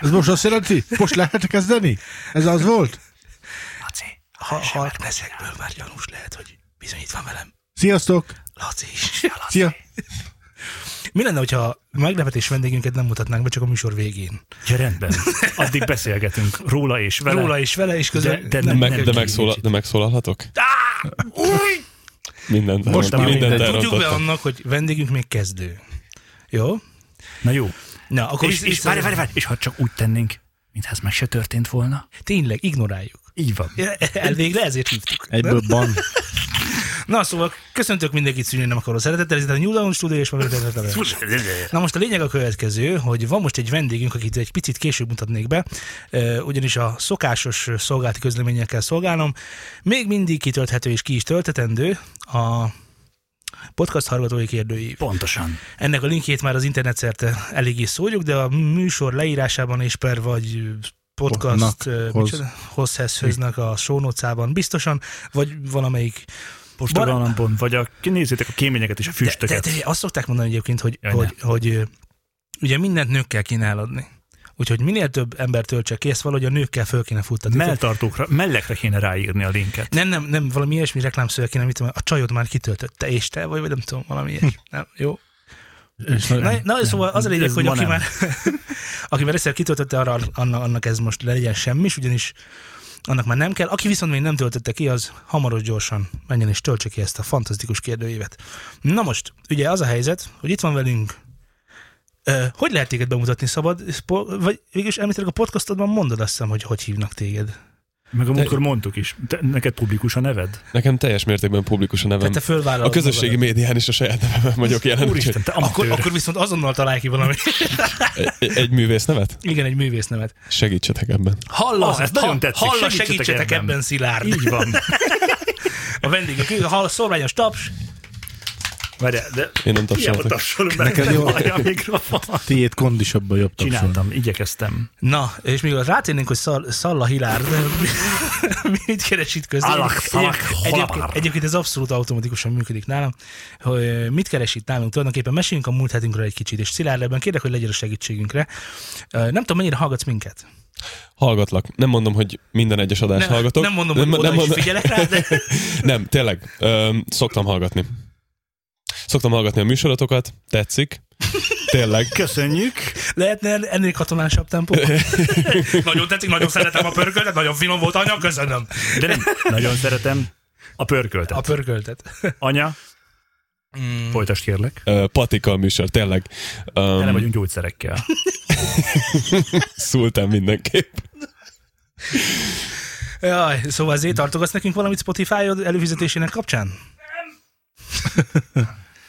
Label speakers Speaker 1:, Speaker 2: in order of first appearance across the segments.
Speaker 1: Ez most azt jelenti? Most lehet kezdeni? Ez az volt?
Speaker 2: Laci, ha, ha leszekből már gyanús lehet, hogy bizony itt van velem.
Speaker 1: Sziasztok!
Speaker 2: Laci is. Ja, Laci.
Speaker 1: Szia!
Speaker 2: Mi lenne, hogyha meglepetés vendégünket nem mutatnánk be, csak a műsor végén?
Speaker 3: Ja, rendben. Addig beszélgetünk róla és vele.
Speaker 2: Róla és vele, és közben...
Speaker 3: De- de
Speaker 4: De,
Speaker 3: nem-
Speaker 4: meg,
Speaker 3: nem
Speaker 4: de,
Speaker 3: kell
Speaker 4: megszólal, de megszólalhatok?
Speaker 2: Új!
Speaker 4: Mindent
Speaker 3: Most
Speaker 4: elront-
Speaker 3: már
Speaker 4: mindent
Speaker 3: mindent.
Speaker 2: Tudjuk be
Speaker 4: elrontottam.
Speaker 2: annak, hogy vendégünk még kezdő. Jó?
Speaker 3: Na jó.
Speaker 2: Na, akkor
Speaker 3: És,
Speaker 2: vissza-
Speaker 3: és, várj, várj, várj. és ha csak úgy tennénk, mintha ez meg se történt volna.
Speaker 2: Tényleg, ignoráljuk.
Speaker 3: Így van.
Speaker 2: Elvégre ezért hívtuk.
Speaker 1: Egyből ban.
Speaker 2: Na szóval, köszöntök mindenkit szülni nem akaró szeretettel, ez itt a New Down Studio, és ma Na most a lényeg a következő, hogy van most egy vendégünk, akit egy picit később mutatnék be, ö, ugyanis a szokásos szolgálati közleményekkel szolgálom. Még mindig kitölthető és ki is töltetendő a podcast hallgatói kérdőív.
Speaker 3: Pontosan.
Speaker 2: Ennek a linkjét már az internetszerte eléggé szórjuk, de a műsor leírásában és per vagy podcast
Speaker 1: Nak,
Speaker 2: ö,
Speaker 1: hoz.
Speaker 2: micsoda? hozhezhöznek a sónocában biztosan, vagy valamelyik
Speaker 3: Postagalampon, vagy a, nézzétek a kéményeket és a
Speaker 2: de,
Speaker 3: füstöket.
Speaker 2: de, de azt szokták mondani egyébként, hogy,
Speaker 3: Jaj,
Speaker 2: hogy, hogy ö, ugye mindent nőkkel kéne eladni. Úgyhogy minél több ember töltse ki, ezt valahogy a nőkkel föl kéne futtatni.
Speaker 3: Melltartókra, mellekre kéne ráírni a linket.
Speaker 2: Nem, nem, nem, valami ilyesmi reklámszöveg kéne, mit tudom, a csajod már kitöltötte, és te vagy, vagy nem tudom, valami ilyesmi. Nem, jó.
Speaker 1: És na,
Speaker 2: Na, na szóval az a lényeg,
Speaker 3: Ez
Speaker 2: hogy
Speaker 3: ma
Speaker 2: aki
Speaker 3: nem.
Speaker 2: már, aki már egyszer kitöltötte, arra, annak, annak ez most legyen semmis, ugyanis annak már nem kell. Aki viszont még nem töltötte ki, az hamaros gyorsan menjen és töltse ki ezt a fantasztikus kérdőívet. Na most, ugye az a helyzet, hogy itt van velünk Ö, hogy lehet téged bemutatni szabad? Spo- Vagy végülis említenek a podcastodban, mondod azt hiszem, hogy hogy hívnak téged.
Speaker 3: Meg amikor mondtuk is. Te, neked publikus a neved?
Speaker 4: Nekem teljes mértékben publikus a nevem.
Speaker 2: Tehát Hát te fölvállalod
Speaker 4: A közösségi
Speaker 2: magadat.
Speaker 4: médián is a saját nevemben vagyok jelen.
Speaker 3: Úristen,
Speaker 4: úgyhogy
Speaker 3: te
Speaker 2: Akkor,
Speaker 3: amatőr.
Speaker 2: akkor viszont azonnal találj ki valami.
Speaker 4: Egy, egy művész nevet?
Speaker 2: Igen, egy művész nevet.
Speaker 4: Segítsetek ebben.
Speaker 2: Hallasz,
Speaker 3: Ah, ez nagyon
Speaker 2: ha-
Speaker 3: tetszik.
Speaker 2: Hallasz,
Speaker 3: Segítsetek
Speaker 2: segítsetek
Speaker 3: ebben.
Speaker 2: ebben, Szilárd.
Speaker 3: Így van.
Speaker 2: A vendégek, ők, ha a szorványos taps,
Speaker 3: Várj, de
Speaker 4: Én nem tapsoltam.
Speaker 3: hiába tapsolunk, mert
Speaker 1: Neked
Speaker 3: nem
Speaker 1: jó?
Speaker 3: hallja a mikrofon.
Speaker 1: tiéd kondisabban jobb tapsolni.
Speaker 3: Csináltam, igyekeztem.
Speaker 2: Na, és még rátérnénk, hogy Szal- Szalla Hilárd mit keres itt közben.
Speaker 3: Alak, alak,
Speaker 2: egyébként,
Speaker 3: halabár.
Speaker 2: egyébként ez abszolút automatikusan működik nálam, hogy ö, mit keres itt nálunk. Tulajdonképpen meséljünk a múlt hetünkről egy kicsit, és Szilárd ebben kérlek, hogy legyél a segítségünkre. Ö, Nem tudom, mennyire hallgatsz minket.
Speaker 4: Hallgatlak. Nem mondom, hogy minden egyes adást
Speaker 2: Nem,
Speaker 4: hallgatok.
Speaker 2: nem mondom, hogy nem, oda nem is
Speaker 4: mondom-
Speaker 2: figyelek rá, de
Speaker 4: Nem, tényleg. Öm, szoktam hallgatni. Szoktam hallgatni a műsorotokat, tetszik. Tényleg.
Speaker 3: Köszönjük.
Speaker 2: lehetne ennél katonásabb tempó. nagyon tetszik, nagyon szeretem a pörköltet, nagyon finom volt anya, köszönöm.
Speaker 3: De nem, nagyon szeretem
Speaker 2: A
Speaker 3: a
Speaker 2: Mm.
Speaker 3: pörköltet.
Speaker 2: pörköltet.
Speaker 3: Anya, folytasd kérlek.
Speaker 4: Ö, Patika a műsor, tényleg.
Speaker 3: De nem
Speaker 4: Um,
Speaker 3: vagyunk gyógyszerekkel.
Speaker 4: szultán mindenképp.
Speaker 2: Jaj, szóval azért tartogatsz nekünk valamit Spotify-od előfizetésének kapcsán?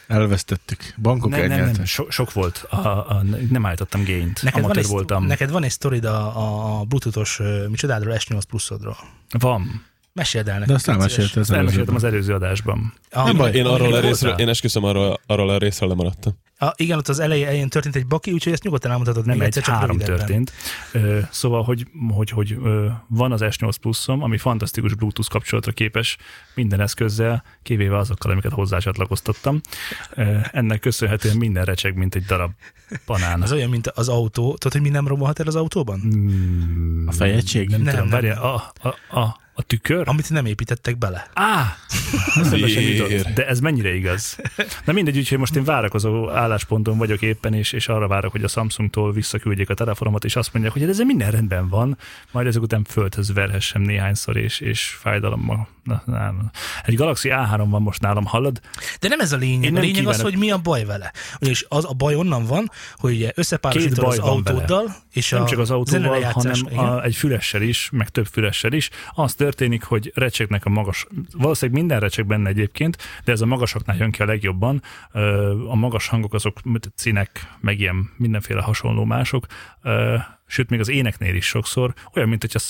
Speaker 1: Elvesztettük. Bankok
Speaker 3: Nem, nem, nem,
Speaker 1: elnyeltek.
Speaker 3: so, sok volt. A, a, nem állítottam gényt. Neked
Speaker 2: van
Speaker 3: Amatőr
Speaker 2: egy,
Speaker 3: voltam.
Speaker 2: Neked van egy sztorid a, a, a bluetooth-os ö, micsodádról, S8 pluszodról.
Speaker 3: Van.
Speaker 2: Meséld el Ah,
Speaker 1: De
Speaker 2: nekem.
Speaker 1: azt nem
Speaker 2: légy szíves.
Speaker 1: mesélte az előzőben.
Speaker 3: Elmeséltem az előző adásban.
Speaker 2: A,
Speaker 1: Nem baj.
Speaker 4: Én arról a
Speaker 2: voltál?
Speaker 4: részről, én esküszöm arról, arról a részről lemaradtam.
Speaker 2: a, igen, ott az elején, elején történt egy baki, úgyhogy ezt nyugodtan elmondhatod
Speaker 3: Nem
Speaker 2: még
Speaker 3: egy,
Speaker 2: egyszer, csak
Speaker 3: három
Speaker 2: rövidebben.
Speaker 3: történt. Ö, Szóval, hogy, hogy, hogy ö, van az S8 pluszom, ami fantasztikus Bluetooth kapcsolatra képes minden eszközzel, kivéve azokkal, amiket hozzácsatlakoztattam. Ö, Ennek köszönhetően minden recseg, mint egy darab banán.
Speaker 2: Az olyan, mint az autó. Tudod, hogy mi nem romolhat el az autóban?
Speaker 1: A fejegység?
Speaker 3: Nem,
Speaker 2: Nem,
Speaker 3: tudom,
Speaker 2: nem,
Speaker 3: várjál,
Speaker 2: nem.
Speaker 3: a, a, a, a tükör?
Speaker 2: Amit nem építettek bele.
Speaker 3: Á! Eszembe sem jutott.
Speaker 4: Vér.
Speaker 3: De ez mennyire igaz? Na mindegy, úgyhogy most én várakozó állásponton vagyok éppen, és, és arra várok, hogy a Samsungtól visszaküldjék a telefonomat, és azt mondják, hogy ez minden rendben van, majd ezek után földhöz verhessem néhányszor, és, és fájdalommal. Na, nem. Egy Galaxy A3 van most nálam, hallod?
Speaker 2: De nem ez a
Speaker 3: Én
Speaker 2: lényeg. A
Speaker 3: nem
Speaker 2: lényeg az,
Speaker 3: kívánok-
Speaker 2: hogy mi a baj vele. Ugyanis az a baj onnan van, hogy ugye összepárosítod
Speaker 3: Két
Speaker 2: az
Speaker 3: baj van vele.
Speaker 2: autóddal, és
Speaker 3: Nem
Speaker 2: a
Speaker 3: csak az autóval,
Speaker 2: zenelejátszás-
Speaker 3: hanem
Speaker 2: igen.
Speaker 3: a, egy fülessel is, meg több fülessel is. Az történik, hogy recsegnek a magas, valószínűleg minden recseg benne egyébként, de ez a magasoknál jön ki a legjobban. Ö, A magas hangok azok mint cínek, meg ilyen mindenféle hasonló mások, Ö, sőt még az éneknél is sokszor, olyan, mint hogy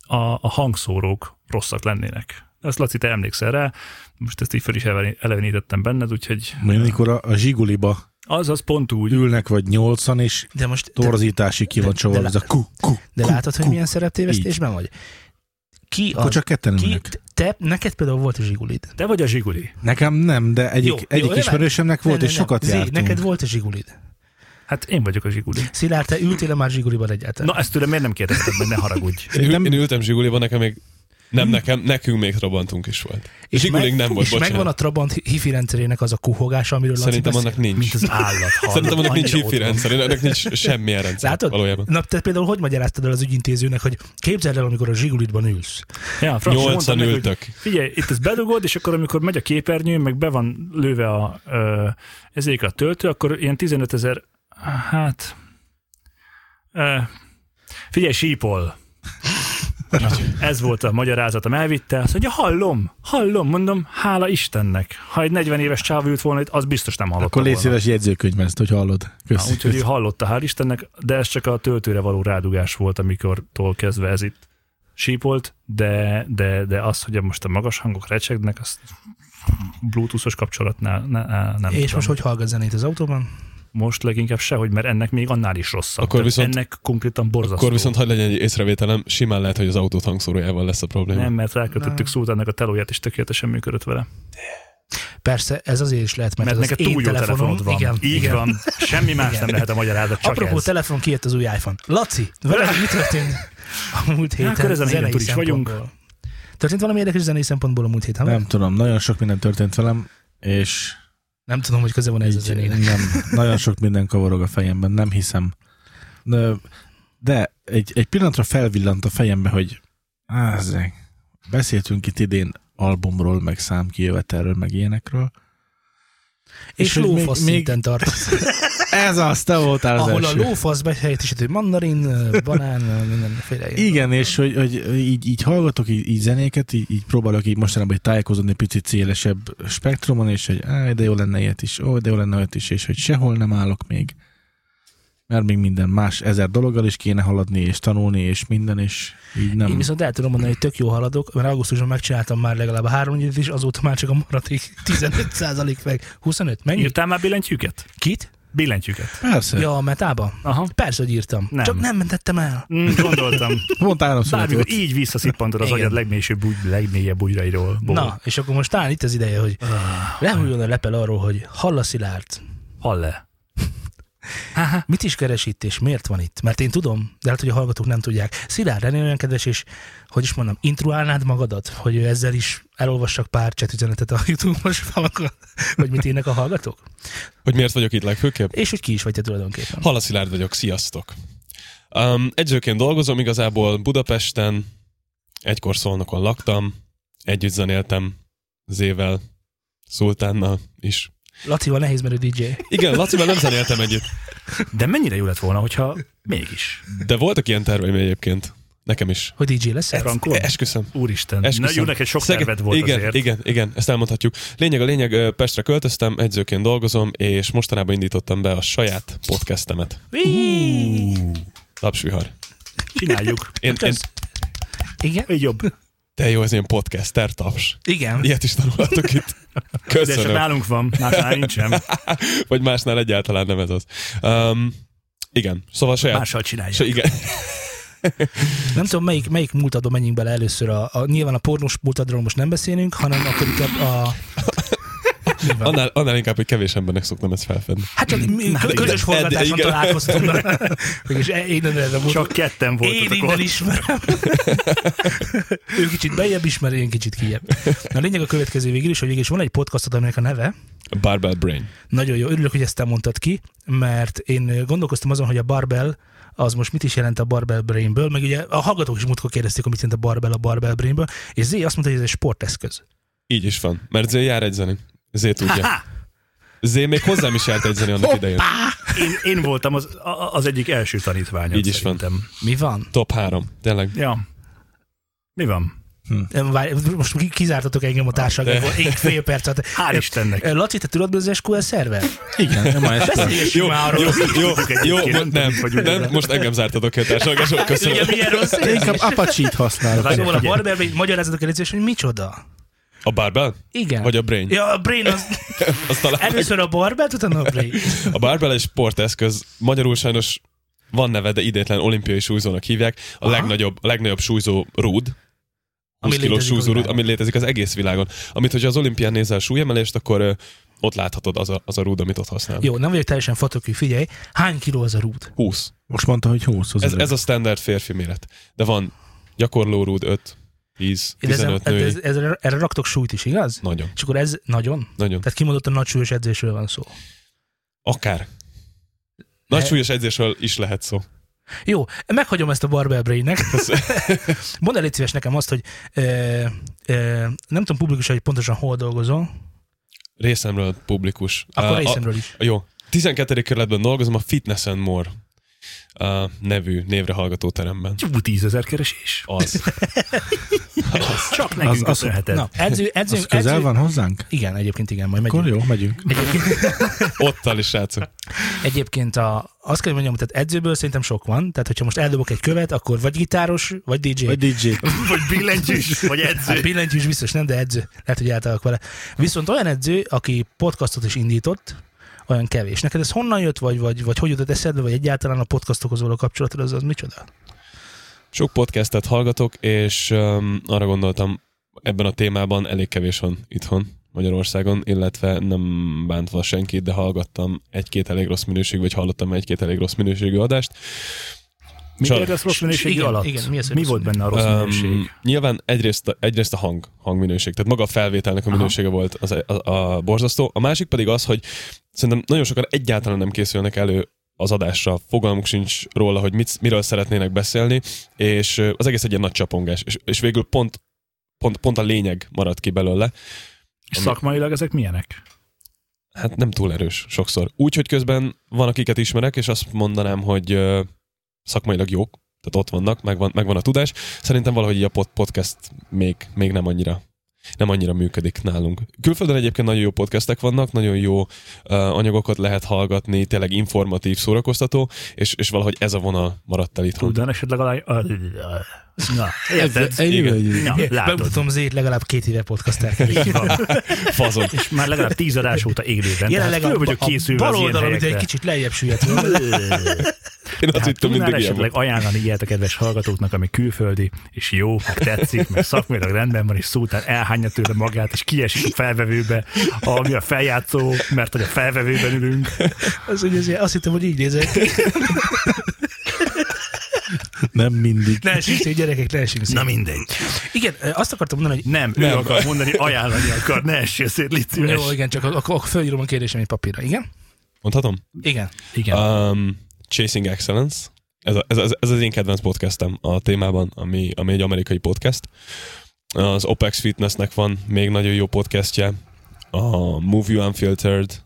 Speaker 3: a, a hangszórók rosszak lennének. Ezt Laci, te emlékszel rá, most ezt így fel is eleveni- elevenítettem benned, úgyhogy
Speaker 1: Amikor a, a zsiguliba
Speaker 3: az az pont úgy,
Speaker 1: ülnek, vagy nyolcan, és
Speaker 2: De most... de-
Speaker 1: torzításig ki
Speaker 2: de-
Speaker 1: van
Speaker 2: de
Speaker 1: csavarva.
Speaker 2: lá-
Speaker 1: Ez a ku, ku,
Speaker 2: De
Speaker 1: ku,
Speaker 2: látod, hogy
Speaker 1: ku.
Speaker 2: milyen szereptévesztésben vagy? Ki
Speaker 1: Akkor
Speaker 2: az,
Speaker 1: csak ketten
Speaker 2: ki,
Speaker 1: ülnek.
Speaker 2: te, neked például volt a zsigulid.
Speaker 3: te vagy a zsiguli.
Speaker 1: Nekem nem, de egyik,
Speaker 2: Jó, jó,
Speaker 1: egyik
Speaker 2: nem.
Speaker 1: ismerősemnek volt,
Speaker 2: Nem,
Speaker 1: és
Speaker 2: nem,
Speaker 1: sokat
Speaker 2: nem. Zé,
Speaker 1: jártunk.
Speaker 2: neked volt a zsigulid.
Speaker 3: Hát én vagyok a zsiguli.
Speaker 2: Szilárd, te ültél már zsiguliban egyáltalán?
Speaker 3: Na ezt tőlem miért nem kérdezted meg, ne haragudj.
Speaker 4: Én, nem... én ültem zsiguliban, nekem még nem nekem, nekünk még Trabantunk is volt. És Zsigulink nem volt,
Speaker 2: Hmm. és megvan
Speaker 4: bocsánat.
Speaker 2: a Trabant hifi rendszerének az a kuhogása, amiről Laci
Speaker 4: Szerintem
Speaker 2: beszél?
Speaker 4: annak nincs.
Speaker 3: Mint az állat.
Speaker 4: Szerintem annak nincs
Speaker 3: Annyira
Speaker 4: hifi
Speaker 3: ott van.
Speaker 4: rendszer, ennek nincs semmilyen rendszer
Speaker 2: Látod?
Speaker 4: valójában.
Speaker 2: Na, te például hogy magyaráztad el az ügyintézőnek, hogy képzeld el, amikor a zsigulitban ülsz.
Speaker 3: Ja, Franci,
Speaker 4: Nyolcan
Speaker 3: mondtam neki, hogy
Speaker 4: ültök.
Speaker 3: Figyelj, itt ezt bedugod, és akkor amikor megy a képernyő, meg be van lőve a, ö, ezék a töltő, akkor ilyen 15 ezer, hát... Ö, figyelj, sípol. Na, ez volt a magyarázatom, elvitte, azt mondja, hallom, hallom, mondom, hála Istennek. Ha egy 40 éves csáv ült volna itt, az biztos nem hallotta
Speaker 5: Akkor légy
Speaker 3: volna.
Speaker 5: szíves jegyzőkönyvben, hogy hallod.
Speaker 3: Na, Úgyhogy ő
Speaker 5: Köszönöm.
Speaker 3: hallotta, hál' Istennek, de ez csak a töltőre való rádugás volt, amikortól kezdve ez itt sípolt, de, de, de az, hogy most a magas hangok recsegnek, azt bluetoothos kapcsolatnál ne, ne, nem
Speaker 2: és
Speaker 3: tudom.
Speaker 2: most hogy hallgat zenét az autóban?
Speaker 3: most leginkább sehogy, mert ennek még annál is rosszabb.
Speaker 4: Akkor
Speaker 3: Tehát
Speaker 4: viszont-
Speaker 3: ennek konkrétan borzasztó.
Speaker 4: Akkor viszont hagyd legyen egy észrevételem, simán lehet, hogy az autót hangszórójával lesz a probléma.
Speaker 3: nem, mert rákötöttük szót ennek a telóját, és tökéletesen működött vele.
Speaker 2: Persze, ez azért is lehet, mert,
Speaker 3: Mert,
Speaker 2: ez
Speaker 3: neked
Speaker 2: az én
Speaker 3: túl jó
Speaker 2: telefonom.
Speaker 3: telefonod van.
Speaker 2: Igen,
Speaker 3: Így
Speaker 2: igen.
Speaker 3: van. Semmi más nem lehet a magyarázat, csak
Speaker 2: Apropó
Speaker 3: ez.
Speaker 2: telefon, kijött az új iPhone. Laci, veled mi történt a múlt héten
Speaker 3: akkor ezen a héten
Speaker 2: zenei
Speaker 3: túl is vagyunk.
Speaker 2: szempontból? Történt valami érdekes zenei szempontból a múlt héten?
Speaker 5: Nem tudom, nagyon sok minden történt velem, és
Speaker 2: nem tudom, hogy köze van ez a
Speaker 5: így
Speaker 2: zenének.
Speaker 5: nem, nagyon sok minden kavarog a fejemben, nem hiszem. De, de egy, egy pillanatra felvillant a fejembe, hogy ezek, beszéltünk itt idén albumról, meg számkijövetelről, meg ilyenekről.
Speaker 2: És,
Speaker 5: És hogy még-
Speaker 2: lófasz
Speaker 5: még-
Speaker 2: szinten tart.
Speaker 5: Ez az, te voltál az
Speaker 2: ahol a
Speaker 5: első.
Speaker 2: lófasz behelyettesítő mandarin, ö, banán, ö, mindenféle.
Speaker 5: Igen, és hogy, hogy így, így hallgatok így, így zenéket, így, így próbálok így mostanában így tájékozódni picit szélesebb spektrumon, és hogy áj, de jó lenne ilyet is, ó, de jó lenne olyat is, és hogy sehol nem állok még. Mert még minden más ezer dologgal is kéne haladni, és tanulni, és minden, és így nem.
Speaker 2: Én viszont el tudom mondani, hogy tök jó haladok, mert augusztusban megcsináltam már legalább a három ügyet is, azóta már csak a maradék 15 meg 25. Mennyi?
Speaker 3: Írtál már billentyűket?
Speaker 2: Kit?
Speaker 3: Billentyűket.
Speaker 5: Persze. Ja.
Speaker 2: Ja, a metába?
Speaker 3: Aha.
Speaker 2: Persze, hogy írtam.
Speaker 3: Nem.
Speaker 2: Csak nem mentettem el.
Speaker 3: Mm, gondoltam.
Speaker 5: Pont áramszor
Speaker 3: Bármikor így visszaszippantod az
Speaker 2: Igen.
Speaker 3: agyad legmélyebb, bugy, legmélyebb ujjairól. Ból.
Speaker 2: Na, és akkor most talán itt az ideje, hogy lehújjon a lepel arról, hogy hallaszilárd,
Speaker 3: Hall le.
Speaker 2: mit is keres itt, és miért van itt? Mert én tudom, de hát, hogy a hallgatók nem tudják. Szilárd, lennél olyan kedves, és hogy is mondom, intruálnád magadat, hogy ezzel is elolvassak pár chat üzenetet a YouTube-os falakon, hogy mit írnak a hallgatók?
Speaker 4: Hogy miért vagyok itt legfőképp?
Speaker 2: És hogy ki is vagy te tulajdonképpen.
Speaker 4: Halaszilárd vagyok, sziasztok! Um, egyzőként dolgozom igazából Budapesten, egykor szolnokon laktam, együtt zenéltem Zével, Szultánnal is.
Speaker 2: Lacival nehéz, mert ő DJ.
Speaker 4: Igen, Lacival nem zenéltem együtt,
Speaker 3: De mennyire jó lett volna, hogyha mégis.
Speaker 4: de voltak ilyen terveim egyébként. Nekem is.
Speaker 2: Hogy DJ lesz?
Speaker 3: Frankon?
Speaker 4: Esküszöm.
Speaker 3: Úristen. Na
Speaker 4: Esküszöm.
Speaker 3: jó, neked sok
Speaker 4: Szege-
Speaker 3: terved volt
Speaker 4: igen,
Speaker 3: azért.
Speaker 4: Igen, igen, ezt elmondhatjuk. Lényeg a lényeg, ö, Pestre költöztem, edzőként dolgozom, és mostanában indítottam be a saját podcastemet. Lapsvihar.
Speaker 3: Csináljuk.
Speaker 4: Én, én,
Speaker 2: Igen?
Speaker 3: Így jobb.
Speaker 4: de jó, ez ilyen podcaster taps.
Speaker 2: Igen.
Speaker 4: Ilyet is tanulhatok itt.
Speaker 3: De csak
Speaker 4: Köszönöm.
Speaker 3: nálunk van, másnál nincsen.
Speaker 4: Vagy másnál egyáltalán nem ez az. Um, igen, szóval saját...
Speaker 3: Mással
Speaker 4: So,
Speaker 3: csináljuk.
Speaker 4: igen.
Speaker 2: Nem tudom, melyik, melyik múltadba menjünk bele először. A, a, nyilván a pornós múltadról most nem beszélünk, hanem akkor inkább a...
Speaker 4: Annál, annál inkább, hogy kevés embernek szoktam ezt felfedni.
Speaker 2: Hát csak mi- közös
Speaker 4: igen.
Speaker 2: forgatáson
Speaker 4: Igen.
Speaker 2: találkoztunk. Mégis én erre volt.
Speaker 3: Csak ketten
Speaker 2: Én
Speaker 3: voltatok
Speaker 2: innen
Speaker 3: ott.
Speaker 2: ismerem. ő kicsit bejebb ismer, én kicsit kijebb. Na a lényeg a következő végül is, hogy végül is van egy podcastod, aminek a neve,
Speaker 4: A Barbell Brain.
Speaker 2: Nagyon jó, örülök, hogy ezt te mondtad ki, mert én gondolkoztam azon, hogy a barbell az most mit is jelent a barbell brainből, meg ugye a hallgatók is múltkor kérdezték, hogy mit jelent a barbell a barbell brainből, és Zé azt mondta, hogy ez egy sporteszköz.
Speaker 4: Így is van. Mert Zé jár egy zenén. Zé tudja. Zé még hozzám is járt egy zenén annak idején.
Speaker 3: Én, én voltam az, a- az egyik első tanítványod
Speaker 4: Így is van.
Speaker 3: szerintem.
Speaker 2: Mi van?
Speaker 4: Top 3. Tényleg.
Speaker 3: Ja. Mi van?
Speaker 2: Em, Várj, most ki- kizártatok engem a társadalomból, én fél percet.
Speaker 3: Hál' Istennek.
Speaker 2: Laci, te tudod, mi az SQL szerver?
Speaker 5: Igen, nem
Speaker 2: Beszéljünk
Speaker 4: Jó,
Speaker 2: már arról.
Speaker 4: jó, jó, jó,
Speaker 3: egyébként,
Speaker 4: mo- nem,
Speaker 3: nem vagyunk
Speaker 4: nem,
Speaker 3: ebben.
Speaker 4: most engem zártatok ki a társadalmasok, köszönöm.
Speaker 2: milyen rossz érzés.
Speaker 5: Inkább Apache-t használok.
Speaker 3: Várj,
Speaker 2: Szóval a
Speaker 3: Figyelj.
Speaker 2: barbell brain, magyarázatok el, hogy micsoda?
Speaker 4: A barbell?
Speaker 2: Igen.
Speaker 4: Vagy a brain?
Speaker 2: Ja, a brain az
Speaker 4: Azt talán
Speaker 2: először a barbell, utána a brain.
Speaker 4: A barbell egy sporteszköz, magyarul sajnos van neve, de idétlen olimpiai súlyzónak hívják. A legnagyobb, a legnagyobb súlyzó rúd, 20
Speaker 2: létezik
Speaker 4: kilós
Speaker 2: a
Speaker 4: súlyzó rúd,
Speaker 2: világon.
Speaker 4: ami létezik az egész világon. Amit, hogyha az olimpián nézel súlyemelést, akkor ö, ott láthatod az a, az a rúd, amit ott használnak.
Speaker 2: Jó, nem vagyok teljesen fatokű, figyelj. Hány kiló az a rúd?
Speaker 4: 20.
Speaker 5: Most mondta, hogy 20 az
Speaker 4: Ez,
Speaker 5: öreg.
Speaker 4: ez a standard férfi méret. De van gyakorló rúd 5, 10,
Speaker 2: Én ezen- hát
Speaker 4: 15 női.
Speaker 2: ez, ez, erre raktok súlyt is, igaz?
Speaker 4: Nagyon,
Speaker 2: És akkor ez nagyon?
Speaker 4: nagyon.
Speaker 2: Tehát kimondottan nagy súlyos edzésről van szó.
Speaker 4: Akár. Nagy
Speaker 2: Ne-
Speaker 4: súlyos edzésről is lehet szó.
Speaker 2: Jó, meghagyom ezt a Barbell Brainnek. Mondd el, légy szíves nekem azt, hogy ö, ö, nem tudom publikus, hogy pontosan hol dolgozol,
Speaker 4: Részemről publikus.
Speaker 2: akkor
Speaker 4: Á, a,
Speaker 2: részemről is.
Speaker 4: Jó. 12. kerületben dolgozom a Fitness and More uh, nevű névre hallgató teremben.
Speaker 3: Jó, tízezer keresés.
Speaker 4: Az.
Speaker 3: Csak nekünk
Speaker 5: az-
Speaker 3: az, az, köszönheted.
Speaker 2: Na, edző, edző,
Speaker 5: Az közel
Speaker 2: edző,
Speaker 5: van hozzánk?
Speaker 2: Igen, egyébként igen, majd
Speaker 5: Akkor
Speaker 2: megyünk.
Speaker 5: jó, megyünk.
Speaker 2: Egyébként,
Speaker 4: Ottal is, srácok.
Speaker 2: egyébként a, azt kell, hogy mondjam, tehát edzőből szerintem sok van, tehát hogyha most eldobok egy követ, akkor vagy gitáros, vagy DJ.
Speaker 5: Vagy DJ.
Speaker 3: Vagy billentyűs, vagy
Speaker 2: Hát
Speaker 3: edző.
Speaker 2: billentyűs biztos nem, de edző. Lehet, hogy álltak vele. Viszont olyan edző, aki podcastot is indított, olyan kevés. Neked ez honnan jött, vagy, vagy, vagy hogy jutott eszedbe, vagy egyáltalán a podcastokhoz való kapcsolatod, az, az micsoda?
Speaker 4: Sok podcastet hallgatok, és um, arra gondoltam, ebben a témában elég kevés van itthon Magyarországon, illetve nem bántva senkit, de hallgattam egy-két elég rossz minőségű, vagy hallottam egy-két elég rossz minőségű adást.
Speaker 3: Mi
Speaker 4: Csak-
Speaker 3: volt az rossz minőségi
Speaker 2: igen,
Speaker 3: alatt?
Speaker 2: igen, mi az, hogy
Speaker 3: mi
Speaker 2: rossz
Speaker 3: volt benne a rossz
Speaker 4: Öm,
Speaker 2: Um,
Speaker 3: minőség?
Speaker 4: nyilván egyrészt a, egyrészt a hang, hangminőség, tehát maga a felvételnek a minősége volt az, e, a, a borzasztó. A másik pedig az, hogy szerintem nagyon sokan egyáltalán nem készülnek elő az adásra, fogalmuk sincs róla, hogy mit, miről szeretnének beszélni, és ö, az egész egy ilyen nagy csapongás, és, és végül pont, pont, pont a lényeg maradt ki belőle.
Speaker 3: És szakmailag ezek milyenek?
Speaker 4: Hát nem túl erős sokszor. Úgy, hogy közben van, akiket ismerek, és azt mondanám, hogy ö, szakmailag jók, tehát ott vannak, megvan, megvan a tudás. Szerintem valahogy így a pod- podcast még, még nem annyira nem annyira működik nálunk. Külföldön egyébként nagyon jó podcastek vannak, nagyon jó uh, anyagokat lehet hallgatni, tényleg informatív, szórakoztató, és, és valahogy ez a vonal maradt el itthon.
Speaker 3: Tudnál esetleg alá... Na, érted?
Speaker 4: igen.
Speaker 5: Egy
Speaker 3: Na, látod.
Speaker 2: Bemutatom Zét legalább két éve podcast
Speaker 3: Így van.
Speaker 4: Fazon.
Speaker 3: És már legalább tíz adás óta élőben.
Speaker 2: Jelenleg
Speaker 3: Jelenleg
Speaker 2: a,
Speaker 3: Hát föl vagyok
Speaker 2: a
Speaker 3: készülve
Speaker 2: bal
Speaker 3: az ilyen
Speaker 2: oldalon ugye egy
Speaker 3: helyekre.
Speaker 2: kicsit lejjebb süllyedt. volna.
Speaker 4: Én azt
Speaker 3: Tehát
Speaker 4: hittem
Speaker 3: Hát, tudnál
Speaker 4: mindig ilyen
Speaker 3: esetleg
Speaker 4: volt.
Speaker 3: ajánlani ilyet a kedves hallgatóknak, ami külföldi, és jó, meg tetszik, meg szakmailag rendben van, és szó után elhányja tőle magát, és kiesik a felvevőbe, ami a feljátszó, mert hogy a felvevőben ülünk.
Speaker 2: az, hogy azért, azt hittem, hogy így nézek.
Speaker 5: Nem mindig.
Speaker 2: Ne esünk szét, gyerekek, ne esünk szét.
Speaker 3: Na mindegy.
Speaker 2: Igen, ö, azt akartam mondani, hogy
Speaker 3: Nem, ő
Speaker 4: Nem.
Speaker 3: akar mondani, ajánlani akar, ne essél szét, légy szíves.
Speaker 2: jó, igen, csak akkor akkor fölírom a kérdésem egy papírra. Igen?
Speaker 4: Mondhatom?
Speaker 2: Igen.
Speaker 3: igen.
Speaker 4: Um, Chasing Excellence. Ez, a, ez, ez, ez az én kedvenc podcastem a témában, ami, ami egy amerikai podcast. Az OPEX Fitnessnek van még nagyon jó podcastje, a Move You Unfiltered.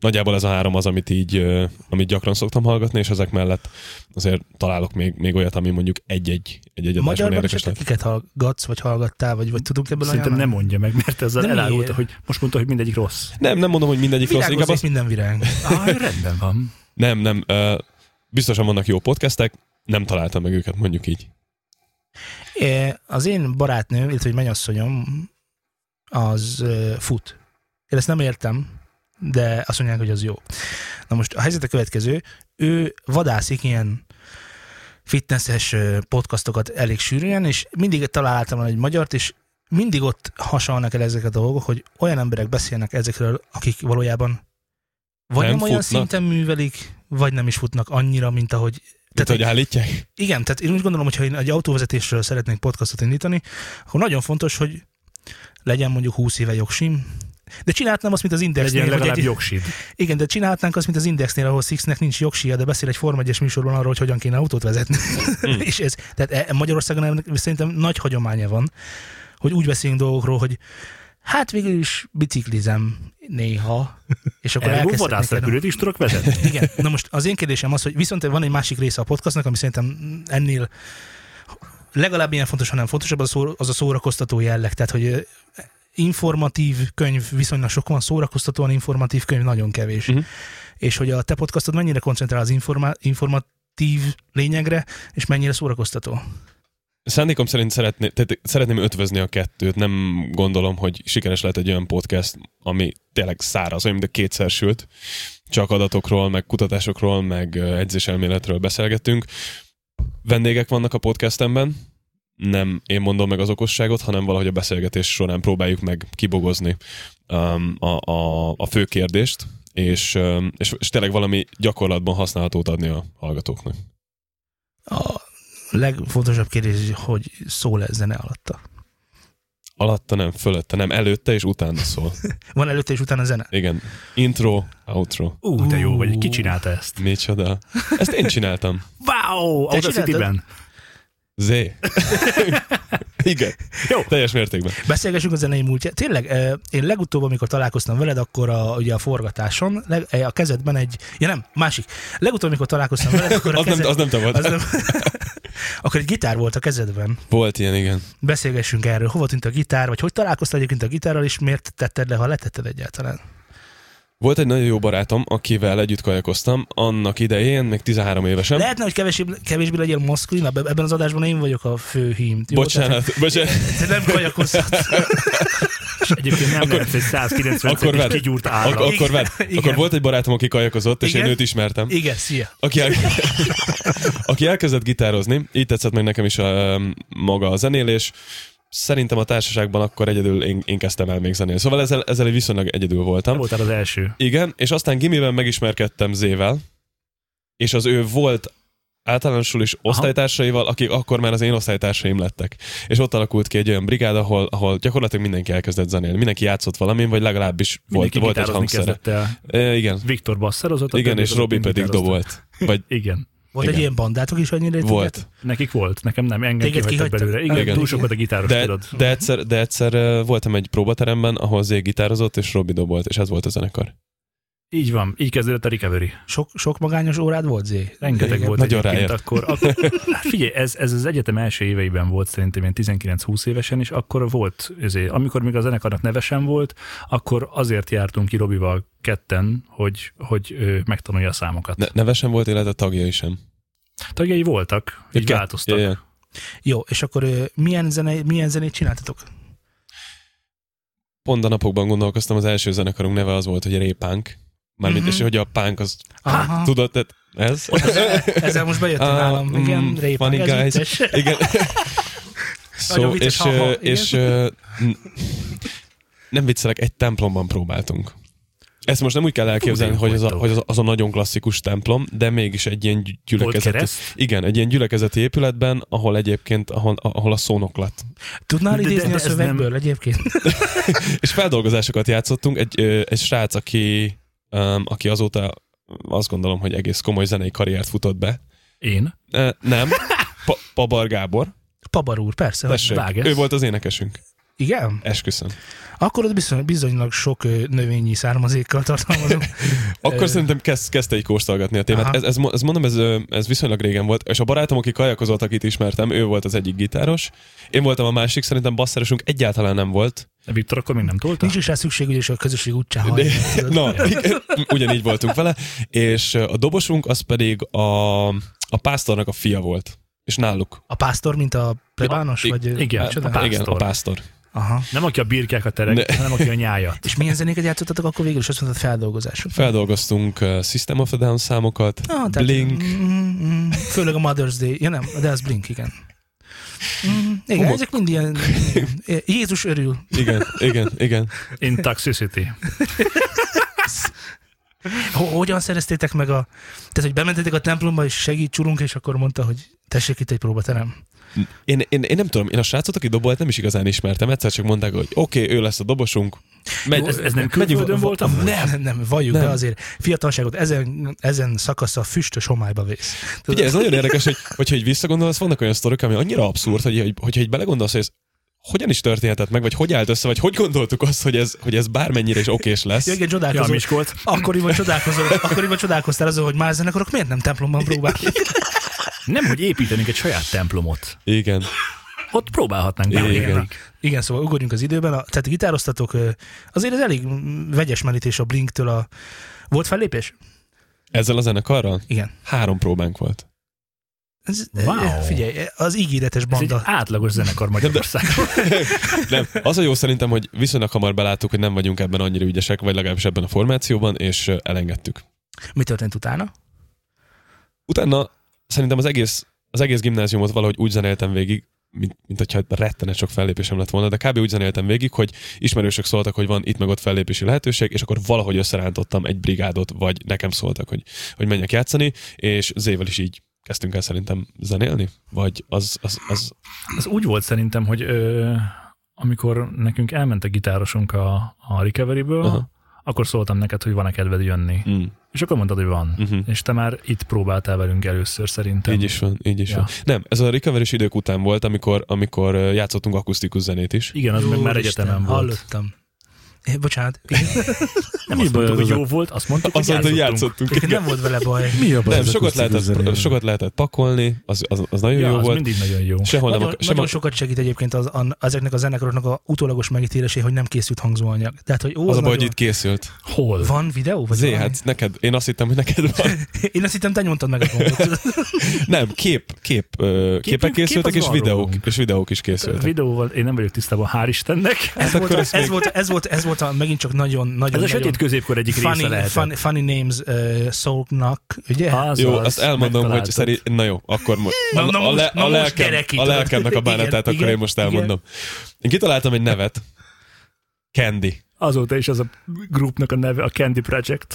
Speaker 4: Nagyjából ez a három az, amit így ö, amit gyakran szoktam hallgatni, és ezek mellett azért találok még, még olyat, ami mondjuk egy-egy egy-egy adásban
Speaker 2: Magyarban
Speaker 4: érdekes
Speaker 2: esetleg
Speaker 4: lehet.
Speaker 2: kiket hallgatsz, vagy hallgattál, vagy, vagy tudunk ebből
Speaker 3: Szerintem nem
Speaker 2: ajánlani?
Speaker 3: mondja meg, mert ezzel
Speaker 2: De
Speaker 3: elárulta,
Speaker 2: miért?
Speaker 3: hogy most mondta, hogy mindegyik rossz.
Speaker 4: Nem, nem mondom, hogy mindegyik rossz,
Speaker 2: Virágozik
Speaker 4: inkább azt
Speaker 2: minden virág.
Speaker 3: Ah, rendben van.
Speaker 4: Nem, nem. Uh, biztosan vannak jó podcastek, nem találtam meg őket, mondjuk így.
Speaker 2: É, Az én barátnőm, illetve egy mennyasszonyom, az ö, fut. Én ezt nem értem, de azt mondják, hogy az jó. Na most a helyzet a következő, ő vadászik ilyen fitnesses ö, podcastokat elég sűrűen, és mindig találtam egy magyart, és mindig ott hasonlnak el ezek a dolgok, hogy olyan emberek beszélnek ezekről, akik valójában vagy
Speaker 4: Nem
Speaker 2: nem, olyan
Speaker 4: futnak.
Speaker 2: szinten művelik, vagy nem is futnak annyira, mint ahogy...
Speaker 4: Tehát, hogy állítják?
Speaker 2: Igen, tehát én úgy gondolom, hogy ha én egy autóvezetésről szeretnék podcastot indítani, akkor nagyon fontos, hogy legyen mondjuk 20 éve jogsim, de csinálhatnám azt, mint az Indexnél.
Speaker 3: Legyen
Speaker 2: hogy
Speaker 3: legalább
Speaker 2: egy,
Speaker 3: jogsid.
Speaker 2: Igen, de csinálhatnánk azt, mint az Indexnél, ahol Sixnek nincs jogsia, de beszél egy Form 1 műsorban arról, hogy hogyan kéne autót vezetni.
Speaker 3: Hmm.
Speaker 2: Mm. És ez, tehát e- Magyarországon ennek szerintem nagy hagyománya van, hogy úgy beszélünk dolgokról, hogy hát végül is biciklizem néha, és akkor
Speaker 3: Ergo
Speaker 2: elkezdhetnék erről-
Speaker 3: vadászrepülőt is tudok vezetni.
Speaker 2: igen, na most az én kérdésem az, hogy viszont van egy másik része a podcastnak, ami szerintem ennél legalább ilyen fontos, hanem fontosabb az a, szó, az a szórakoztató jelleg. Tehát, hogy ö, informatív könyv viszonylag sok van, szórakoztatóan informatív könyv nagyon kevés.
Speaker 4: Mhm.
Speaker 2: Uh-huh. És hogy a te podcastod mennyire koncentrál az informa- informatív lényegre, és mennyire szórakoztató.
Speaker 4: Szándékom szerint szeretné, tehát szeretném ötvözni a kettőt, nem gondolom, hogy sikeres lehet egy olyan podcast, ami tényleg száraz, olyan, mint a kétszer sült, csak adatokról, meg kutatásokról, meg ö, edzéselméletről beszélgetünk. Vendégek vannak a podcastemben, nem én mondom meg az okosságot, hanem valahogy a beszélgetés során próbáljuk meg kibogozni um, a, a, a fő kérdést, és, um, és, és tényleg valami gyakorlatban használhatót adni a hallgatóknak.
Speaker 2: A legfontosabb kérdés, hogy szól-e zene alatta.
Speaker 4: Alatta nem, fölötte nem, előtte és utána szól.
Speaker 2: Van előtte és utána zene?
Speaker 4: Igen. Intro, outro.
Speaker 3: Ú, de jó vagy, ki csinálta ezt?
Speaker 4: Micsoda? Ezt én csináltam.
Speaker 3: Wow!
Speaker 2: Te
Speaker 3: Auto
Speaker 2: csináltad?
Speaker 3: City-ben.
Speaker 4: Zé. Igen.
Speaker 3: Jó.
Speaker 4: Teljes mértékben.
Speaker 2: Beszélgessünk a zenei múltja. Tényleg, eh, én legutóbb, amikor találkoztam veled, akkor a, ugye a forgatáson, leg- eh, a kezedben egy, ja nem, másik. Legutóbb, amikor találkoztam veled, akkor a
Speaker 4: Az nem,
Speaker 2: kezed,
Speaker 4: az nem te
Speaker 2: az
Speaker 4: volt.
Speaker 2: nem, akkor egy gitár volt a kezedben.
Speaker 4: Volt ilyen, igen.
Speaker 2: Beszélgessünk erről. Hova tűnt a gitár, vagy hogy találkoztál egyébként a gitárral, és miért tetted le, ha letetted egyáltalán?
Speaker 4: Volt egy nagyon jó barátom, akivel együtt kajakoztam annak idején, még 13 évesen.
Speaker 2: Lehetne, hogy kevésbé, kevésbé legyél moszkulinabb, Eb- ebben az adásban én vagyok a fő hím. Jó,
Speaker 4: bocsánat, bocsánat.
Speaker 2: Tehát, te nem kajakozhatsz.
Speaker 3: És Egyébként nem lehet, hogy 190
Speaker 4: Akkor
Speaker 3: centis
Speaker 4: vedd.
Speaker 3: kigyúrt ára.
Speaker 4: Ak- akkor,
Speaker 2: Igen,
Speaker 4: vedd.
Speaker 2: igen.
Speaker 4: akkor volt egy barátom, aki kajakozott, és
Speaker 2: Igen.
Speaker 4: én őt ismertem.
Speaker 2: Igen, szia.
Speaker 4: Aki, el... aki elkezdett gitározni, így tetszett meg nekem is a, um, maga a zenélés. Szerintem a társaságban akkor egyedül én, én kezdtem el még zenélni. Szóval ezzel, ezzel egy viszonylag egyedül
Speaker 3: Te
Speaker 4: voltam.
Speaker 3: voltál az első.
Speaker 4: Igen, és aztán gimiben megismerkedtem Zével, és az ő volt általánosul is osztálytársaival, akik akkor már az én osztálytársaim lettek. És ott alakult ki egy olyan brigád, ahol, ahol gyakorlatilag mindenki elkezdett zenélni. Mindenki játszott valamin, vagy legalábbis volt,
Speaker 3: Mindenki
Speaker 4: volt egy
Speaker 3: gitározni
Speaker 4: hangszere.
Speaker 3: kezdett el.
Speaker 4: E, igen,
Speaker 3: Viktor basszerozott. a
Speaker 4: igen,
Speaker 3: többiek
Speaker 4: és
Speaker 3: azok
Speaker 4: Robi
Speaker 3: mind
Speaker 4: pedig
Speaker 3: gitároztak.
Speaker 4: dobolt. Vagy
Speaker 3: Igen.
Speaker 2: Volt
Speaker 4: Igen.
Speaker 2: egy ilyen bandátok is annyira?
Speaker 4: volt.
Speaker 3: Nekik volt, nekem nem, engem
Speaker 2: Téged
Speaker 3: kihagytak
Speaker 2: kihagytak?
Speaker 3: belőle. Igen,
Speaker 4: Igen.
Speaker 3: túl sokat a gitáros
Speaker 4: De,
Speaker 3: tudod.
Speaker 4: de, egyszer, de egyszer eh, voltam egy próbateremben, ahol Zé gitározott, és Robi dobolt, és ez volt a zenekar.
Speaker 3: Így van, így kezdődött a recovery.
Speaker 2: Sok, sok magányos órád volt, Zé?
Speaker 3: Rengeteg
Speaker 4: Igen,
Speaker 3: volt
Speaker 4: nagyon
Speaker 3: egyébként
Speaker 4: ráért.
Speaker 3: akkor. akkor hát figyelj, ez, ez az egyetem első éveiben volt szerintem én 19-20 évesen, és akkor volt, ezért, amikor még a zenekarnak neve sem volt, akkor azért jártunk ki Robival ketten, hogy, hogy ö, megtanulja a számokat.
Speaker 4: Ne,
Speaker 3: Ne.
Speaker 4: nevesen volt, illetve tagjai sem.
Speaker 3: Tagjai voltak, így
Speaker 4: Ke-
Speaker 3: változtak.
Speaker 4: Ja, ja.
Speaker 2: Jó, és akkor ö, milyen, zene, milyen zenét csináltatok?
Speaker 4: pont a napokban gondolkoztam, az első zenekarunk neve az volt, hogy Répánk. Mármint,
Speaker 2: Mhm. Ah.
Speaker 4: és hogy a pánk az,
Speaker 3: Hát,
Speaker 2: Aha.
Speaker 4: tudod, tehát ez?
Speaker 2: Ezzel most bejöttem
Speaker 4: Ah,
Speaker 2: nálam.
Speaker 4: mm,
Speaker 2: Igen,
Speaker 4: funny
Speaker 2: répán, ez
Speaker 4: guys.
Speaker 2: vicces.
Speaker 4: Igen.
Speaker 2: Nagyon
Speaker 4: Szó,
Speaker 2: vicces,
Speaker 4: és,
Speaker 2: ha, ha,
Speaker 4: ö,
Speaker 2: igen.
Speaker 4: és ö, n- nem viccelek, egy templomban próbáltunk. Ezt most nem úgy kell elképzelni,
Speaker 3: de
Speaker 4: hogy, az a,
Speaker 3: jók
Speaker 4: hogy az, az a nagyon klasszikus templom, de mégis egy ilyen gy- gyülekezeti...
Speaker 3: kereszt?
Speaker 4: Igen, egy ilyen gyülekezeti épületben, ahol egyébként, ahol, ahol a szónoklat
Speaker 2: Tudnál
Speaker 3: De- de-
Speaker 2: idézni
Speaker 3: de
Speaker 2: a
Speaker 3: ez nem-
Speaker 2: szövegből egyébként?
Speaker 4: És feldolgozásokat játszottunk, egy, ö, egy srác, aki, um, aki azóta azt gondolom, hogy egész komoly zenei karriert futott be.
Speaker 3: Én?
Speaker 4: Ö, nem, pa, Pabar Gábor,
Speaker 2: Pabar úr, persze. hogy-
Speaker 4: tessék,
Speaker 3: vág ez.
Speaker 4: ő volt az énekesünk,
Speaker 2: Igen?
Speaker 4: esküszöm.
Speaker 2: Akkor ott bizony, bizonylag sok ö, növényi származékkal tartalmazom.
Speaker 4: Akkor
Speaker 2: Ö.
Speaker 4: szerintem kezd, kezdte így kóstolgatni a témát.
Speaker 2: Aha.
Speaker 4: Ez, ez, mo- ez, mondom, ez, ö, ez viszonylag régen volt, és a barátom, aki kajakozott, akit ismertem, ő volt az egyik gitáros, én voltam a másik, szerintem basszerosunk egyáltalán nem volt.
Speaker 3: De Viktor akkor még nem tolta?
Speaker 2: Nincs is rá szükség, ugyanis a közösség útján hallja. tudod.
Speaker 4: Na, igen, ugyanígy voltunk vele, és ö, a dobosunk az pedig a, a pásztornak a fia volt, és náluk
Speaker 2: A pásztor, mint a plebános?
Speaker 4: i-
Speaker 2: Vagy, ö,
Speaker 3: igen,
Speaker 2: micsoda?
Speaker 3: a pá-
Speaker 4: Igen,
Speaker 3: Pásztor.
Speaker 4: a pásztor.
Speaker 2: Aha.
Speaker 3: Nem aki a birkákat erek,
Speaker 4: Ne.
Speaker 3: hanem aki a nyájat.
Speaker 2: És milyen zenéket játszottatok akkor végül is? Azt mondtad feldolgozások.
Speaker 4: Feldolgoztunk uh, System of a Down számokat,
Speaker 2: Ah, tehát-
Speaker 4: Blink,
Speaker 2: Mm, mm, főleg a Mother's Day. Ja nem, de az Blink, igen. Mm, igen,
Speaker 4: Homo-
Speaker 2: ezek mind ilyen... Jézus örül.
Speaker 4: igen, igen, igen.
Speaker 3: In Toxicity.
Speaker 2: Ho- Hogyan szereztétek meg a... Tehát, hogy bementetek a templomba, és segít csurunk, és akkor mondta, hogy tessék itt egy próbaterem.
Speaker 4: Én, én, én, nem tudom, én a srácot, aki dobolt, nem is igazán ismertem, egyszer csak mondták, hogy oké, okay, ő lesz a dobosunk. Megy,
Speaker 3: Ez, ez nem
Speaker 4: megyünk-
Speaker 3: külföldön volt amúgy?
Speaker 2: Nem, nem, nem valljuk nem.
Speaker 4: Nem.
Speaker 2: be azért. Fiatalságot ezen, ezen szakasza füstös homályba vész. Tudod,
Speaker 4: Ugye, ez nagyon érdekes, hogy, hogyha így visszagondolsz, vannak olyan sztorok, ami annyira abszurd, hogy, hogy hogyha így belegondolsz, hogy ez hogyan is történhetett meg, vagy hogy állt össze, vagy hogy gondoltuk azt, hogy ez, hogy ez bármennyire is okés
Speaker 2: Ja,
Speaker 4: lesz.
Speaker 2: igen,
Speaker 3: Ja,
Speaker 2: csodálkozom.
Speaker 3: Miskolc.
Speaker 2: Akkoriban csodálkozol, akkoriban csodálkoztál azon, hogy más zenekarok miért nem templomban próbálnak.
Speaker 3: Nem, hogy építenénk egy saját templomot.
Speaker 4: Igen.
Speaker 3: Ott próbálhatnánk
Speaker 4: Igen.
Speaker 3: bármelyik.
Speaker 4: Igen.
Speaker 2: Igen, szóval ugorjunk az időben. A, tehát gitároztatok, ö, azért ez elég mm, vegyes merítés a Blinktől a... Volt fellépés?
Speaker 4: Ezzel a zenekarral
Speaker 2: Igen.
Speaker 4: három próbánk volt.
Speaker 2: Ez, eh,
Speaker 3: Wow.
Speaker 2: Figyelj, az ígéretes
Speaker 3: Ez egy
Speaker 2: banda.
Speaker 3: átlagos zenekar Magyarországon.
Speaker 4: Nem, az a jó szerintem, hogy viszonylag hamar beláttuk, hogy nem vagyunk ebben annyira ügyesek, vagy legalábbis ebben a formációban, és ö, elengedtük.
Speaker 2: Mi történt utána?
Speaker 4: Utána szerintem az egész, az egész gimnáziumot valahogy úgy zenéltem végig, mint, mint hogyha rettenet sok fellépésem lett volna, de kb. úgy zenéltem végig, hogy ismerősök szóltak, hogy van itt meg ott fellépési lehetőség, és akkor valahogy összerántottam egy brigádot, vagy nekem szóltak, hogy, hogy menjek játszani, és Zével is így kezdtünk el szerintem zenélni, vagy az, az, az
Speaker 3: Ez úgy volt szerintem, hogy ö, amikor nekünk elment a gitárosunk a, a recovery-ből,
Speaker 4: Aha.
Speaker 3: akkor szóltam neked, hogy van-e kedved jönni.
Speaker 4: mm,
Speaker 3: És akkor mondtad, hogy van.
Speaker 4: mhm.
Speaker 3: És te már itt próbáltál velünk először szerintem.
Speaker 4: Így is van, így is
Speaker 3: Ja.
Speaker 4: ja. van. Nem, ez a recovery idők után volt, amikor, amikor ö, játszottunk akusztikus zenét is.
Speaker 3: Igen, az meg már
Speaker 2: Isten,
Speaker 3: egyetemen volt.
Speaker 2: Hallottam. É, bocsánat.
Speaker 3: Nem azt
Speaker 5: Mi baj
Speaker 3: mondtuk, hogy
Speaker 5: az
Speaker 3: jó volt, azt mondtuk,
Speaker 4: Azt mondta, hogy játszottunk.
Speaker 2: Egyébként
Speaker 4: igen.
Speaker 2: nem volt vele baj.
Speaker 5: Mi a baj?
Speaker 4: Nem,
Speaker 5: az
Speaker 4: sokat
Speaker 5: akusztikus
Speaker 4: lehetett,
Speaker 5: zenével?
Speaker 4: sokat lehetett pakolni, az, az, az nagyon
Speaker 3: Ja,
Speaker 4: jó
Speaker 3: az
Speaker 4: volt.
Speaker 3: mindig nagyon jó.
Speaker 4: Sehol nem,
Speaker 2: Nagyon,
Speaker 4: ak- sem,
Speaker 2: nagyon
Speaker 4: a-
Speaker 2: sokat segít egyébként az, an, ezeknek a zenekaroknak a utólagos megítélésé, hogy nem készült hangzóanyag. Tehát, hogy ó,
Speaker 4: az a baj,
Speaker 2: nagyon-
Speaker 4: hogy itt készült.
Speaker 3: Hol?
Speaker 2: Van videó? Vagy
Speaker 4: Zé,
Speaker 2: valami?
Speaker 4: hát neked, én azt hittem, hogy neked van.
Speaker 2: Én azt hittem, te nyomtad meg a gombot.
Speaker 4: Nem, kép, kép, kép képek
Speaker 3: kép
Speaker 4: készültek,
Speaker 3: az
Speaker 4: és
Speaker 3: van
Speaker 4: videók,
Speaker 3: rólunk.
Speaker 4: és videók is készültek.
Speaker 3: Videóval én nem vagyok tisztában, hál' Istennek.
Speaker 2: Ez, volt, ez, ez, volt, ez, volt, ez volt a, megint csak nagyon,
Speaker 3: Hát Ez
Speaker 2: nagyon,
Speaker 3: a
Speaker 2: nagyon
Speaker 3: sötét középkor egyik része Ah.
Speaker 2: funny,
Speaker 3: lehet.
Speaker 2: funny, funny names uh, soulnak, ugye?
Speaker 3: Az
Speaker 4: Jó,
Speaker 3: az,
Speaker 4: azt elmondom, hogy
Speaker 3: megtaláltad.
Speaker 4: szerint, na jó, akkor mo-
Speaker 2: Na-
Speaker 4: a,
Speaker 2: na
Speaker 4: a, le,
Speaker 2: most- na
Speaker 4: a,
Speaker 2: most
Speaker 4: lelkem, a
Speaker 2: kerekítod.
Speaker 4: lelkemnek a bánatát,
Speaker 2: Igen,
Speaker 4: akkor
Speaker 2: igen,
Speaker 4: én most
Speaker 2: igen.
Speaker 4: elmondom. Én kitaláltam egy nevet. Candy.
Speaker 3: Azóta is az a grupnak a neve, a Candy Project.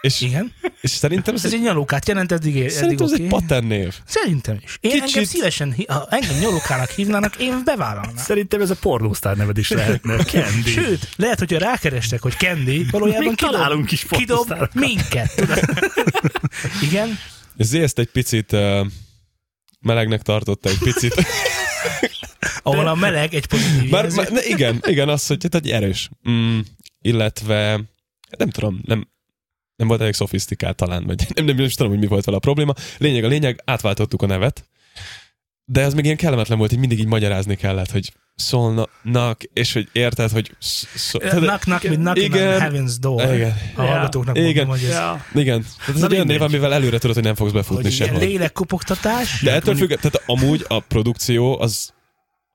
Speaker 4: És,
Speaker 2: Igen.
Speaker 4: és szerintem ez
Speaker 2: Ez
Speaker 4: egy,
Speaker 2: egy nyalókát jelent eddig, eddig
Speaker 4: szerintem ez
Speaker 2: oké.
Speaker 4: egy patennév.
Speaker 2: Szerintem is. Én Kicsit... engem
Speaker 4: Kicsit-
Speaker 2: szívesen, hi- ha engem nyalókának hívnának, én bevállalnám.
Speaker 3: Szerintem ez a pornósztár neved is lehetne. Candy.
Speaker 2: Sőt, lehet, hogyha rákerestek, hogy Candy, valójában
Speaker 3: Még találunk
Speaker 2: kidob,
Speaker 3: is
Speaker 2: kidob
Speaker 3: pornosztárokat.
Speaker 2: minket. tudod? Igen?
Speaker 4: Zé ezt egy picit uh, melegnek tartotta egy picit.
Speaker 2: Ahol a meleg egy pozitív
Speaker 4: Bár,
Speaker 2: jelző.
Speaker 4: bár, ne, igen, igen, az, hogy tehát egy erős. Mm, illetve, hát nem tudom, nem, nem volt elég szofisztikált talán, vagy nem, nem, nem is tudom, hogy mi volt vele a probléma. Lényeg a lényeg, átváltottuk a nevet, de ez még ilyen kellemetlen volt, hogy mindig így magyarázni kellett, hogy szólnak, és hogy érted, hogy... Sz, szó, tehát,
Speaker 2: Knock, knock, mint knock
Speaker 4: Igen.
Speaker 2: on heaven's door.
Speaker 4: igen,
Speaker 2: A hallgatóknak mondom,
Speaker 4: Igen.
Speaker 2: hogy ez
Speaker 3: Ja.
Speaker 4: igen. Tehát ez
Speaker 3: Na
Speaker 4: egy
Speaker 3: mindegy.
Speaker 4: olyan név, amivel előre tudod, hogy nem fogsz befutni
Speaker 2: hogy ilyen
Speaker 4: sehol.
Speaker 2: lélekkopogtatás.
Speaker 4: De ettől függ, tehát amúgy a produkció az,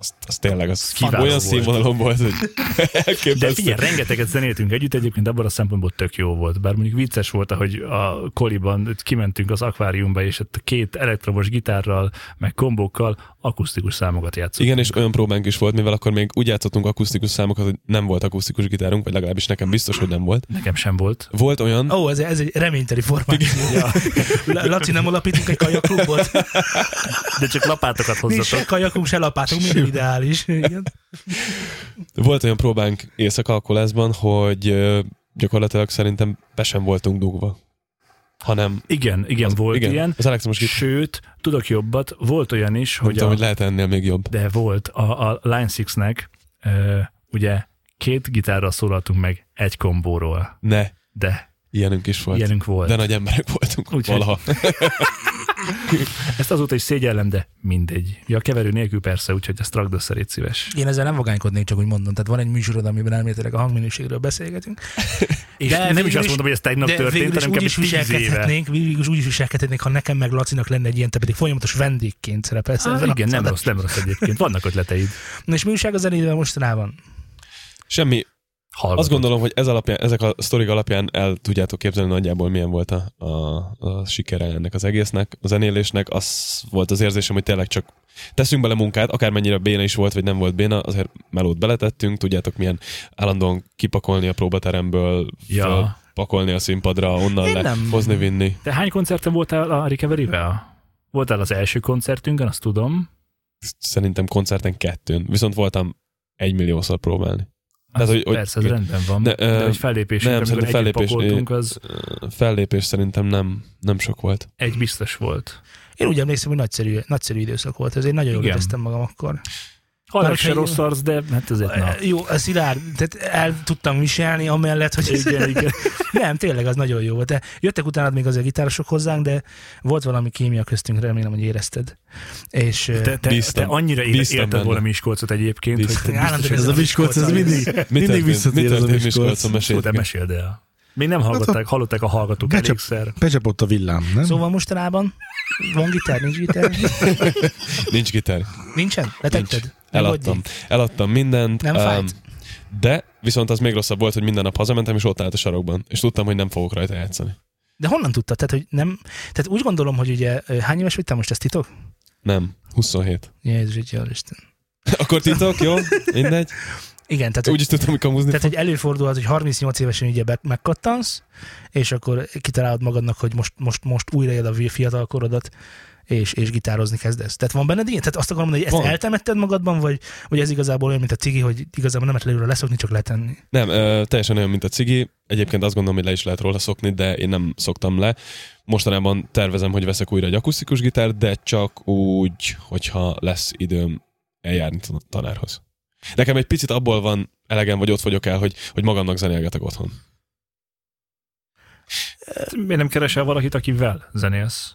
Speaker 4: az, az tényleg az
Speaker 3: Kiváló
Speaker 4: olyan
Speaker 3: volt.
Speaker 4: színvonalon volt, hogy
Speaker 3: De
Speaker 4: elképesztő.
Speaker 3: figyelj, rengeteget zenéltünk együtt, egyébként abban a szempontból tök jó volt. Bár mondjuk vicces volt, hogy a koliban kimentünk az akváriumba, és ott két elektromos gitárral, meg kombókkal akusztikus számokat játszottunk.
Speaker 4: Igen, és olyan próbánk is volt, mivel akkor még úgy játszottunk akusztikus számokat, hogy nem volt akusztikus gitárunk, vagy legalábbis nekem biztos, hogy nem volt.
Speaker 3: Nekem sem volt.
Speaker 4: Volt olyan,
Speaker 2: Ó, oh, ez, ez egy reményteli formáció. Ja. La- Laci, nem alapítunk egy kajakklubot?
Speaker 3: De csak lapátokat
Speaker 2: Nincs se
Speaker 3: hozzatok.
Speaker 2: kajakunk, se lapátunk, minden ideális. Igen.
Speaker 4: volt olyan próbánk éjszaka a kolászban, hogy ö, gyakorlatilag szerintem be sem voltunk dugva. Hanem
Speaker 3: Igen, igen, volt
Speaker 4: igen,
Speaker 3: ilyen.
Speaker 4: az elektromos gitár.
Speaker 3: Sőt, tudok jobbat, volt olyan is,
Speaker 4: Hogy
Speaker 3: hogy,
Speaker 4: tudom,
Speaker 3: a,
Speaker 4: hogy lehet ennél még jobb.
Speaker 3: de volt a, a Line 6-nek ö, ugye két gitárral szólaltunk meg egy kombóról,
Speaker 4: Ne,
Speaker 3: de
Speaker 4: ilyenünk is volt.
Speaker 3: ilyenünk volt.
Speaker 4: De nagy emberek voltunk
Speaker 3: Úgyhogy-
Speaker 4: Úgyhogy. valaha.
Speaker 3: Ezt azóta is szégyellem, de mindegy. Ja, keverő nélkül persze, úgyhogy ezt rakd össze, légy szíves.
Speaker 2: Én ezzel nem vagánykodnék, csak úgy mondom. Tehát van egy műsorod, amiben elméletileg a hangminőségről beszélgetünk.
Speaker 3: És
Speaker 2: De
Speaker 3: de nem
Speaker 2: végül
Speaker 3: is azt
Speaker 2: is-
Speaker 3: mondom, hogy ez tegnap
Speaker 2: de
Speaker 3: történt,
Speaker 2: végül is
Speaker 3: hanem
Speaker 2: úgy
Speaker 3: kb.
Speaker 2: is
Speaker 3: 10 éve.
Speaker 2: viselkedhetnénk, végül is úgy is viselkedhetnénk, ha nekem meg Lacinak lenne egy ilyen, te pedig folyamatos vendégként szerepelsz.
Speaker 3: Á,
Speaker 2: ezen a-
Speaker 3: Ah, igen, Szóval nem rossz, nem rossz egyébként. Vannak ötleteid.
Speaker 2: Na és mi újság a zenével mostanában?
Speaker 4: Semmi,
Speaker 3: Hallgatod.
Speaker 4: Azt gondolom, hogy ez alapján, ezek a sztorik alapján el tudjátok képzelni nagyjából, milyen volt a, a, a sikere ennek az egésznek, a zenélésnek. Az volt az érzésem, hogy tényleg csak teszünk bele munkát, akármennyire béna is volt, vagy nem volt béna, azért melót beletettünk, tudjátok milyen állandóan kipakolni a próbateremből,
Speaker 3: Ja.
Speaker 4: szóval- pakolni a színpadra, onnan
Speaker 2: Én
Speaker 4: le,
Speaker 2: nem.
Speaker 4: hozni, vinni.
Speaker 3: Te hány koncerten voltál a Recovery-vel? Voltál az első koncertünkön, azt tudom.
Speaker 4: Szerintem koncerten kettőn, viszont voltam egy milliószor próbálni.
Speaker 3: Az
Speaker 4: Tehát, hogy- hogy-
Speaker 3: persze, ez rendben van.
Speaker 4: Ne,
Speaker 3: De, de
Speaker 4: ö,
Speaker 3: hogy fellépésünk,
Speaker 4: nem,
Speaker 3: amikor együtt
Speaker 4: szerintem fellépés-
Speaker 3: pakoltunk, az
Speaker 4: Ö, Fellépés szerintem nem, nem sok volt.
Speaker 3: egy biztos volt.
Speaker 2: Én úgy emlékszem, hogy nagyszerű, nagyszerű időszak volt, ezért nagyon jól
Speaker 3: Igen.
Speaker 2: éreztem magam akkor.
Speaker 3: Halál
Speaker 2: hogyha
Speaker 3: se
Speaker 2: jó-
Speaker 3: rossz arc, de hát azért na.
Speaker 2: Jó, a szilárd, tehát el tudtam viselni, amellett, hogy
Speaker 3: Igen, igen.
Speaker 2: Nem, tényleg az nagyon jó volt. De jöttek utána még az a gitárosok hozzánk, de volt valami kémia köztünk, remélem, hogy érezted. És ö,
Speaker 3: Te, te,
Speaker 4: Bíztam.
Speaker 3: te annyira éle-
Speaker 4: Bíztam
Speaker 3: élted
Speaker 4: benne.
Speaker 3: volna Miskolcot egyébként,
Speaker 4: Bíztam.
Speaker 3: hogy te
Speaker 2: Állandóan
Speaker 3: biztos,
Speaker 5: Ez a Miskolc, ez mindig, mindig visszatér ez a Miskolc.
Speaker 4: Miskolcon? Mesélj
Speaker 3: Jó, de
Speaker 4: ki.
Speaker 3: meséld el. Még nem hallgatták, hallották a hallgatók
Speaker 5: Becsap-
Speaker 3: elégszer.
Speaker 5: Becsapott a villám, nem?
Speaker 2: Szóval mostanában van gitár, nincs gitár?
Speaker 4: Nincs gitár.
Speaker 2: Nincsen? Letetted?
Speaker 4: Nincs.
Speaker 2: Nem
Speaker 4: Eladtam.
Speaker 2: vagy így?
Speaker 4: Eladtam mindent.
Speaker 2: Nem
Speaker 4: ám,
Speaker 2: fájt?
Speaker 4: De viszont az még rosszabb volt, hogy minden nap hazamentem, és ott állt a sarokban. És tudtam, hogy nem fogok rajta játszani.
Speaker 2: De honnan tudtad? Tehát, hogy nem... Tehát úgy gondolom, hogy ugye ö, hány éves vagy te most, ez titok?
Speaker 4: Nem, 27.
Speaker 2: Jézus, Atya, Isten.
Speaker 4: Akkor titok, jó? Mindegy.
Speaker 2: Igen, tehát,
Speaker 4: Úgy is tudtam, hogy kamuzni
Speaker 2: tehát
Speaker 4: fog.
Speaker 2: hogy előfordulhat, hogy 38 évesen ugye be- megkattansz, és akkor kitalálod magadnak, hogy most, most, most újra él a vi- fiatal korodat, és, és gitározni kezdesz. Tehát van benned ilyen? Tehát azt akarom mondani, hogy ezt
Speaker 4: Van.
Speaker 2: eltemetted magadban, vagy, vagy ez igazából olyan, mint a cigi, hogy igazából nem lehet előre leszokni, csak letenni.
Speaker 4: Nem, ö, teljesen olyan, mint a cigi. Egyébként azt gondolom, hogy le is lehet róla szokni, de én nem szoktam le. Mostanában tervezem, hogy veszek újra egy akusztikus gitárt, de csak úgy, hogyha lesz időm eljárni tan- tanárhoz. Nekem egy picit abból van elegem, vagy ott vagyok el, hogy, hogy magamnak zenélgetek otthon.
Speaker 3: Miért nem keresel valakit, akivel zenélsz?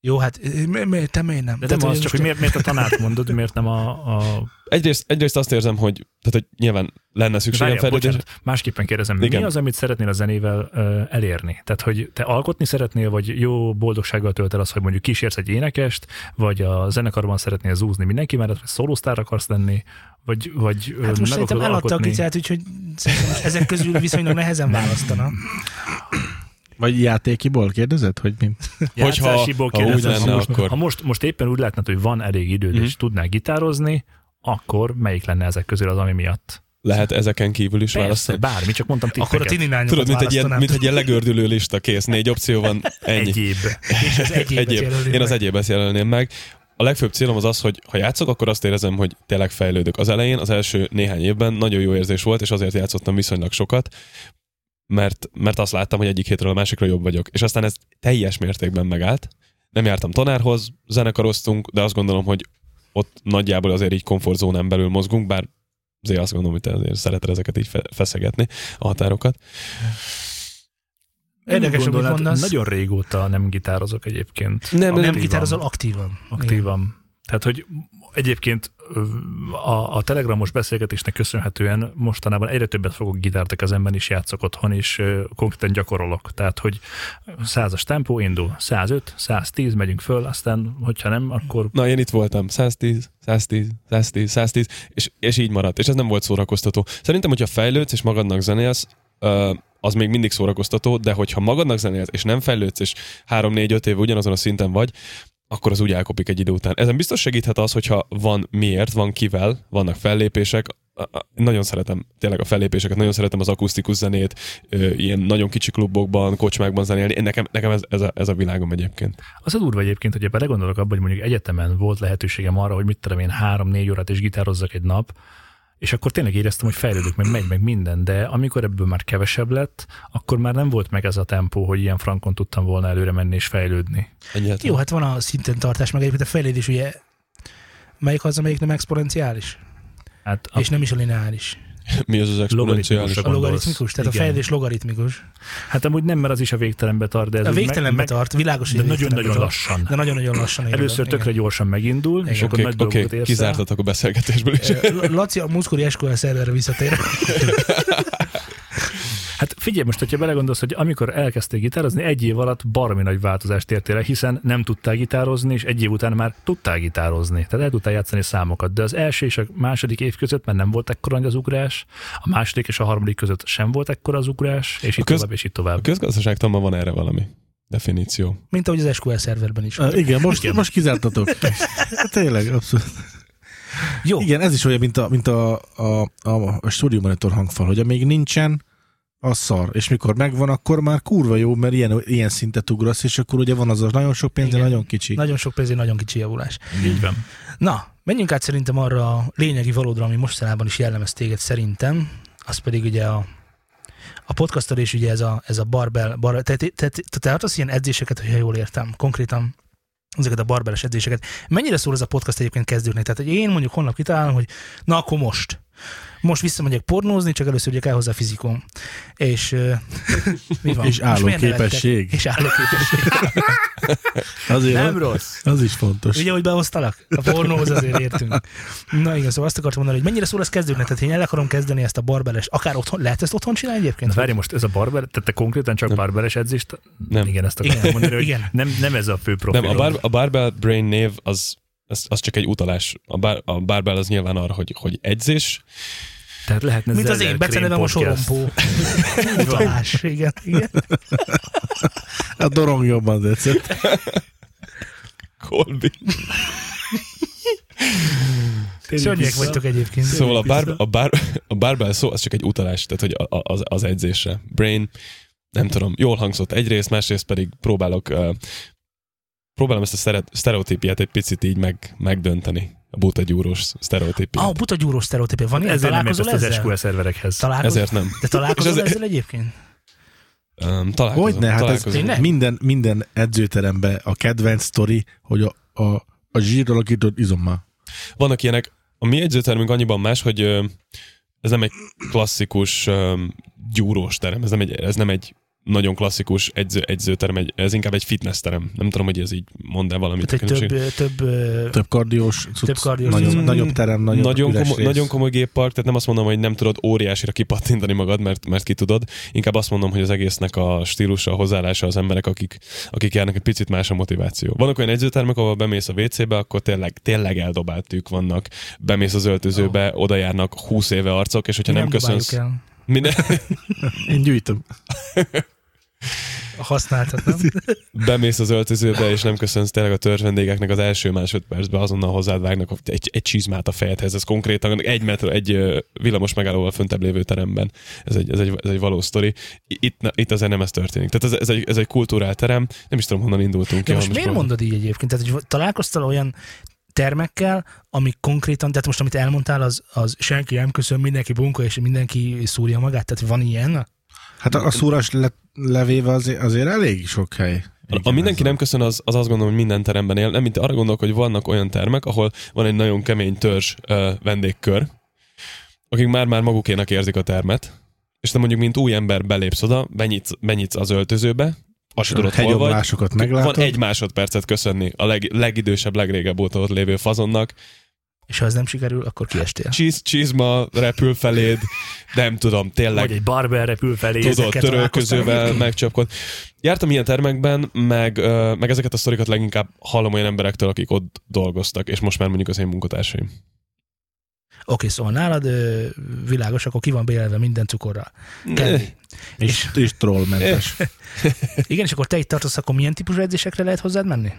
Speaker 2: Jó, hát ö, mi, mi, te miért nem?
Speaker 3: De
Speaker 2: Tehát,
Speaker 3: nem az,
Speaker 2: én most-
Speaker 3: csak hogy miért, miért a tanárt mondod, miért nem a... a...
Speaker 4: Egyrészt, egyrészt azt érzem, hogy, tehát, hogy nyilván lenne szükségem
Speaker 3: Várjál,
Speaker 4: fejlődésre.
Speaker 3: bocsánat, másképpen kérdezem, Igen.
Speaker 4: Igen.
Speaker 3: mi az, amit szeretnél a zenével ö, elérni? Tehát, hogy te alkotni szeretnél, vagy jó boldogsággal tölt el az, hogy mondjuk kísérsz egy énekest, vagy a zenekarban szeretnél zúzni mindenki mellett, vagy szólósztár akarsz lenni, vagy, vagy ö,
Speaker 2: Hát most
Speaker 3: meg
Speaker 2: szerintem
Speaker 3: akarod
Speaker 2: eladta a
Speaker 3: alkotni.
Speaker 2: kicát, úgyhogy szerintem most ezek közül viszonylag nehezen választana.
Speaker 5: Vagy játékiból kérdezed, hogy mi?
Speaker 4: Hogyha-
Speaker 3: Játszásiból
Speaker 4: ha úgy
Speaker 3: kérdezem,
Speaker 4: lenne,
Speaker 3: most,
Speaker 4: akkor-
Speaker 3: ha most, most éppen úgy látnád, hogy van elég időd,
Speaker 4: Mhm.
Speaker 3: és tudnál gitározni, akkor melyik lenne ezek közül az, ami miatt?
Speaker 4: Lehet ezeken kívül is
Speaker 3: Persze,
Speaker 4: választani.
Speaker 3: bármi, csak mondtam
Speaker 2: Akkor a
Speaker 3: tippeket.
Speaker 2: tininányokat
Speaker 4: Tudod, mint egy, ilyen,
Speaker 2: választanám.
Speaker 4: mint egy ilyen legördülő lista kész. Négy opció van, ennyi.
Speaker 3: Egyéb.
Speaker 2: És az egyébet jelöli
Speaker 4: Én az
Speaker 2: meg.
Speaker 4: egyébet jelölném meg. A legfőbb célom az az, hogy ha játszok, akkor azt érezem, hogy tényleg fejlődök. Az elején, az első néhány évben nagyon jó érzés volt, és azért játszottam viszonylag sokat, mert, mert azt láttam, hogy egyik hétről a másikra jobb vagyok. És aztán ez teljes mértékben megállt. Nem jártam tanárhoz, zenekaroztunk, de azt gondolom, hogy ott nagyjából azért így komfortzónán belül mozgunk, bár azért azt gondolom, hogy te azért szereted ezeket így fe- feszegetni, a határokat.
Speaker 2: Érdekes, amit
Speaker 3: Gondolnád,
Speaker 2: mondasz.
Speaker 3: Nagyon régóta nem gitározok egyébként.
Speaker 4: Nem,
Speaker 2: Nem
Speaker 3: Aktívan.
Speaker 2: gitározol aktívan.
Speaker 3: Aktívan. Tehát, hogy egyébként ö, a, a telegramos beszélgetésnek köszönhetően mostanában egyre többet fogok gitárt a kezemben, és játszok otthon, és ö, konkrétan gyakorolok. Tehát, hogy százas tempó indul, 105, 110, megyünk föl, aztán, hogyha nem, akkor
Speaker 4: Na, én itt voltam, 110, 110, 110, 110, és, és így maradt, és ez nem volt szórakoztató. Szerintem, hogyha fejlődsz és magadnak zenélsz, ö, az még mindig szórakoztató, de hogyha magadnak zenélsz, és nem fejlődsz, és 3-4-5 év ugyanazon a szinten vagy, akkor az úgy elkopik egy idő után. Ezen biztos segíthet az, hogyha van miért, van kivel, vannak fellépések, A- a- nagyon szeretem tényleg a fellépéseket, nagyon szeretem az akusztikus zenét, ö, ilyen nagyon kicsi klubokban, kocsmákban zenélni. Én Nekem, nekem ez, ez, a, ez a világom egyébként.
Speaker 3: Az a durva egyébként, hogyha belegondolok abba, hogy mondjuk egyetemen volt lehetőségem arra, hogy mit tudom én, három-négy órát is gitározzak egy nap, és akkor tényleg éreztem, hogy fejlődök, meg megy, meg minden, de amikor ebből már kevesebb lett, akkor már nem volt meg ez a tempó, hogy ilyen frankon tudtam volna előre menni és fejlődni.
Speaker 4: Egyáltalán.
Speaker 2: Jó, hát van a szinten tartás, meg egyébként a fejlődés, ugye melyik az, amelyik nem exponenciális,
Speaker 3: Hát
Speaker 2: a
Speaker 3: a,
Speaker 2: és nem is a lineáris.
Speaker 4: Mi az az exponenciális?
Speaker 2: A
Speaker 3: Gondolsz.
Speaker 2: logaritmikus, tehát
Speaker 3: Igen.
Speaker 2: a fejlődés logaritmikus.
Speaker 3: hát amúgy nem, mert az is a végtelenbe tart, de ez
Speaker 2: a
Speaker 3: úgy
Speaker 2: végtelenbe
Speaker 3: meg,
Speaker 2: tart, világos, hogy
Speaker 3: meg, de
Speaker 2: végtelenbe
Speaker 3: nagyon-nagyon
Speaker 2: tart.
Speaker 3: lassan.
Speaker 2: De nagyon-nagyon lassan. ér oda,
Speaker 3: Először
Speaker 2: igen.
Speaker 3: tökre gyorsan megindul, és
Speaker 2: Igen.
Speaker 3: akkor nagy
Speaker 4: Oké,
Speaker 3: dolgokat
Speaker 4: okay,
Speaker 3: érsz el.
Speaker 4: kizártatok a beszélgetésből is.
Speaker 2: Ö, Laci a múltkori SQL szerverre visszatér.
Speaker 3: Hát figyelj most, hogyha belegondolsz, hogy amikor elkezdtél gitározni, egy év alatt baromi nagy változást értél el, hiszen nem tudtál gitározni, és egy év után már tudtál gitározni. Tehát el tudtál játszani számokat, de az első és a második év között már nem volt ekkora nagy az ugrás, a második és a harmadik között sem volt ekkora az ugrás, és
Speaker 4: A
Speaker 3: itt
Speaker 4: köz-
Speaker 3: tovább, és itt
Speaker 4: A
Speaker 3: tovább.
Speaker 4: közgazdaságtanban van erre valami definíció.
Speaker 2: Mint ahogy az SQL szerverben is.
Speaker 5: Uh, igen, most, igen, most kizártatok. Tényleg, abszolút.
Speaker 2: Jó,
Speaker 5: Igen, ez is olyan, mint a, mint a, a, a, a Studio Monitor hangfal, hogy amíg nincsen, az szar. És mikor megvan, akkor már kurva jó, mert ilyen, ilyen szintet ugrasz, és akkor ugye van az a nagyon sok pénz, de
Speaker 2: Igen.
Speaker 5: nagyon kicsi.
Speaker 2: nagyon sok pénzért nagyon kicsi javulás.
Speaker 3: Így van.
Speaker 2: Na, menjünk át szerintem arra a lényegi valódra, ami mostanában is jellemez téged szerintem, az pedig ugye a, a podcastolás, ugye ez a, ez a barbell, barbell te, te, te, te, tartasz ilyen edzéseket, hogyha jól értem, konkrétan ezeket a barberes edzéseket. Mennyire szól ez a podcast egyébként kezdőknek? Tehát, hogy én mondjuk holnap kitalálom, hogy na akkor most. Most visszamegyek pornózni, csak először ugye kell hozzá fizikum. És ö, mi van?
Speaker 5: És
Speaker 2: Most miért nevettek?
Speaker 5: állóképesség.
Speaker 2: És állóképesség.
Speaker 5: Azért
Speaker 2: Nem
Speaker 5: nem,
Speaker 2: rossz.
Speaker 5: az is fontos.
Speaker 2: Ugye, hogy behoztalak? A pornóhoz azért értünk. Na igen, szóval azt akartam mondani, hogy mennyire szól ez kezdőknek, tehát én el akarom kezdeni ezt a barbeles, akár otthon, lehet ezt otthon csinálni egyébként?
Speaker 3: Na, várj most, ez a barber, tehát te konkrétan csak barberes edzést?
Speaker 4: Nem.
Speaker 3: Igen, ezt akarom
Speaker 2: Igen.
Speaker 3: mondani, hogy
Speaker 2: Igen.
Speaker 3: Nem, nem ez a fő profil.
Speaker 4: Nem, a, bar, a Barbell Brain név az, az, az csak egy utalás. A, bar, a Barbell az nyilván arra, hogy, hogy edzés.
Speaker 3: Tehát lehetne
Speaker 2: Mint az
Speaker 3: Zeller
Speaker 2: én
Speaker 3: Krém
Speaker 2: becenevem a
Speaker 3: podcast.
Speaker 2: sorompó. Utalás, igen, igen.
Speaker 5: A dorong jobban tetszett.
Speaker 4: Colby.
Speaker 2: Szörnyek vagytok egyébként.
Speaker 4: Szóval a, bár, a, bár, a barbell szó az csak egy utalás, tehát hogy a- a- az, az edzésre. Brain, nem tudom, jól hangzott egyrészt, másrészt pedig próbálok uh, próbálom ezt a sztere- sztereotípiát egy picit így meg, megdönteni. A buta gyúrós sztereotípiát.
Speaker 2: Ah, buta gyúrós sztereotípia. Van ilyen?
Speaker 3: Ezért nem ért
Speaker 2: Találkozol
Speaker 3: ezt az
Speaker 2: ezzel?
Speaker 3: SQL szerverekhez.
Speaker 2: Találkozol?
Speaker 4: Ezért nem.
Speaker 2: De találkozol
Speaker 4: És ez-
Speaker 2: ezzel egyébként?
Speaker 4: Um, találkozom.
Speaker 5: Hogyne, hát ez
Speaker 4: találkozom.
Speaker 2: Tényleg?
Speaker 5: minden, minden edzőteremben a kedvenc sztori, hogy a, a, a zsírral alakított izommal.
Speaker 4: Vannak ilyenek. A mi edzőtermünk annyiban más, hogy ö, ez nem egy klasszikus ö, gyúrós terem, ez nem egy, ez nem egy nagyon klasszikus edző, edzőterem, egy, ez inkább egy fitness terem. Nem tudom, hogy ez így mond el valamit.
Speaker 2: Tehát
Speaker 4: a
Speaker 2: Hát egy
Speaker 4: különbség.
Speaker 2: több, ö, több, ö,
Speaker 5: Több kardiós, cucc,
Speaker 2: Több kardiós
Speaker 5: nagyobb,
Speaker 2: cucc.
Speaker 5: nagyobb terem, nagyobb
Speaker 4: Mm. nagyon,
Speaker 5: üres
Speaker 4: komoly,
Speaker 5: rész.
Speaker 4: nagyon komoly géppark, tehát nem azt mondom, hogy nem tudod óriásira kipattintani magad, mert, mert ki tudod. Inkább azt mondom, hogy az egésznek a stílusa, a hozzáállása az emberek, akik, akik járnak, egy picit más a motiváció. Vannak olyan edzőtermek, ahol bemész a WC-be, akkor tényleg, tényleg eldobáltük vannak. Bemész az öltözőbe, oda járnak 20 éve arcok, és hogyha
Speaker 2: mi
Speaker 4: nem, nem
Speaker 2: dobáljuk
Speaker 4: köszönsz...
Speaker 2: el.
Speaker 4: Minden,
Speaker 5: Én gyűjtöm.
Speaker 2: Használtad, nem?
Speaker 4: bemész az öltözőbe, és nem köszönsz tényleg a tört vendégeknek az első másodpercben, azonnal hozzád vágnak egy, egy csizmát a fejedhez. Ez konkrétan egy metro, egy ö, villamos megállóval föntebb lévő teremben. Ez egy, ez egy, ez egy valós sztori. I- Itt, ne- itt azért nem ez történik. Tehát ez, ez, egy, ez egy kultúrál terem. Nem is tudom, honnan indultunk
Speaker 2: De
Speaker 4: ki.
Speaker 2: most
Speaker 4: hanem
Speaker 2: miért
Speaker 4: is próbálom.
Speaker 2: mondod így egyébként? Tehát, hogy találkoztál olyan termekkel, amik konkrétan, tehát most amit elmondtál, az, az senki nem köszön, mindenki bunka, és mindenki szúrja magát, tehát van ilyen?
Speaker 5: Hát a, a szúrás le, levéve azért, azért elég sok hely.
Speaker 4: A- A mindenki nem köszön, az, az azt gondolom, hogy minden teremben él. Nem, mint arra gondolok, hogy vannak olyan termek, ahol van egy nagyon kemény törzs ö, vendégkör, akik már-már magukénak érzik a termet, és te mondjuk, mint új ember belépsz oda, benyitsz, benyitsz az öltözőbe, azt se tudod, hol vagy,
Speaker 5: Hegyomlásokat
Speaker 4: van
Speaker 5: meglátod.
Speaker 4: egy másodpercet köszönni a leg, legidősebb, legrégebb óta ott lévő fazonnak.
Speaker 2: És ha ez nem sikerül, akkor kiestél.
Speaker 4: Csíz, csizma repül feléd, nem tudom, tényleg
Speaker 3: Vagy egy barber repül felé.
Speaker 4: tudod,
Speaker 2: ezekkel találkoztál
Speaker 4: törölközővel
Speaker 2: egyébként?
Speaker 4: megcsapkod. Jártam ilyen termekben, meg, ö, meg ezeket a sztorikat leginkább hallom olyan emberektől, akik ott dolgoztak, és most már mondjuk az én munkatársaim.
Speaker 2: Oké, szóval nálad ö, világos, akkor ki van bélelve minden cukorral. Kendi.
Speaker 5: És, és trollmentes.
Speaker 2: Igen, és akkor te itt tartasz, akkor milyen típusú edzésekre lehet hozzád menni?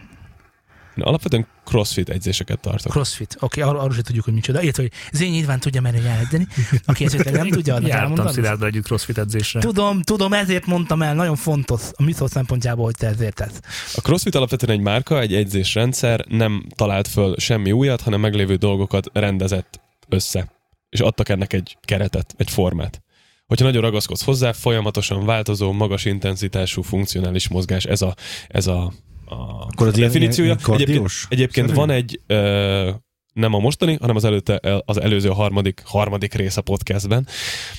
Speaker 4: Én Alapvetően crossfit edzéseket tartok.
Speaker 2: Crossfit. Oké, ar- arról sem tudjuk, hogy micsoda. Illetve, hogy Zény Nyilván tudja menni eledzeni, aki esetleg nem tudja, annak
Speaker 3: Jártam
Speaker 2: elmondani.
Speaker 3: Szilárdra együtt crossfit edzésre.
Speaker 2: Tudom, tudom, ezért mondtam el, nagyon fontos a mitosz szempontjából, hogy te ezért tett.
Speaker 4: A CrossFit alapvetően egy márka, egy edzésrendszer, nem talált föl semmi újat, hanem meglévő dolgokat rendezett össze. És adtak ennek egy keretet, egy formát. Hogyha nagyon ragaszkodsz hozzá, folyamatosan változó, magas intenzitású, funkcionális mozgás, ez a, ez a, a
Speaker 5: Akkor az
Speaker 4: a
Speaker 5: ilyen-
Speaker 4: definíciója.
Speaker 5: ilyen kardiós
Speaker 4: egyébként egyébként
Speaker 5: szerű?
Speaker 4: van egy, ö, nem a mostani, hanem az előtte, az előző harmadik, harmadik rész a podcastben,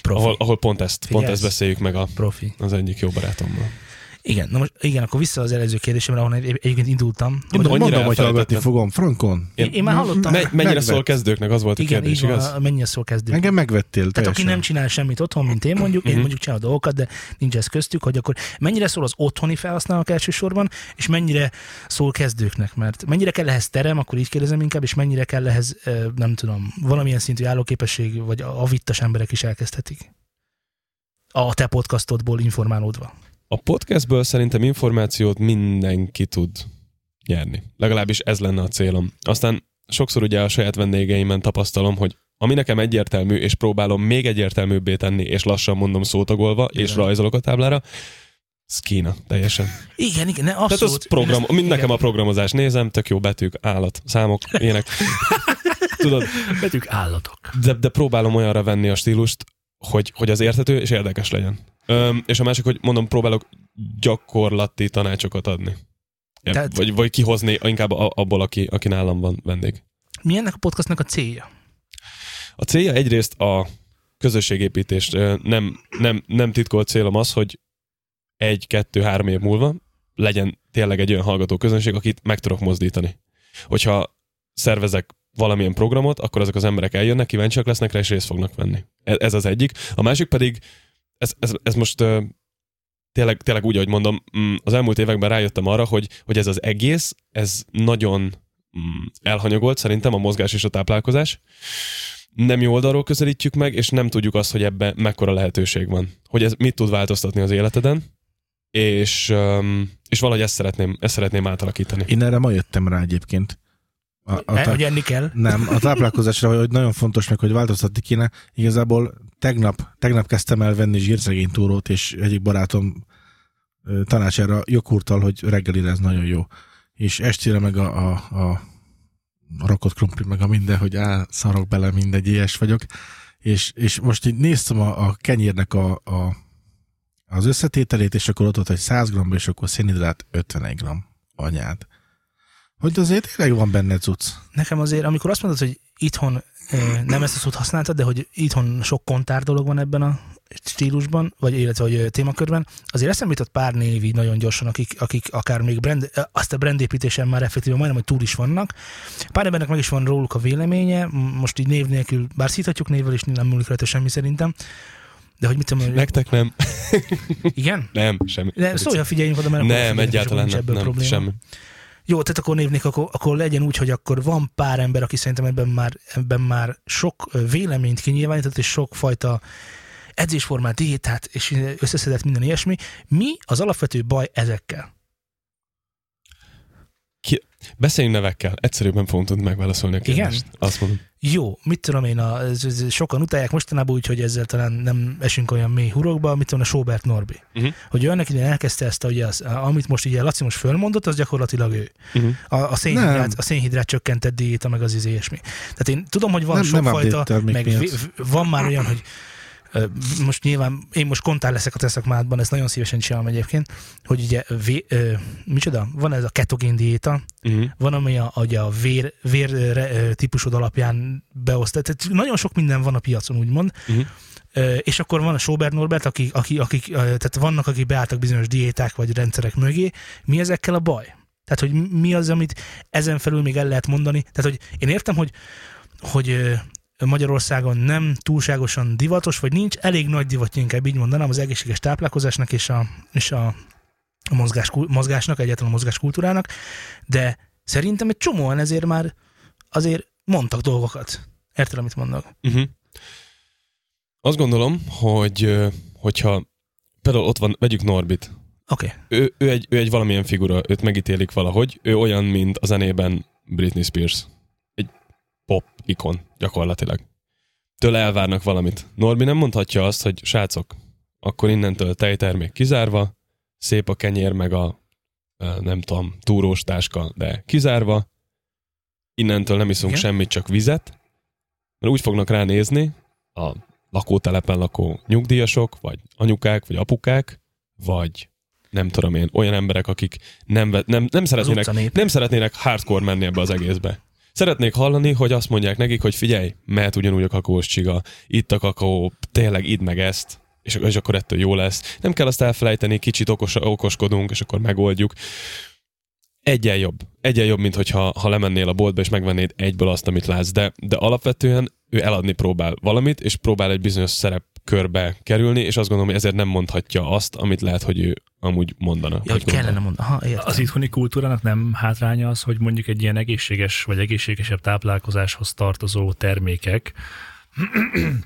Speaker 2: Profi.
Speaker 4: ahol, ahol pont, ezt, pont
Speaker 2: Figyelsz?
Speaker 4: ezt beszéljük meg a,
Speaker 2: Profi.
Speaker 4: az egyik jó barátommal.
Speaker 2: Igen, na most, igen, akkor vissza az előző kérdésemre, ahol egy- egyébként indultam. Hogy
Speaker 4: annyira
Speaker 5: Mondom, hogy hallgatni
Speaker 4: elfelejtettem.
Speaker 5: fogom. Frankon,
Speaker 2: én, én már hallottam.
Speaker 4: Me- mennyire
Speaker 5: Megvet.
Speaker 4: szól kezdőknek, az volt a
Speaker 2: igen,
Speaker 4: kérdés,
Speaker 2: így van,
Speaker 4: igaz?
Speaker 2: a- mennyi a szó kezdő.
Speaker 5: engem megvettél
Speaker 2: Tehát aki
Speaker 5: teljesen.
Speaker 2: nem csinál semmit otthon, mint én mondjuk, én
Speaker 4: Mhm.
Speaker 2: mondjuk csinálok dolgokat, de nincs ez köztük, hogy akkor mennyire szól az otthoni felhasználók elsősorban, és mennyire szól kezdőknek, mert mennyire kell ehhez terem, akkor így kérdezem inkább, és mennyire kell ehhez, ö, nem tudom, valamilyen szintű állóképesség, vagy a a vittas emberek is elkezdhetik. A te podcastodból informálódva.
Speaker 4: A podcastből szerintem információt mindenki tud nyerni. Legalábbis ez lenne a célom. Aztán sokszor ugye a saját vendégeimen tapasztalom, hogy ami nekem egyértelmű, és próbálom még egyértelműbbé tenni, és lassan mondom szótagolva, és
Speaker 2: Igen.
Speaker 4: rajzolok a táblára, ez Kína, teljesen. Abszolút.
Speaker 2: Igen, igen, ne, abszolút.
Speaker 4: Tehát az program,
Speaker 2: Én ezt-
Speaker 4: mind nekem
Speaker 2: igen.
Speaker 4: a programozás. Nézem, tök jó betűk, állat, számok, ilyenek. Tudod,
Speaker 3: Betűk állatok.
Speaker 4: de, de próbálom olyanra venni a stílust, hogy, hogy az érthető és érdekes legyen. Öm, és a másik, hogy mondom, próbálok gyakorlati tanácsokat adni. Ja,
Speaker 2: Tehát-
Speaker 4: Tehát... vagy, vagy kihozni inkább a- abból, aki, aki nálam van vendég.
Speaker 2: Mi ennek a podcastnak a célja?
Speaker 4: A célja egyrészt a közösségépítés. Ö, Nem, nem, nem titkolt célom az, hogy egy, kettő, három év múlva legyen tényleg egy olyan hallgató közönség, akit meg tudok mozdítani. Hogyha szervezek valamilyen programot, akkor azok az emberek eljönnek, kíváncsiak lesznek rá, és részt fognak venni. E- Ez az egyik. A másik pedig, ez, ez, ez most ö, tényleg, tényleg úgy, ahogy mondom, mm, az elmúlt években rájöttem arra, hogy, hogy ez az egész, ez nagyon mm, elhanyagolt szerintem a mozgás és a táplálkozás. Nem jó oldalról közelítjük meg, és nem tudjuk azt, hogy ebbe mekkora lehetőség van. Hogy ez mit tud változtatni az életeden, és, um, és valahogy ezt szeretném, ezt szeretném átalakítani.
Speaker 5: Én erre ma jöttem rá egyébként. A, a,
Speaker 2: E,
Speaker 5: tá-
Speaker 2: hogy enni kell.
Speaker 5: nem, a táplálkozásra, hogy- hogy nagyon fontos meg, hogy változtatni kéne. Igazából tegnap, tegnap kezdtem el venni zsírszegény túrót, és egyik barátom ö, tanácsára joghurttal, hogy reggelire ez nagyon jó. És estére meg a, a, a rakott krumpli, meg a minden, hogy á, szarok bele, mindegy, ilyes vagyok. És, és most így néztem a, a kenyérnek a, a, az összetételét, és akkor ott volt, hogy 100 g, és akkor szénhidrát 51 g anyád. Hogy azért tényleg van benne cucc.
Speaker 2: Nekem azért, amikor azt mondod, hogy itthon ö, nem ezt a szót használtad, de hogy itthon sok kontár dolog van ebben a stílusban, vagy illetve hogy ö, témakörben, azért eszembe jutott pár név így nagyon gyorsan, akik, akik akár még brand, ö, azt a brandépítésen már effektíven majdnem, hogy túl is vannak. Pár embernek meg is van róluk a véleménye, m- most így név nélkül, bár szíthatjuk névvel is, nem múlik rajta semmi szerintem, de hogy mit tudom, én-
Speaker 4: Nektek nem?
Speaker 2: igen?
Speaker 4: Nem, semmi.
Speaker 2: De szólja, figyeljünk oda, mert akkor
Speaker 4: Nem,
Speaker 2: figyelünk, és akkor
Speaker 4: egyáltalán
Speaker 2: nincs
Speaker 4: nem,
Speaker 2: ebből
Speaker 4: nem
Speaker 2: probléma.
Speaker 4: semmi.
Speaker 2: Jó, tehát akkor névnék, akkor, akkor legyen úgy, hogy akkor van pár ember, aki szerintem ebben már, ebben már sok ö, véleményt kinyilvánított, és sokfajta edzésformát, diétát, és összeszedett minden ilyesmi. Mi az alapvető baj ezekkel?
Speaker 4: Beszéljünk nevekkel, egyszerűbben fogunk tudni megválaszolni a
Speaker 2: Igen?
Speaker 4: kérdést. Azt mondom.
Speaker 2: Jó, mit tudom én, a, ez, ez, sokan utálják mostanában úgy, hogy ezzel talán nem esünk olyan mély hurokba, mit tudom a Sobert Norbi.
Speaker 4: Mhm.
Speaker 2: Hogy ő annak idején elkezdte ezt, a, ugye, az, a- amit most ugye Laci most fölmondott, az gyakorlatilag ő.
Speaker 4: Uh-huh.
Speaker 2: A, a, szénhidrát,
Speaker 5: Nem.
Speaker 2: a szénhidrát csökkentett diéta, meg az izé ilyesmi. Tehát én tudom, hogy van
Speaker 5: Nem- nem
Speaker 2: sokfajta,
Speaker 5: update termék
Speaker 2: meg
Speaker 5: miatt.
Speaker 2: vi- v- van már olyan, hogy ö, most nyilván én most kontár leszek a te szakmádban, ezt nagyon szívesen csinálom egyébként, hogy ugye, vé, ö, micsoda, van ez a ketogén diéta,
Speaker 4: Uh-huh.
Speaker 2: van, ami a, ugye a vér, vér ö, re- ö, típusod alapján beoszt. Tehát nagyon sok minden van a piacon, úgymond.
Speaker 4: Mhm.
Speaker 2: Ö, És akkor van a Sober Norbert, aki, aki, akik, ö, tehát vannak, akik beálltak bizonyos diéták vagy rendszerek mögé. Mi ezekkel a baj? Tehát, hogy mi az, amit ezen felül még el lehet mondani? Tehát, hogy én értem, hogy, hogy ö, Magyarországon nem túlságosan divatos, vagy nincs elég nagy divatja, inkább így mondanám, az egészséges táplálkozásnak és a, és a a mozgás, mozgásnak, egyáltalán a mozgáskultúrának, de szerintem egy csomóan ezért már azért mondtak dolgokat. Érted, amit mondok?
Speaker 4: Uh-huh. Azt gondolom, hogy ö, hogyha például ott van, vegyük Norbit.
Speaker 2: Oké. Okay.
Speaker 4: Ő, ő, egy, ő egy valamilyen figura, őt megítélik valahogy. Ő olyan, mint a zenében Britney Spears. Egy pop ikon, gyakorlatilag. Tőle elvárnak valamit. Norbi nem mondhatja azt, hogy srácok, akkor innentől tejtermék kizárva, szép a kenyér meg a ö, nem tudom, túrós táska, de kizárva. Innentől nem iszunk
Speaker 2: Igen.
Speaker 4: semmit, csak vizet. Mert úgy fognak ránézni a lakótelepen lakó nyugdíjasok, vagy anyukák, vagy apukák, vagy nem tudom én, olyan emberek, akik nem, ve- nem, nem
Speaker 2: Az
Speaker 4: szeretnének
Speaker 2: utca nép.
Speaker 4: nem szeretnének hardcore menni ebbe az egészbe. Szeretnék hallani, hogy azt mondják nekik, hogy figyelj, mehet ugyanúgy a kakaós csiga, itt a kakaó, tényleg idd meg ezt, és, és akkor ettől jó lesz. Nem kell azt elfelejteni, kicsit okos, okoskodunk, és akkor megoldjuk. Egyen jobb. Egyen jobb, mint hogyha ha lemennél a boltba, és megvennéd egyből azt, amit látsz. De, de alapvetően ő eladni próbál valamit, és próbál egy bizonyos szerep körbe kerülni, és azt gondolom, hogy ezért nem mondhatja azt, amit lehet, hogy ő amúgy mondana.
Speaker 2: Ja, hogy kellene mondani. Aha, értem.
Speaker 3: Az itthoni kultúrának nem hátránya az, hogy mondjuk egy ilyen egészséges vagy egészségesebb táplálkozáshoz tartozó termékek,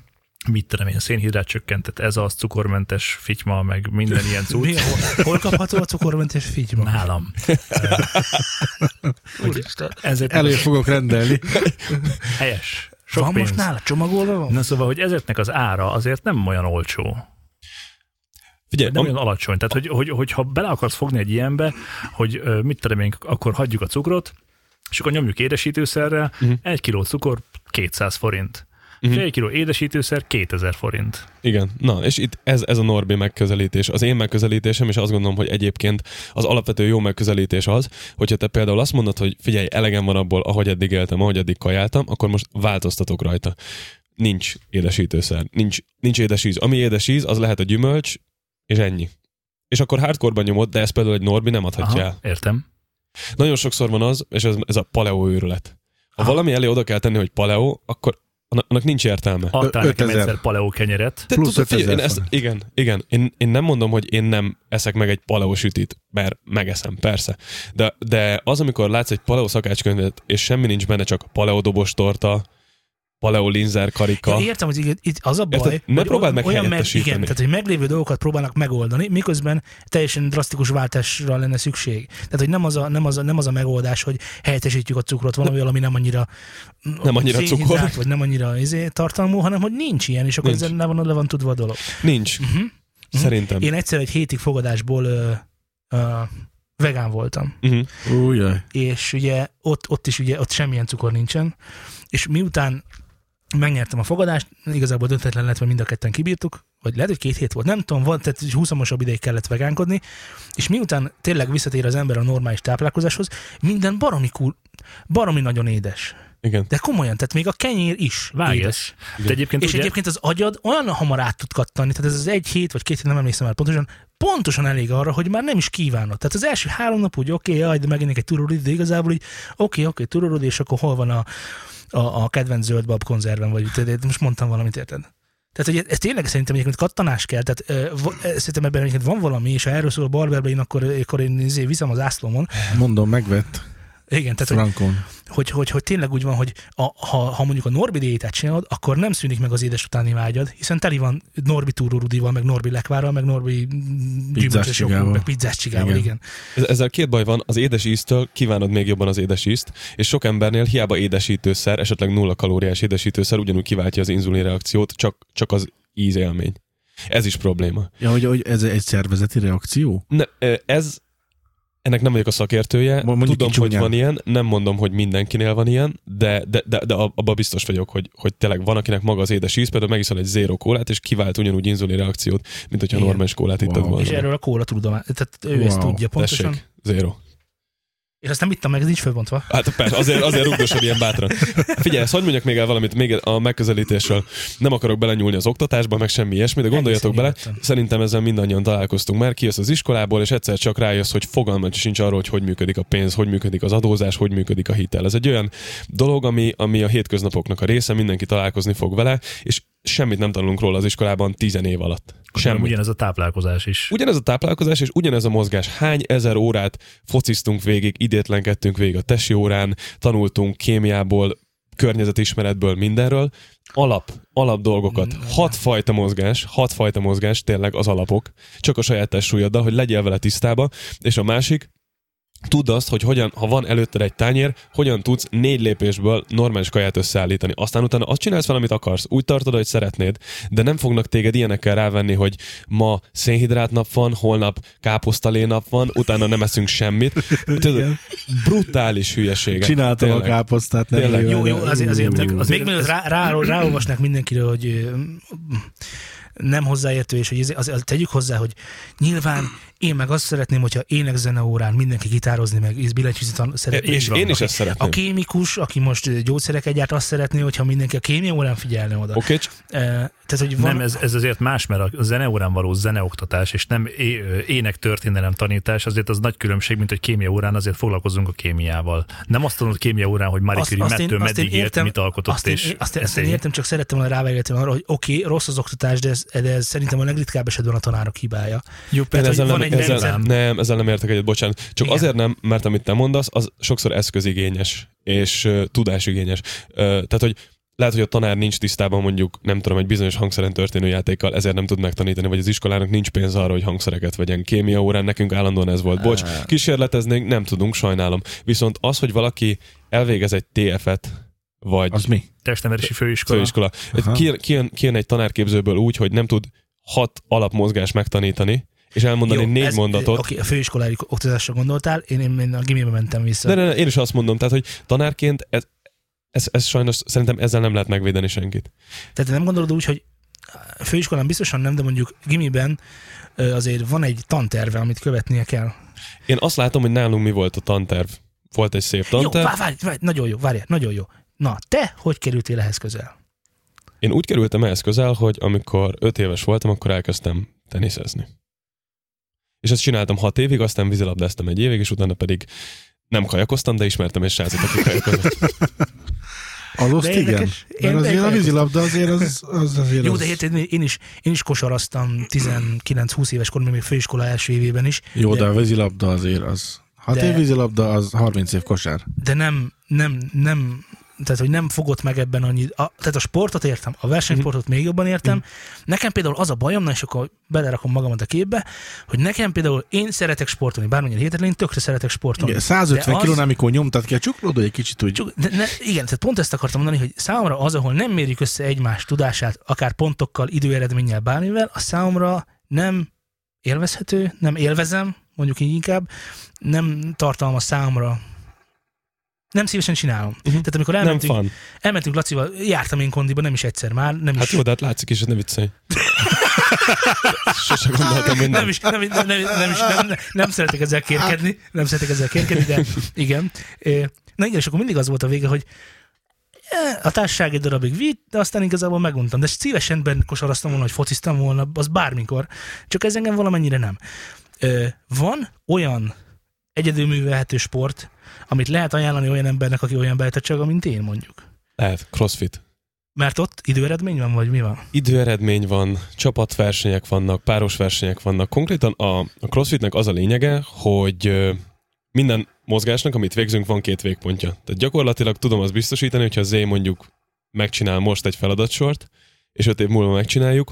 Speaker 3: mit tudom én, szénhidrát csökkentett, ez az cukormentes fityma, meg minden ilyen cucc.
Speaker 2: Mi, hol, hol kapható a cukormentes figyma?
Speaker 3: Nálam.
Speaker 2: Úristen.
Speaker 3: Ezért
Speaker 5: Elő fogok rendelni.
Speaker 3: helyes. Sok
Speaker 2: Van
Speaker 3: pénz.
Speaker 2: most nála? Csomagolva van?
Speaker 3: Na szóval, hogy ezeknek az ára azért nem olyan olcsó.
Speaker 4: Figyelj,
Speaker 3: Nem
Speaker 4: am-
Speaker 3: olyan alacsony. Tehát, hogy, hogy, hogyha bele akarsz fogni egy ilyenbe, hogy ö, mit tudom én, akkor hagyjuk a cukrot, és akkor nyomjuk édesítőszerrel, uh-huh. egy kiló cukor 200 forint. Uh-huh. Fél kiló édesítőszer 2000 forint.
Speaker 4: Igen, na, és itt ez, ez a Norbi megközelítés. Az én megközelítésem, és azt gondolom, hogy egyébként az alapvető jó megközelítés az, hogyha te például azt mondod, hogy figyelj, elegem van abból, ahogy eddig éltem, ahogy eddig kajáltam, akkor most változtatok rajta. Nincs édesítőszer, nincs, nincs édesíz. Ami édesíz, az lehet a gyümölcs, és ennyi. És akkor hardcore nyomod, de ezt például egy Norbi nem adhatja el.
Speaker 3: értem.
Speaker 4: Nagyon sokszor van az, és ez, ez a paleo őrület. Ha valami elé oda kell tenni, hogy paleo, akkor annak annak nincs értelme.
Speaker 3: Adtál
Speaker 5: Ö-
Speaker 3: nekem
Speaker 5: 5000.
Speaker 3: egyszer paleo kenyeret.
Speaker 4: Te
Speaker 5: Plusz
Speaker 4: tudod, figyelj,
Speaker 5: 5000
Speaker 4: én ezt,
Speaker 5: forint.
Speaker 4: igen, igen. Én, én, nem mondom, hogy én nem eszek meg egy paleo sütit, mert megeszem, persze. De, de az, amikor látsz egy paleo szakácskönyvet, és semmi nincs benne, csak paleo dobos torta, paleolinzer karika.
Speaker 2: Ja, értem, hogy igen, itt az a baj,
Speaker 4: Érted? Ne
Speaker 2: hogy
Speaker 4: próbáld meg helyettesíteni.
Speaker 2: igen, tehát hogy meglévő dolgokat próbálnak megoldani, miközben teljesen drasztikus váltásra lenne szükség. Tehát, hogy nem az a, nem az a, nem az a megoldás, hogy helyettesítjük a cukrot valamivel, ami nem annyira
Speaker 4: Nem annyira
Speaker 2: szénhidrát,
Speaker 4: cukor.
Speaker 2: vagy nem annyira izé, tartalmú, hanem hogy nincs ilyen, és akkor
Speaker 4: Nincs.
Speaker 2: ezzel le van, le van tudva a dolog.
Speaker 4: Nincs.
Speaker 2: Mhm.
Speaker 4: Szerintem.
Speaker 2: Én egyszer egy hétig fogadásból ö, ö, vegán voltam
Speaker 4: Uh-huh.
Speaker 5: Újjaj.
Speaker 2: és ugye ott, ott is ugye ott semmilyen cukor nincsen, és miután megnyertem a fogadást, igazából döntetlen lett, mert mind a ketten kibírtuk, vagy lehet, hogy két hét volt, nem tudom, van, tehát 20 ideig kellett vegánkodni, és miután tényleg visszatér az ember a normális táplálkozáshoz, minden baromi, kul, baromi nagyon édes.
Speaker 4: Igen.
Speaker 2: De komolyan, tehát még a kenyér is
Speaker 3: Vágja.
Speaker 2: édes.
Speaker 3: De egyébként,
Speaker 2: És
Speaker 3: ugye,
Speaker 2: egyébként az agyad olyan hamar át tud kattani, tehát ez az egy hét vagy két hét, nem emlékszem már pontosan, pontosan elég arra, hogy már nem is kívánod. Tehát az első három nap úgy, oké, okay, jaj, de meginnék egy turorod, de igazából így, oké, okay, oké, okay, turorod, és akkor hol van a, a, a kedvenc zöld bab konzerven, vagy tudod, most mondtam valamit, érted? Tehát, hogy ez- ez tényleg szerintem egyébként kattanás kell, tehát ö, va- ö, szerintem ebben egyébként van valami, és ha erről szól a barberbein, akkor, akkor én izé viszem az ászlomon.
Speaker 5: Mondom, megvett
Speaker 2: Igen, tehát, hogy
Speaker 5: Frankon.
Speaker 2: hogy, hogy, hogy tényleg úgy van, hogy a, ha, ha mondjuk a Norbi diétát csinálod, akkor nem szűnik meg az édes utáni vágyad, hiszen teli van Norbi túrórudival, meg Norbi lekvárral, meg Norbi mm, gyümölcsös
Speaker 5: csigával.
Speaker 2: joghurt, meg pizzás csigával,
Speaker 5: Igen.
Speaker 2: igen.
Speaker 4: Ez- Ezzel két baj van, az édes íztől kívánod még jobban az édes ízt, és sok embernél hiába édesítőszer, esetleg nulla kalóriás édesítőszer ugyanúgy kiváltja az inzulin reakciót, csak, csak az ízélmény. Ez is probléma.
Speaker 5: Ja, hogy, hogy ez egy szervezeti reakció?
Speaker 4: Ne, ö, ez, ennek nem vagyok a szakértője,
Speaker 5: Ma- mondjuk
Speaker 4: tudom,
Speaker 5: így
Speaker 4: hogy
Speaker 5: csúnyán.
Speaker 4: van ilyen, nem mondom, hogy mindenkinél van ilyen, de, de, de, de abban biztos vagyok, hogy, hogy tényleg van, akinek maga az édes íz, például megiszol egy zéro kólát, és kivált ugyanúgy inzulin reakciót, mint hogyha
Speaker 2: Igen.
Speaker 4: normális kólát ittak
Speaker 5: Wow.
Speaker 4: volna.
Speaker 2: És erről a kóla tudomá, tehát ő
Speaker 5: Wow.
Speaker 2: ezt tudja pontosan.
Speaker 4: Tessék, zéro.
Speaker 2: És azt nem ittam meg, ez nincs fölbontva.
Speaker 4: Hát persze, azért, azért rugdosod ilyen bátran. Figyelj, ezt hagyd mondjak még el valamit még a megközelítésről. Nem akarok belenyúlni az oktatásba, meg semmi ilyesmi, de gondoljatok
Speaker 2: Egészen
Speaker 4: bele,
Speaker 2: nyugodtan.
Speaker 4: szerintem ezzel mindannyian találkoztunk már, kijössz az iskolából, és egyszer csak rájössz, hogy fogalmad sincs arról, hogy hogy működik a pénz, hogy működik az adózás, hogy működik a hitel. Ez egy olyan dolog, ami, ami a hétköznapoknak a része, mindenki találkozni fog vele, és semmit nem tanulunk róla az iskolában tizen év alatt.
Speaker 3: sem
Speaker 4: Semmit.
Speaker 3: ugyanez a táplálkozás is.
Speaker 4: Ugyanez a táplálkozás és ugyanez a mozgás. Hány ezer órát fociztunk végig, idétlenkedtünk végig a tesi órán, tanultunk kémiából, környezetismeretből, mindenről. Alap, alap dolgokat.
Speaker 2: Mm,
Speaker 4: Hat fajta mozgás, hat fajta mozgás, tényleg az alapok. Csak a saját testsúlyoddal, hogy legyél vele tisztába, és a másik, tudd azt, hogy hogyan, ha van előtted egy tányér, hogyan tudsz négy lépésből normális kaját összeállítani. Aztán utána azt csinálsz fel, amit akarsz. Úgy tartod, hogy szeretnéd, de nem fognak téged ilyenekkel rávenni, hogy ma szénhidrát nap van, holnap káposztalé nap van, utána nem eszünk semmit. Tudod, brutális hülyeség.
Speaker 5: Csináltam a káposztát, nem
Speaker 4: Tényleg.
Speaker 2: Jó,
Speaker 5: jó,
Speaker 2: jó, azért, azért,
Speaker 5: Ú,
Speaker 2: azért Mm-hmm. még mielőtt rá, rá, ráolvasnák mindenkiről, hogy ö, nem hozzáértő, és hogy ez- az, az, tegyük hozzá, hogy nyilván én meg azt szeretném, hogyha énekzene órán mindenki gitározni, meg íz- billentyűzni tan- szeretné.
Speaker 4: És
Speaker 3: van,
Speaker 4: én is
Speaker 3: oké.
Speaker 4: ezt szeretném.
Speaker 2: A
Speaker 4: Oké,
Speaker 2: kémikus, aki most ö, gyógyszereket gyárt, azt szeretné, hogyha mindenki a kémia órán figyelne oda. Okay.
Speaker 4: cs-
Speaker 2: Tehát, hogy van,
Speaker 3: Nem, ez, ez azért más, mert a zeneórán való zeneoktatás, és nem é, ö, énektörténelem tanítás, azért az nagy különbség, mint hogy kémia órán azért foglalkozunk a kémiával. Nem azt tanult kémia órán, hogy Marie Curie mettől meddig ért, mit alkotott,
Speaker 2: azt én,
Speaker 3: és
Speaker 2: azt, én,
Speaker 3: ezt
Speaker 2: azt én
Speaker 3: ennyi.
Speaker 2: értem, csak szerettem volna rávegetni arra, hogy oké, okay, rossz az oktatás, de ez, de ez szerintem a legritkább esetben a tanárok hibája.
Speaker 4: Jó,
Speaker 2: tehát, hogy
Speaker 4: ezzel nem,
Speaker 2: van egy
Speaker 4: ezzel,
Speaker 2: rendszer.
Speaker 4: nem, ezzel nem értek egyet, bocsánat. Csak
Speaker 2: Igen.
Speaker 4: Igen. azért nem, mert amit te mondasz, az sokszor eszközigényes és uh, tudásigényes. Uh, tehát, hogy lehet, hogy a tanár nincs tisztában mondjuk, nem tudom, egy bizonyos hangszeren történő játékkal, ezért nem tud megtanítani, vagy az iskolának nincs pénz arra, hogy hangszereket vegyen. Kémia órán nekünk állandóan ez volt. Bocs, kísérleteznénk, nem tudunk, sajnálom. Viszont az, hogy valaki elvégez egy TF-et, vagy
Speaker 5: Az mi?
Speaker 3: Testnevelési főiskola.
Speaker 4: főiskola.
Speaker 5: Aha.
Speaker 4: Kijön, kijön, kijön egy tanárképzőből úgy, hogy nem tud hat alapmozgás megtanítani, és elmondani Jó, négy
Speaker 2: ez-
Speaker 4: mondatot.
Speaker 2: Oké, okay, a főiskolai oktatásra gondoltál, én, én, én a gimibe mentem vissza.
Speaker 4: De ne, ne, én is azt mondom, tehát, hogy tanárként ez, ez, ez sajnos szerintem ezzel nem lehet megvédeni senkit.
Speaker 2: Tehát nem gondolod úgy, hogy főiskolán biztosan nem, de mondjuk gimiben ö, azért van egy tanterve, amit követnie kell.
Speaker 4: Én azt látom, hogy nálunk mi volt a tanterv. Volt egy szép
Speaker 2: Jó,
Speaker 4: tanterv.
Speaker 2: várj, várj, várj, nagyon jó, várj, nagyon jó. Na, te hogy kerültél ehhez közel?
Speaker 4: Én úgy kerültem ehhez közel, hogy amikor öt éves voltam, akkor elkezdtem teniszezni. És ezt csináltam hat évig, aztán vízilabdáztam egy évig, és utána pedig nem kajakoztam, de ismertem egy srácot, aki kajakozott.
Speaker 5: Az
Speaker 2: De
Speaker 5: azt igen.
Speaker 2: érdekes,
Speaker 5: Mert
Speaker 2: érdekes.
Speaker 5: azért a vízilabda azért az, az azért
Speaker 2: Jó,
Speaker 5: az...
Speaker 2: de érted, én is, én is kosaraztam 19-20 éves koromban, még főiskola első évében is,
Speaker 5: Jó, de,
Speaker 2: de-
Speaker 5: a vízilabda azért az... Hát
Speaker 2: de-
Speaker 5: de... év vízilabda, az 30 év kosár.
Speaker 2: de nem, nem, nem tehát hogy nem fogott meg ebben annyi, a, tehát a sportot értem, a versenysportot még jobban értem. Nekem például az a bajom, na és akkor belerakom magamat a képbe, hogy nekem például én szeretek sportolni, bármennyire hihetetlen, én tökre szeretek sportolni.
Speaker 5: Igen, 150
Speaker 2: De az-
Speaker 5: kilón, amikor nyomtat ki a csuklódó, egy kicsit úgy.
Speaker 2: Csak, de ne, igen, tehát pont ezt akartam mondani, hogy számomra az, ahol nem mérjük össze egymás tudását, akár pontokkal, időeredménnyel, bármivel, a számomra nem élvezhető, nem élvezem, mondjuk így inkább, nem tartalmaz számomra. Nem szívesen csinálom. Uh-huh. Tehát amikor
Speaker 4: Mhm. Nem
Speaker 2: elmentünk,
Speaker 4: fan.
Speaker 2: elmentünk Lacival, jártam én kondiba nem is egyszer már, nem
Speaker 4: Hát
Speaker 2: is
Speaker 4: jó, de hát látszik is, hogy ne viccelj. Sose gondoltam, hogy
Speaker 2: nem
Speaker 4: nem.
Speaker 2: is, nem, is- nem, nem, nem, is, nem, nem, nem szeretek ezzel kérkedni, nem szeretek ezzel kérkedni, de igen. Ö, Na igen, és akkor mindig az volt a vége, hogy eh, a társaság egy darabig vitt, de aztán igazából meguntam. De szívesen benne kosaraztam volna, hogy fociztam volna, az bármikor. Csak ez engem valamennyire nem. Ö, Van olyan egyedülművelhető sport, amit lehet ajánlani olyan embernek, aki olyan betegség, mint én mondjuk.
Speaker 4: Lehet, crossfit.
Speaker 2: Mert ott időeredmény van, vagy mi van?
Speaker 4: Időeredmény van, csapatversenyek vannak, páros versenyek vannak. Konkrétan a, a crossfitnek az a lényege, hogy ö, minden mozgásnak, amit végzünk, van két végpontja. Tehát gyakorlatilag tudom azt biztosítani, hogyha az én mondjuk megcsinál most egy feladatsort, és öt év múlva megcsináljuk,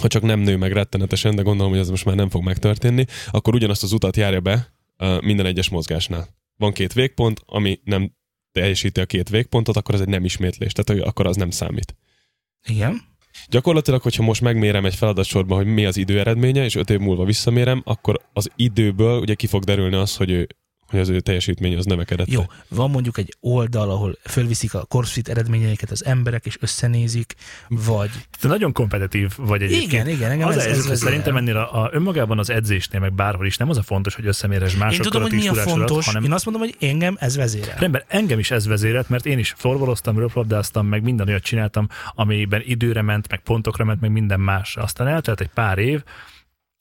Speaker 4: ha csak nem nő meg rettenetesen, de gondolom, hogy ez most már nem fog megtörténni, akkor ugyanazt az utat járja be ö, minden egyes mozgásnál. Van két végpont, ami nem teljesíti a két végpontot, akkor ez egy nem ismétlés, tehát hogy akkor az nem számít.
Speaker 2: Igen.
Speaker 4: Gyakorlatilag, hogyha most megmérem egy feladatsorban, hogy mi az idő eredménye, és öt év múlva visszamérem, akkor az időből ugye ki fog derülni az, hogy, ő, hogy az ő teljesítmény az növekedett.
Speaker 2: Jó, van mondjuk egy oldal, ahol fölviszik a CrossFit eredményeiket az emberek, és összenézik, vagy...
Speaker 3: Te nagyon kompetitív vagy egyébként.
Speaker 2: Igen, igen, engem
Speaker 3: Az
Speaker 2: ez,
Speaker 3: ez,
Speaker 2: ez, ez
Speaker 3: szerintem ennél a, a, önmagában az edzésnél, meg bárhol is nem az a fontos, hogy összeméres
Speaker 2: Én
Speaker 3: másokkal
Speaker 2: tudom, hogy mi a
Speaker 3: tűztudásodat,
Speaker 2: fontos,
Speaker 3: hanem
Speaker 2: hanem... én azt mondom, hogy engem ez vezérel.
Speaker 3: Rendben, engem is ez vezérelt, mert én is florboloztam, röplabdáztam, meg minden olyat csináltam, amiben időre ment, meg pontokra ment, meg minden más. Aztán eltelt egy pár év,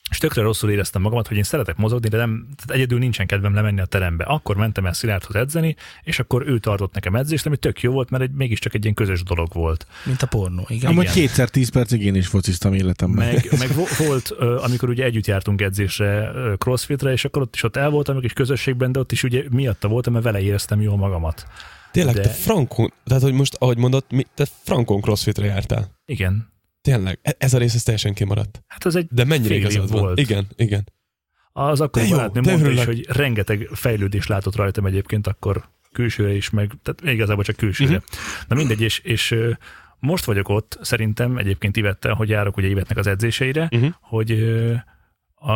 Speaker 3: és tökre rosszul éreztem magamat, hogy én szeretek mozogni, de nem, tehát egyedül nincsen kedvem lemenni a terembe. Akkor mentem el Szilárdhoz edzeni, és akkor ő tartott nekem edzést, ami tök jó volt, mert egy, mégiscsak egy ilyen közös dolog volt.
Speaker 2: Mint a pornó, igen.
Speaker 5: Amúgy
Speaker 3: igen.
Speaker 5: kétszer tíz percig én is fociztam életemben.
Speaker 3: Meg, meg vo- volt, ö, amikor ugye együtt jártunk edzésre, ö, crossfitre, és akkor ott is ott el voltam, egy kis közösségben, de ott is ugye miatta voltam, mert vele éreztem jól magamat.
Speaker 4: Tényleg,
Speaker 3: de-
Speaker 4: te frankon, tehát hogy most, ahogy mondod, mi, te frankon crossfitre jártál.
Speaker 3: Igen.
Speaker 4: Tényleg, e- ez a rész ez teljesen kimaradt.
Speaker 3: Hát ez egy
Speaker 4: De mennyire
Speaker 3: Fél év
Speaker 4: igazad van.
Speaker 3: volt.
Speaker 4: Igen, igen.
Speaker 3: Az akkor
Speaker 4: De jó,
Speaker 3: barátnőm
Speaker 4: de
Speaker 3: mondta is,
Speaker 4: örülök.
Speaker 3: hogy rengeteg fejlődést látott rajtam egyébként akkor külsőre is, meg tehát igazából csak külsőre.
Speaker 4: Mhm.
Speaker 3: Na mindegy, és, és ö, most vagyok ott, szerintem egyébként Ivettel, hogy járok ugye Ivetnek az edzéseire,
Speaker 4: Uh-huh.
Speaker 3: hogy ö, a,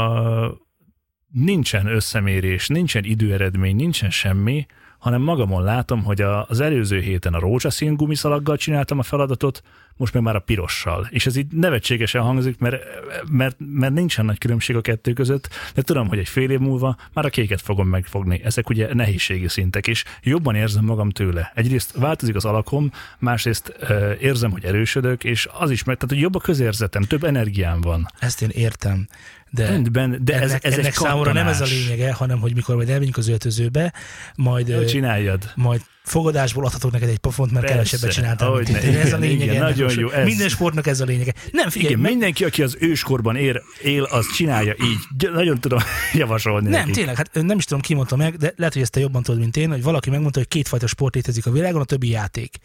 Speaker 3: nincsen összemérés, nincsen időeredmény, nincsen semmi, hanem magamon látom, hogy a, az előző héten a rózsaszín gumiszalaggal csináltam a feladatot, most meg már a pirossal. És ez így nevetségesen hangzik, mert, mert, mert nincsen nagy különbség a kettő között, de tudom, hogy egy fél év múlva már a kéket fogom megfogni. Ezek ugye nehézségi szintek, és jobban érzem magam tőle. Egyrészt változik az alakom, másrészt ö, érzem, hogy erősödök, és az is meg, tehát hogy jobb a közérzetem, több energiám van.
Speaker 2: Ezt én értem. De
Speaker 3: Rendben, de
Speaker 2: ennek,
Speaker 3: ez, ez
Speaker 2: ennek
Speaker 3: egy
Speaker 2: számomra nem ez a
Speaker 3: kattanás.
Speaker 2: lényege, hanem hogy mikor majd elmegyünk az öltözőbe, majd,
Speaker 3: Jól
Speaker 2: ö,
Speaker 3: Csináljad.
Speaker 2: majd fogadásból adhatok neked egy pofont, mert
Speaker 3: Persze,
Speaker 2: kevesebbet csináltam. mint
Speaker 3: ahogyne.
Speaker 2: én. Ez a
Speaker 3: Igen,
Speaker 2: lényege.
Speaker 3: igen,
Speaker 2: ennek.
Speaker 3: nagyon
Speaker 2: Most
Speaker 3: jó, ez-
Speaker 2: Minden sportnak ez a lényege. Nem, figyelj,
Speaker 3: Igen,
Speaker 2: meg-
Speaker 3: mindenki, aki az őskorban ér, él, az csinálja így. Gy- Nagyon tudom javasolni
Speaker 2: Nem,
Speaker 3: nekik.
Speaker 2: tényleg, hát nem is tudom, ki mondta meg, de lehet, hogy ezt te jobban tudod, mint én, hogy valaki megmondta, hogy kétfajta sport létezik a világon, a többi játék.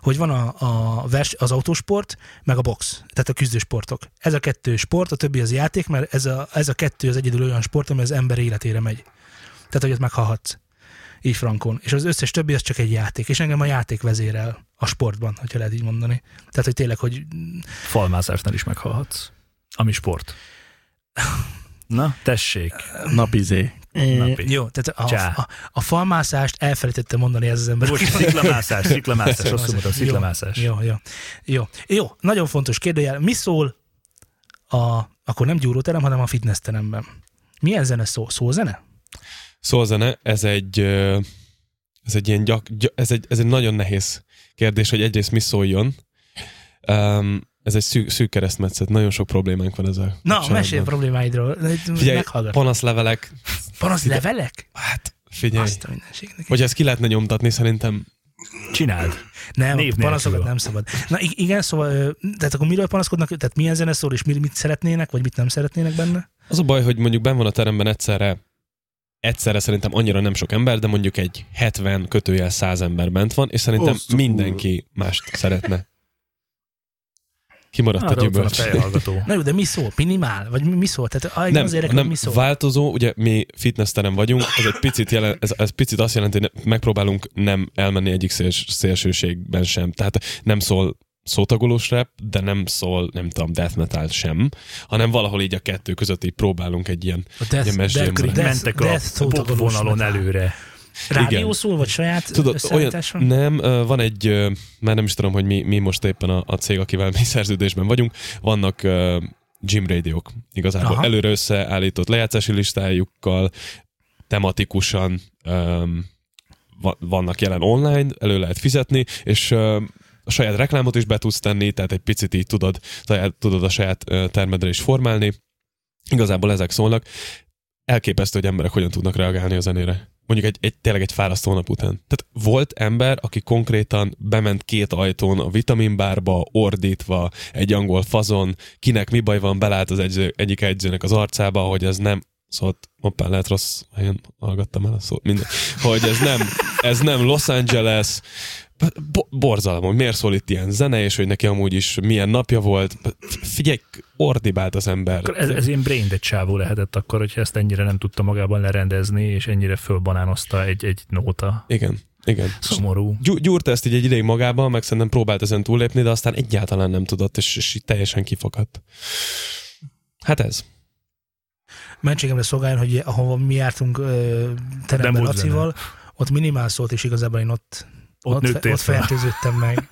Speaker 2: Hogy van a, a vers, az autósport, meg a box, tehát a küzdősportok. Ez a kettő sport, a többi az játék, mert ez a, ez a kettő az egyedül olyan sport, ami az ember életére megy. Tehát, hogy ott meghalhatsz. Így frankon. És az összes többi az csak egy játék. És engem a játék vezérel a sportban, hogyha lehet így mondani. Tehát, hogy tényleg, hogy
Speaker 3: Falmázásnál is meghalhatsz. Ami sport. Na, tessék.
Speaker 5: Napizé.
Speaker 3: Napi.
Speaker 2: jó, tehát
Speaker 3: Csá.
Speaker 2: a, a, a falmászást elfelejtette mondani ez az ember.
Speaker 3: Bocs, sziklamászás, sziklamászás, rosszul mondtam,
Speaker 2: Jó,
Speaker 3: sziklamászás.
Speaker 2: Jó, jó, jó. Jó, nagyon fontos kérdőjel. Mi szól a, akkor nem gyúróterem, hanem a fitness teremben? Milyen zene szól? Szózene?
Speaker 4: Szólzene, Szóval, ez egy, ö, ez egy ilyen gyak, gyak, ez, egy, ez egy nagyon nehéz kérdés, hogy egyrészt mi szóljon. Um, ez egy szűk, szűk keresztmetszet, nagyon sok problémánk van ezzel.
Speaker 2: Na,
Speaker 4: kapcsolatban.
Speaker 2: mesélj problémáidról.
Speaker 4: Figyelj,
Speaker 2: Meghallgat.
Speaker 4: panaszlevelek,
Speaker 2: Panasz levelek?
Speaker 4: hát figyelj,
Speaker 2: Azt a mindenségnek.
Speaker 4: hogy ezt ki lehetne nyomtatni, szerintem
Speaker 3: Csináld.
Speaker 2: Nem,
Speaker 3: Név
Speaker 2: a panaszokat
Speaker 3: nélkül.
Speaker 2: nem szabad. Na i- igen, szóval, ö, tehát akkor miről panaszkodnak? Tehát milyen zene szól, és mi- mit szeretnének, vagy mit nem szeretnének benne?
Speaker 4: Az a baj, hogy mondjuk ben van a teremben egyszerre egyszerre szerintem annyira nem sok ember, de mondjuk egy 70 kötőjel 100 ember bent van, és szerintem
Speaker 1: Osztú.
Speaker 4: mindenki mást szeretne. Kimaradt a
Speaker 3: Arra ott van a
Speaker 4: gyümölcs.
Speaker 3: fejhallgató.
Speaker 2: Na jó, de mi szól? Minimál? Vagy mi, mi szól? Tehát ah, igen,
Speaker 4: Nem,
Speaker 2: az érdekel,
Speaker 4: nem
Speaker 2: mi szól?
Speaker 4: változó, ugye mi fitnessterem vagyunk, ez egy picit, jelen, ez, ez picit azt jelenti, hogy ne- megpróbálunk nem elmenni egyik széls, szélsőségben sem. Tehát nem szól szótagolós rap, de nem szól, nem tudom, death metal sem, hanem valahol így a kettő között így próbálunk egy ilyen
Speaker 2: a death,
Speaker 4: ugye mesélj
Speaker 2: death,
Speaker 4: már.
Speaker 2: death,
Speaker 3: Mentek a pop vonalon előre.
Speaker 2: Rádió
Speaker 4: Igen.
Speaker 2: szól, vagy saját
Speaker 4: Tudod, olyan,
Speaker 2: összeállítás van?
Speaker 4: nem, ö, van egy, ö, már nem is tudom, hogy mi, mi most éppen a, a cég, akivel mi szerződésben vagyunk, vannak ö, gym rádiók igazából.
Speaker 2: Aha.
Speaker 4: Aha. Előre összeállított lejátszási listájukkal, tematikusan ö, va- vannak jelen online, elő lehet fizetni, és ö, a saját reklámot is be tudsz tenni, tehát egy picit így tudod, saját- tudod a saját ö, termedre is formálni. Igazából ezek szólnak. Elképesztő, hogy emberek hogyan tudnak reagálni a zenére. Mondjuk egy, egy tényleg egy fárasztó nap után. Tehát volt ember, aki konkrétan bement két ajtón a vitaminbárba, ordítva, egy angol fazon, kinek mi baj van, belállt az egyző, egyik egyzőnek az arcába, hogy ez nem szólt, hoppá, lehet rossz helyen hallgattam el a szót, mindegy, hogy ez nem, ez nem Los Angeles, Bo- borzalom, hogy miért szól itt ilyen zene, és hogy neki amúgy is milyen napja volt. Figyelj, ordibált az ember.
Speaker 3: Akkor Ez, ez ilyen brain dead csávó lehetett akkor, hogyha ezt ennyire nem tudta magában lerendezni, és ennyire fölbanánozta egy, egy nóta.
Speaker 4: Igen, igen.
Speaker 3: Szomorú.
Speaker 4: Gyú- gyúrta ezt így egy ideig magában, meg szerintem próbált ezen túllépni, de aztán egyáltalán nem tudott, és, és így teljesen kifakadt. Hát ez.
Speaker 2: mentségemre szolgáljon, hogy ahova mi jártunk ö, teremben
Speaker 3: Nem volt
Speaker 2: Lacival, ott minimál szólt, és igazából én ott,
Speaker 3: Ott
Speaker 2: ott,
Speaker 3: nőttél
Speaker 2: fe- ott
Speaker 3: fel.
Speaker 2: fertőzöttem meg.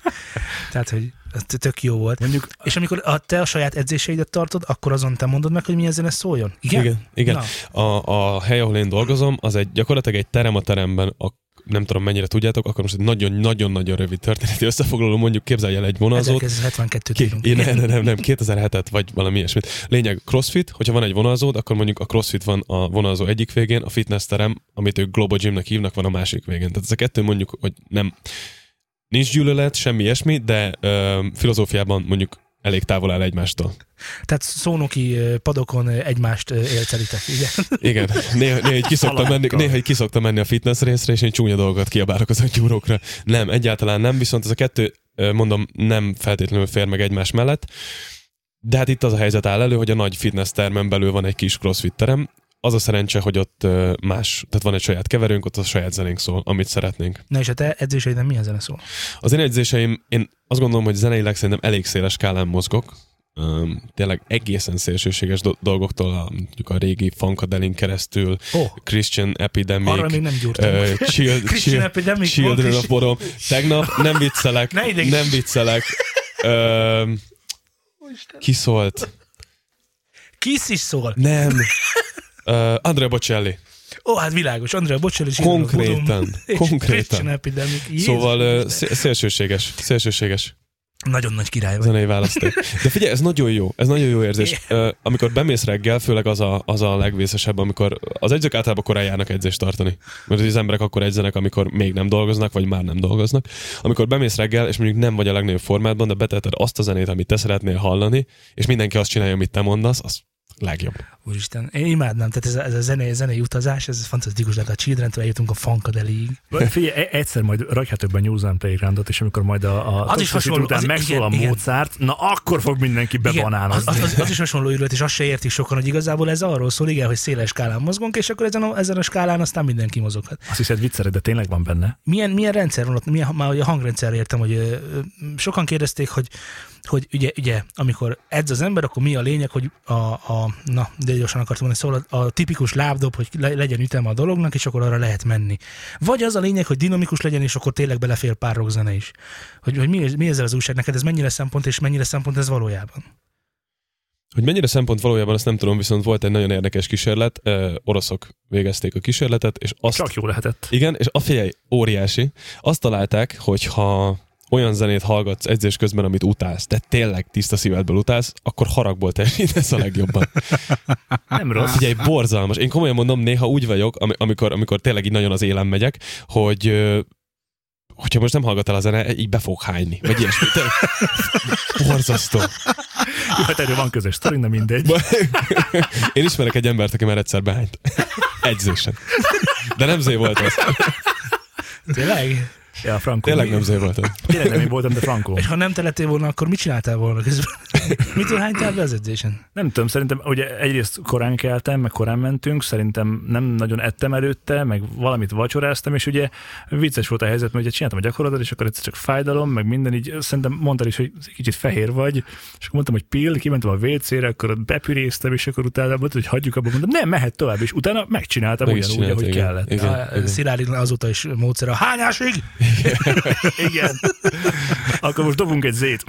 Speaker 2: Tehát, hogy ez t- tök jó volt.
Speaker 3: Mondjuk
Speaker 2: És amikor a, te a saját edzéseidet tartod, akkor azon te mondod meg, hogy milyen zene szóljon? Igen?
Speaker 4: igen. igen.
Speaker 2: Na,
Speaker 4: A, a hely, ahol én dolgozom, az egy gyakorlatilag egy terem a teremben, a, nem tudom mennyire tudjátok, akkor most egy nagyon-nagyon-nagyon rövid történeti összefoglaló, mondjuk képzelj el egy vonalzót,
Speaker 2: 1972-t
Speaker 4: Ki,
Speaker 2: írunk.
Speaker 4: én, nem, nem, nem, nem, 2007-et, vagy valami ilyesmit. Lényeg, crossfit, hogyha van egy vonalzód, akkor mondjuk a crossfit van a vonalzó egyik végén, a fitness terem, amit ők Global Gymnek hívnak, van a másik végén. Tehát ez a kettő mondjuk, hogy nem, nincs gyűlölet, semmi ilyesmi, de ö, filozófiában mondjuk elég távol áll egymástól.
Speaker 2: Tehát szónoki ö, padokon ö, egymást ö, élcelitek. Igen.
Speaker 4: Igen, néha, néha, így kiszoktam menni,
Speaker 3: Falánkkal.
Speaker 4: néha így kiszoktam menni a fitness részre, és én csúnya dolgokat kiabálok az agyúrókra. Nem, egyáltalán nem, viszont ez a kettő, ö, mondom, nem feltétlenül fér meg egymás mellett. De hát itt az a helyzet áll elő, hogy a nagy fitness termen belül van egy kis crossfit terem, az a szerencse, hogy ott ö, más, tehát van egy saját keverőnk, ott a saját zenénk szól, amit szeretnénk.
Speaker 2: Na és a te edzéseiden milyen zene szól?
Speaker 4: Az én edzéseim, én azt gondolom, hogy zeneileg szerintem elég széles skálán mozgok. Öm, tényleg egészen szélsőséges do- dolgoktól, a, mondjuk a régi Funkadelin keresztül,
Speaker 2: Ó, oh,
Speaker 4: Christian Epidemic,
Speaker 2: arra még nem gyúrtam.
Speaker 4: Ö, child,
Speaker 2: Christian
Speaker 4: child,
Speaker 2: Epidemic
Speaker 4: Children
Speaker 2: volt,
Speaker 4: of
Speaker 2: és-
Speaker 4: Bodom. Tegnap nem viccelek,
Speaker 2: Ne idegíts.
Speaker 4: nem viccelek. Ö, kiszólt.
Speaker 2: Kiss is szól.
Speaker 4: Nem. Ö, Andrea Bocelli.
Speaker 2: Ó, hát világos. Andrea, bocsánat, és
Speaker 4: Konkrétan, konkrétan.
Speaker 2: Epidemic.
Speaker 4: Szóval ö, szé- szélsőséges, szélsőséges
Speaker 2: Nagyon nagy király vagy.
Speaker 4: zenei választék. De figyelj, ez nagyon jó, ez nagyon jó érzés. Ö, amikor bemész reggel, főleg az a, az a legvészesebb, amikor az egyzők általában korán járnak edzést tartani. Mert az emberek akkor edzenek, amikor még nem dolgoznak, vagy már nem dolgoznak. Amikor bemész reggel, és mondjuk nem vagy a legnagyobb formádban, de beteted azt a zenét, amit te szeretnél hallani, és mindenki azt csinálja, amit te mondasz, az legjobb.
Speaker 2: Úristen, én imádnám, tehát ez a, ez a zenei, zenei utazás, ez fantasztikus lehet, a Children-től eljutunk a Funkadeliig.
Speaker 3: Vagy Figyelj, e- egyszer majd rakjátok be a New Zealand Playgroundot, és amikor majd a, a
Speaker 2: Az is
Speaker 3: Toxicity
Speaker 2: hasonló,
Speaker 3: után
Speaker 2: az-
Speaker 3: megszól
Speaker 2: igen,
Speaker 3: a
Speaker 2: igen.
Speaker 3: Mozart, na akkor fog mindenki
Speaker 2: Igen, az,
Speaker 3: bebanánozni.
Speaker 2: az, az, az, is hasonló ürület, és azt se értik sokan, hogy igazából ez arról szól, igen, hogy széles skálán mozgunk, és akkor ezen a, ezen a skálán aztán mindenki mozoghat.
Speaker 3: Azt hiszed vicceled, de tényleg van benne?
Speaker 2: Milyen, milyen rendszer van ott? Milyen, már ugye a hangrendszerre értem, hogy ö, ö, sokan kérdezték, hogy, hogy ugye, ugye, amikor edz az ember, akkor mi a lényeg, hogy a, a na, de gyorsan akartam mondani, szóval a, a tipikus lábdob, hogy le, legyen üteme a dolognak, és akkor arra lehet menni. Vagy az a lényeg, hogy dinamikus legyen, és akkor tényleg belefér pár rockzene is. Hogy, hogy mi, mi ezzel az újság neked, ez mennyire szempont, és mennyire szempont ez valójában?
Speaker 4: Hogy mennyire szempont valójában, azt nem tudom, viszont volt egy nagyon érdekes kísérlet, ö, oroszok végezték a kísérletet, és azt
Speaker 3: Csak jó lehetett.
Speaker 4: Igen, és a figyelj, óriási. Azt találták, hogy ha olyan zenét hallgatsz edzés közben, amit utálsz, de tényleg tiszta szívedből utálsz, akkor haragból teljesítesz a legjobban.
Speaker 3: Nem rossz.
Speaker 4: Figyelj, borzalmas. Én komolyan mondom, néha úgy vagyok, ami- amikor, amikor tényleg így nagyon az élen megyek, hogy ö, hogyha most nem hallgat el a zene, így be fog hányni. Vagy ilyesmi. Tényleg. Borzasztó.
Speaker 3: Jó, hát erről van közös sztori, de mindegy.
Speaker 4: Én ismerek egy embert, aki már egyszer behányt. Egyzésen. De nem zé volt az.
Speaker 2: Tényleg?
Speaker 3: Ja, Franco.
Speaker 4: Tényleg nem zé volt az.
Speaker 3: Tényleg nem én voltam, de Franco.
Speaker 2: És ha nem te lettél volna, akkor mit csináltál volna közben? Mitől hánytál be az edzésen?
Speaker 3: Nem tudom, szerintem ugye egyrészt korán keltem, meg korán mentünk, szerintem nem nagyon ettem előtte, meg valamit vacsoráztam, és ugye vicces volt a helyzet, mert ugye csináltam a gyakorlatot, és akkor egyszer csak fájdalom, meg minden így, szerintem mondtad is, hogy kicsit fehér vagy, és akkor mondtam, hogy pill, kimentem a WC-re, akkor ott bepüréztem, és akkor utána mondtad, hogy hagyjuk abba, mondtam, nem, mehet tovább, és utána megcsináltam
Speaker 4: Meg is
Speaker 3: ugyanúgy, ahogy
Speaker 4: csinált, igen.
Speaker 3: kellett.
Speaker 4: Igen,
Speaker 2: A
Speaker 4: igen.
Speaker 2: Szilárd azóta is módszer a hányásig?
Speaker 3: Igen. Akkor most dobunk egy zét.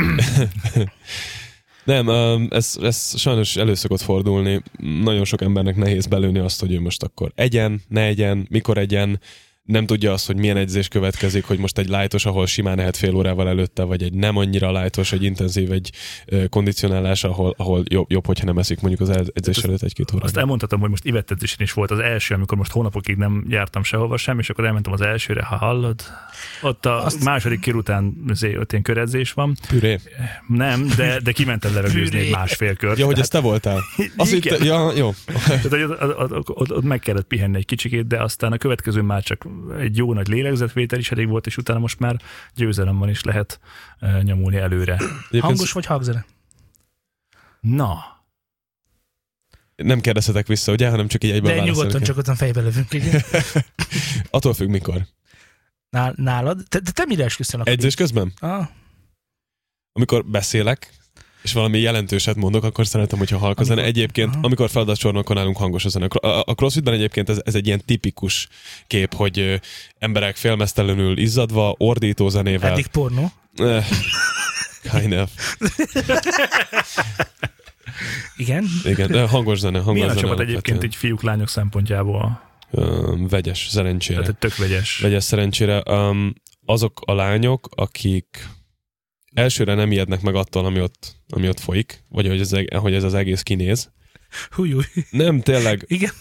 Speaker 4: Nem, öm, ez, ez sajnos elő szokott fordulni. Nagyon sok embernek nehéz belőni azt, hogy ő most akkor egyen, ne egyen, mikor egyen, nem tudja azt, hogy milyen edzés következik, hogy most egy lájtos, ahol simán lehet fél órával előtte, vagy egy nem annyira lájtos, egy intenzív, egy ö, kondicionálás, ahol, ahol jobb, jobb, hogyha nem eszik mondjuk az el-
Speaker 2: Hát
Speaker 4: edzés előtt egy-két órát.
Speaker 3: Azt elmondhatom, hogy most ivettetésén is volt az első, amikor most hónapokig nem jártam sehova sem, és akkor elmentem az elsőre, ha hallod. Ott a Azt... második kör után azért ott ilyen köredzés van.
Speaker 4: Püré.
Speaker 3: Nem, de, de kimentem levegőzni
Speaker 2: Püré.
Speaker 3: egy másfél kört.
Speaker 4: Ja, hogy ez te voltál. Azt
Speaker 3: Igen.
Speaker 4: hitte, ja, jó.
Speaker 3: Tehát, hogy ott, ott, ott, ott, ott meg kellett pihenni egy kicsikét, de aztán a következő már csak egy jó nagy lélegzetvétel is elég volt, és utána most már győzelemben is lehet eh, nyomulni előre.
Speaker 4: Egyébként
Speaker 2: Hangos vagy hangzene?
Speaker 3: Na,
Speaker 4: nem kérdezhetek vissza, ugye, hanem csak így egyben
Speaker 2: De nyugodtan
Speaker 4: válaszolni
Speaker 2: csak ottan fejbe lövünk. igen.
Speaker 4: kell. Attól függ, mikor.
Speaker 2: Nál- Nálad? Te, te, te mire esküszöl akkor?
Speaker 4: Edzés közben?
Speaker 2: Ah,
Speaker 5: Hát-
Speaker 4: amikor beszélek, és valami jelentőset mondok, akkor szeretem, hogyha halk a zene.
Speaker 2: Amikor-
Speaker 4: Egyébként,
Speaker 2: aha.
Speaker 4: aha. amikor feladatcsornokon állunk hangos a zene. A a crossfitben egyébként ez, ez egy ilyen tipikus kép, hogy ö, emberek félmeztelenül izzadva, ordító zenével.
Speaker 2: eddig pornó.
Speaker 4: Eh, Kind of.
Speaker 2: Igen.
Speaker 4: Igen, ö, hangos zene, hangos
Speaker 3: milyen a
Speaker 4: zene.
Speaker 3: csapat egyébként így fiúk-lányok szempontjából?
Speaker 4: alapvetően. Ö, Vegyes, szerencsére.
Speaker 3: Tehát egy tök vegyes.
Speaker 4: Vegyes szerencsére. Um, azok a lányok, akik elsőre nem ijednek meg attól, ami ott, ami ott folyik, vagy hogy ez, hogy ez az egész kinéz.
Speaker 2: Húj, húj.
Speaker 4: Nem, tényleg,
Speaker 2: Igen.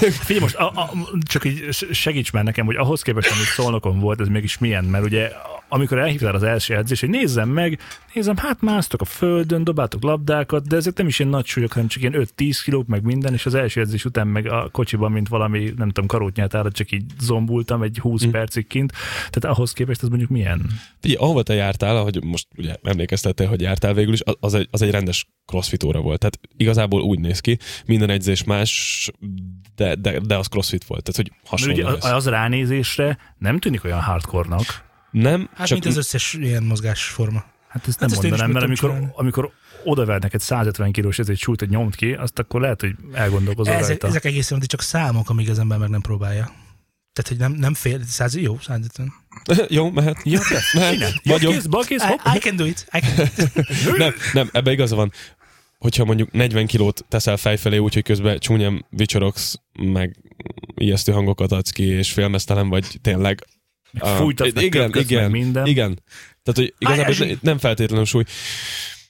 Speaker 3: Figyelj most, a, a, csak így s- segíts már nekem, hogy ahhoz képest, amit szolnokon volt, ez mégis milyen, mert ugye amikor elhívtál az első edzést, hogy nézzem meg, nézem, hát másztok a földön, dobáltok labdákat, de ezek nem is ilyen nagy súlyok, hanem csak ilyen 5-10 kilók, meg minden, és az első edzés után meg a kocsiban, mint valami, nem tudom, karótnyát állat, csak így zombultam egy 20 mm. percig kint, tehát ahhoz képest ez mondjuk milyen?
Speaker 4: Figyelj, ahova te jártál, ahogy most ugye emlékeztettél, hogy jártál végül is, az egy, az egy rendes crossfit óra volt. Tehát igazából úgy néz ki, minden edzés más, de, de, de az crossfit volt. Tehát, hogy
Speaker 3: Mert
Speaker 4: hasonló
Speaker 3: ugye
Speaker 4: lesz.
Speaker 3: az, az ránézésre nem tűnik olyan hardcore-nak.
Speaker 4: Nem,
Speaker 2: Hát
Speaker 4: csak
Speaker 2: mint az összes ilyen mozgásforma.
Speaker 3: Hát ezt nem
Speaker 2: Hát ezt
Speaker 3: hát
Speaker 2: én is
Speaker 3: mondanám, mert
Speaker 2: meg tudom
Speaker 3: amikor, amikor odaver neked 150 kilós ezért súlyt, hogy nyomd ki, azt akkor lehet, hogy elgondolkozol
Speaker 2: Ezek,
Speaker 3: rajta.
Speaker 2: ezek egészen addig csak számok, amíg az ember meg nem próbálja. Tehát, hogy nem, nem fél, száz, jó, 150.
Speaker 4: jó, mehet.
Speaker 3: Ja, te,
Speaker 4: mehet. Vagyok.
Speaker 3: Bakész, bakész, hopp.
Speaker 2: I, I can do it. I can do it.
Speaker 4: Nem, nem, ebbe igaza van. Hogyha mondjuk 40 kilót teszel fejfelé, úgyhogy közben csúnyán vicsorogsz, meg ijesztő hangokat adsz ki, és félmeztelen vagy tényleg. Ah,
Speaker 3: Fújtatsz, meg
Speaker 4: igen,
Speaker 3: köpködsz, meg
Speaker 4: igen,
Speaker 3: minden.
Speaker 4: Igen. Tehát, hogy
Speaker 2: Állj,
Speaker 4: igazából
Speaker 2: Ázsi!
Speaker 4: ne- nem feltétlenül súly.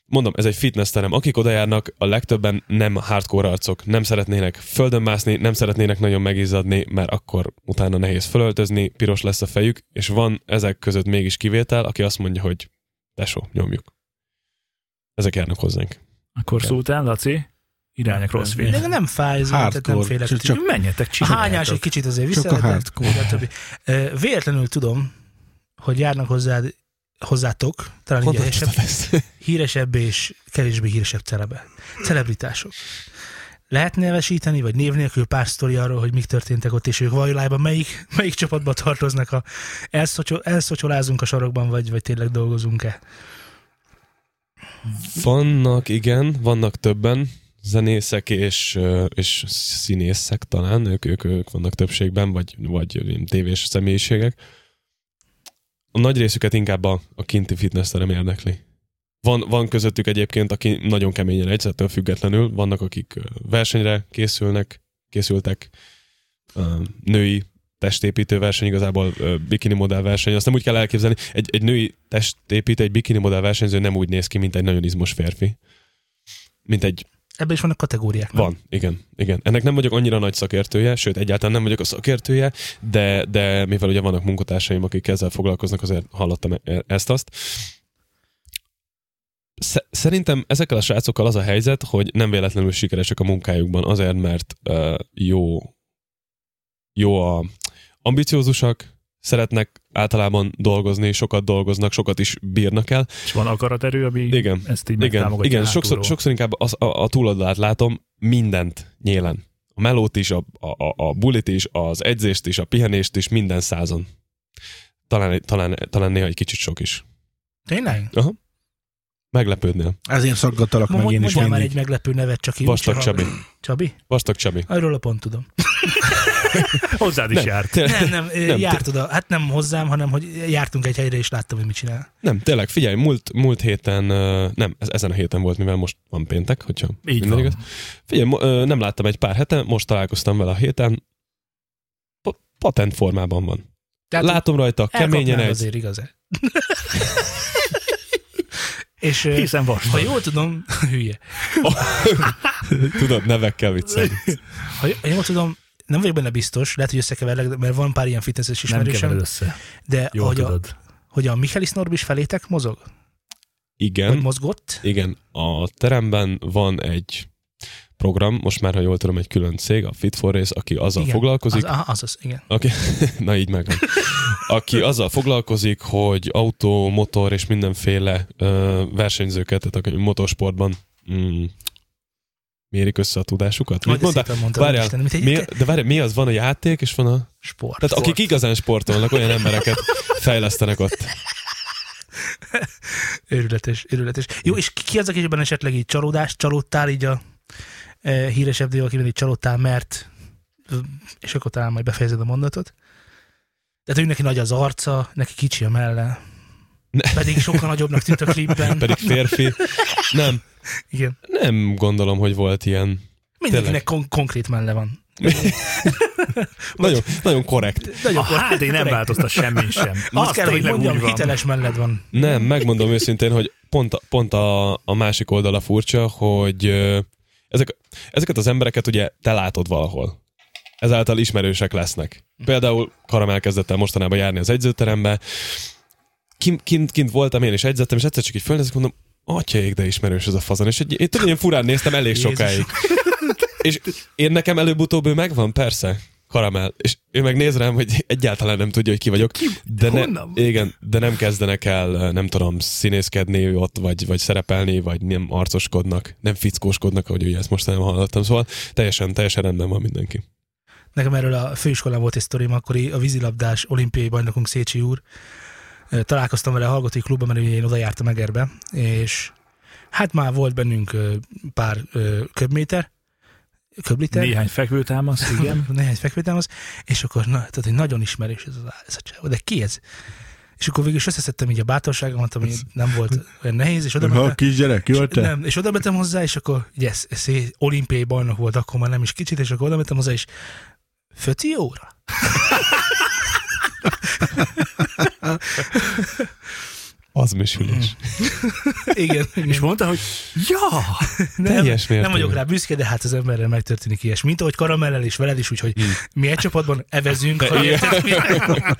Speaker 4: Mondom, ez egy fitnessterem. Akik oda járnak, a legtöbben nem hardcore arcok. Nem szeretnének földön mászni, nem szeretnének nagyon megizzadni, mert akkor utána nehéz fölöltözni, piros lesz a fejük, és van ezek között mégis kivétel, aki azt mondja, hogy tesó, nyomjuk. Ezek járnak hozzánk.
Speaker 3: Akkor szó után, Laci, irány a crossfit.
Speaker 2: De nem fáj, ez tehát nem
Speaker 5: Hardcore.
Speaker 2: félek.
Speaker 5: Csak-
Speaker 2: Csak
Speaker 5: csak-
Speaker 3: Menjetek,
Speaker 2: a hányás egy
Speaker 3: csináljátok.
Speaker 2: kicsit azért
Speaker 5: Csak a
Speaker 2: vissza.
Speaker 5: hardcore.
Speaker 2: Véletlenül tudom, hogy járnak hozzád, hozzátok, talán így a helyesebb,
Speaker 4: ezt?
Speaker 2: híresebb és kevésbé híresebb celebe. Celebritások. Lehet nevesíteni, vagy név nélkül pár sztori arról, hogy mik történtek ott, és ők vajulájban melyik, melyik csapatba tartoznak, ha elszocsol, elszocsolázunk a sarokban, vagy, vagy tényleg dolgozunk-e.
Speaker 4: Vannak, igen, vannak többen zenészek és, ö, és színészek talán, ők, ők, ők vannak többségben, vagy, vagy ilyen tévés személyiségek. A nagy részüket inkább a, a kinti fitnessterem érdekli. Van, van közöttük egyébként, aki nagyon keményen egyszertől függetlenül, vannak, akik ö, versenyre készülnek, készültek, ö, női testépítő verseny, igazából ö, bikini modell verseny, azt nem úgy kell elképzelni, egy, egy női testépítő, egy bikini modell versenyző nem úgy néz ki, mint egy nagyon izmos férfi. Mint egy,
Speaker 2: Ebben is vannak kategóriák. nem?
Speaker 4: van, igen, igen. Ennek nem vagyok annyira nagy szakértője, sőt, egyáltalán nem vagyok a szakértője, de, de mivel ugye vannak munkatársaim, akik ezzel foglalkoznak, azért hallottam e- ezt-azt. sze- szerintem ezekkel a srácokkal az a helyzet, hogy nem véletlenül sikeresek a munkájukban, azért, mert uh, jó, jó a ambiciózusak, szeretnek általában dolgozni, sokat dolgoznak, sokat is bírnak el.
Speaker 3: És van akaraterő, ami
Speaker 4: Igen,
Speaker 3: ezt így
Speaker 4: igen,
Speaker 3: megtámogatja
Speaker 4: igen
Speaker 3: hátulról.
Speaker 4: sokszor, sokszor inkább az, a, a túloldalát látom mindent nyélen. A melót is, a, a, a- a bulit is, az edzést is, a pihenést is, minden százon. Talán, talán, talán néha egy kicsit sok is.
Speaker 2: Tényleg?
Speaker 4: Meglepődnél.
Speaker 5: Ezért szaggatalak
Speaker 2: Mo-
Speaker 5: meg én is
Speaker 2: mondjál már
Speaker 5: mindig.
Speaker 2: egy meglepő nevet, csak így.
Speaker 4: Vastag
Speaker 2: csak-
Speaker 4: Csabi.
Speaker 2: Csabi?
Speaker 4: Vastag Csabi.
Speaker 2: Arról a pont tudom.
Speaker 3: Hozzád is
Speaker 4: Nem.
Speaker 3: járt.
Speaker 4: Tényleg,
Speaker 2: Nem, nem, nem
Speaker 4: Nem,
Speaker 2: járt oda. Hát nem hozzám, hanem hogy jártunk egy helyre, és láttam, hogy mit csinál.
Speaker 4: nem, tényleg, figyelj, múlt, múlt héten, ö, nem, ez, ezen a héten volt, mivel most van péntek, hogyha
Speaker 3: Így
Speaker 4: minden
Speaker 3: van.
Speaker 4: igaz. Figyelj, mo- ö, nem láttam egy pár hete, most találkoztam vele a héten, Pa- patent formában van.
Speaker 2: Tehát
Speaker 4: Látom rajta,
Speaker 2: elkapnád
Speaker 4: keményen egy,
Speaker 2: Hát, azért, igaz -e? és ö,
Speaker 3: Hiszen
Speaker 2: ha
Speaker 3: vastag.
Speaker 2: jól tudom, hülye.
Speaker 4: tudod, nevekkel viccelni.
Speaker 2: Ha j- ha jól tudom, nem vagyok benne biztos, lehet, hogy összekeverlek, de- mert van pár ilyen fitnesses
Speaker 3: Nem kevered
Speaker 2: ismerősöm,
Speaker 3: össze.
Speaker 2: de
Speaker 3: Jól
Speaker 2: hogy a,
Speaker 3: tudod.
Speaker 2: hogy a Michaelis Norbi is felétek mozog?
Speaker 4: Igen.
Speaker 2: Vagy mozgott?
Speaker 4: Igen, a teremben van egy program, most már, ha jól tudom, egy külön cég, a Fit for Race, aki azzal
Speaker 2: Igen,
Speaker 4: Igen, foglalkozik,
Speaker 2: Az,
Speaker 4: az...
Speaker 2: aha, az, az, igen.
Speaker 4: aki, na így megvan, aki azzal foglalkozik, hogy autó, motor és mindenféle ö, versenyzőket, tehát akik motorsportban mm, mérik össze a tudásukat. Mit
Speaker 2: Majd
Speaker 4: mondtál?
Speaker 2: mondta, mondta,
Speaker 4: Várjál,
Speaker 2: Isten, mint egy
Speaker 4: Mi, de várj, mi az? Van a játék, és van a...
Speaker 2: sport.
Speaker 4: Tehát akik igazán sportolnak, olyan embereket fejlesztenek ott.
Speaker 2: Őrületes, őrületes. Jó, és ki ki az, akiben esetleg így csalódást csalódtál, így a e, híresebb dió, akiben így csalódtál, mert és akkor talán majd befejezed a mondatot. Tehát ő neki nagy az arca, neki kicsi a melle.
Speaker 4: Ne.
Speaker 2: Pedig sokkal nagyobbnak tűnt a klipben.
Speaker 4: Pedig férfi. Nem,
Speaker 2: Igen.
Speaker 4: nem gondolom, hogy volt ilyen
Speaker 2: Mindenkinek kon- konkrét melle van.
Speaker 4: Nagyon, nagyon korrekt.
Speaker 2: Nagyon
Speaker 3: A HD nem
Speaker 2: korrekt.
Speaker 3: változtat semmin sem.
Speaker 2: Azt kell, hogy
Speaker 3: tényleg
Speaker 2: mondjam,
Speaker 3: úgy van.
Speaker 2: hiteles melled van.
Speaker 4: Nem, megmondom őszintén, hogy pont, a- pont a, a másik oldala furcsa, hogy ö, ezek, ezeket az embereket ugye te látod valahol. Ezáltal ismerősek lesznek. Például Karam elkezdett el mostanában járni az edzőterembe. Kint, kint, kint voltam én, és edzettem, és egyszer csak így fölnézek, mondom, atyaék, de ismerős ez a fazon. És egy, én tudom, ilyen furán néztem elég
Speaker 2: Jézusom.
Speaker 4: sokáig. És én nekem előbb-utóbb ő megvan, persze. Karamel. És ő meg néz rám, hogy egyáltalán nem tudja, hogy ki vagyok. De ne,
Speaker 3: Honnan?
Speaker 4: igen, de nem kezdenek el, nem tudom, színészkedni ott, vagy, vagy szerepelni, vagy nem arcoskodnak, nem fickóskodnak, ahogy ugye ezt most nem hallottam. Szóval teljesen, teljesen rendben van mindenki.
Speaker 2: Nekem erről a főiskolán volt egy sztorim, akkori a vízilabdás olimpiai bajnokunk Szécsi úr. Ö, Találkoztam vele a hallgatói klubban, mert ugye én oda jártam Egerbe, és hát már volt bennünk ö, pár ö, köbméter, köbliter,
Speaker 3: Néhány fekvőtámasz, igen.
Speaker 2: néhány fekvétámasz, és akkor na, tehát, hogy nagyon ismerős ez, az, á- ez a csávó, de ki ez? És akkor végül is összeszedtem így a bátorságomat, ami nem volt olyan nehéz, és oda
Speaker 5: Ha
Speaker 2: mentem,
Speaker 5: kisgyerek, jól
Speaker 2: és,
Speaker 5: te?
Speaker 2: nem, és oda mentem hozzá, és akkor, ugye ez, ez egy olimpiai bajnok volt, akkor már nem is kicsit, és akkor oda mentem hozzá, és Föti óra?
Speaker 4: Az
Speaker 3: Mhm.
Speaker 4: misülés.
Speaker 2: Igen. igen.
Speaker 3: És mondta, hogy ja,
Speaker 2: nem,
Speaker 4: teljes
Speaker 2: nem
Speaker 4: mértékben.
Speaker 2: vagyok rá büszke, de hát az emberrel megtörténik ilyesmi. Mint ahogy karamellel és veled is, úgyhogy mi egy csapatban evezünk. ha
Speaker 4: igen.
Speaker 2: érted, mire- mire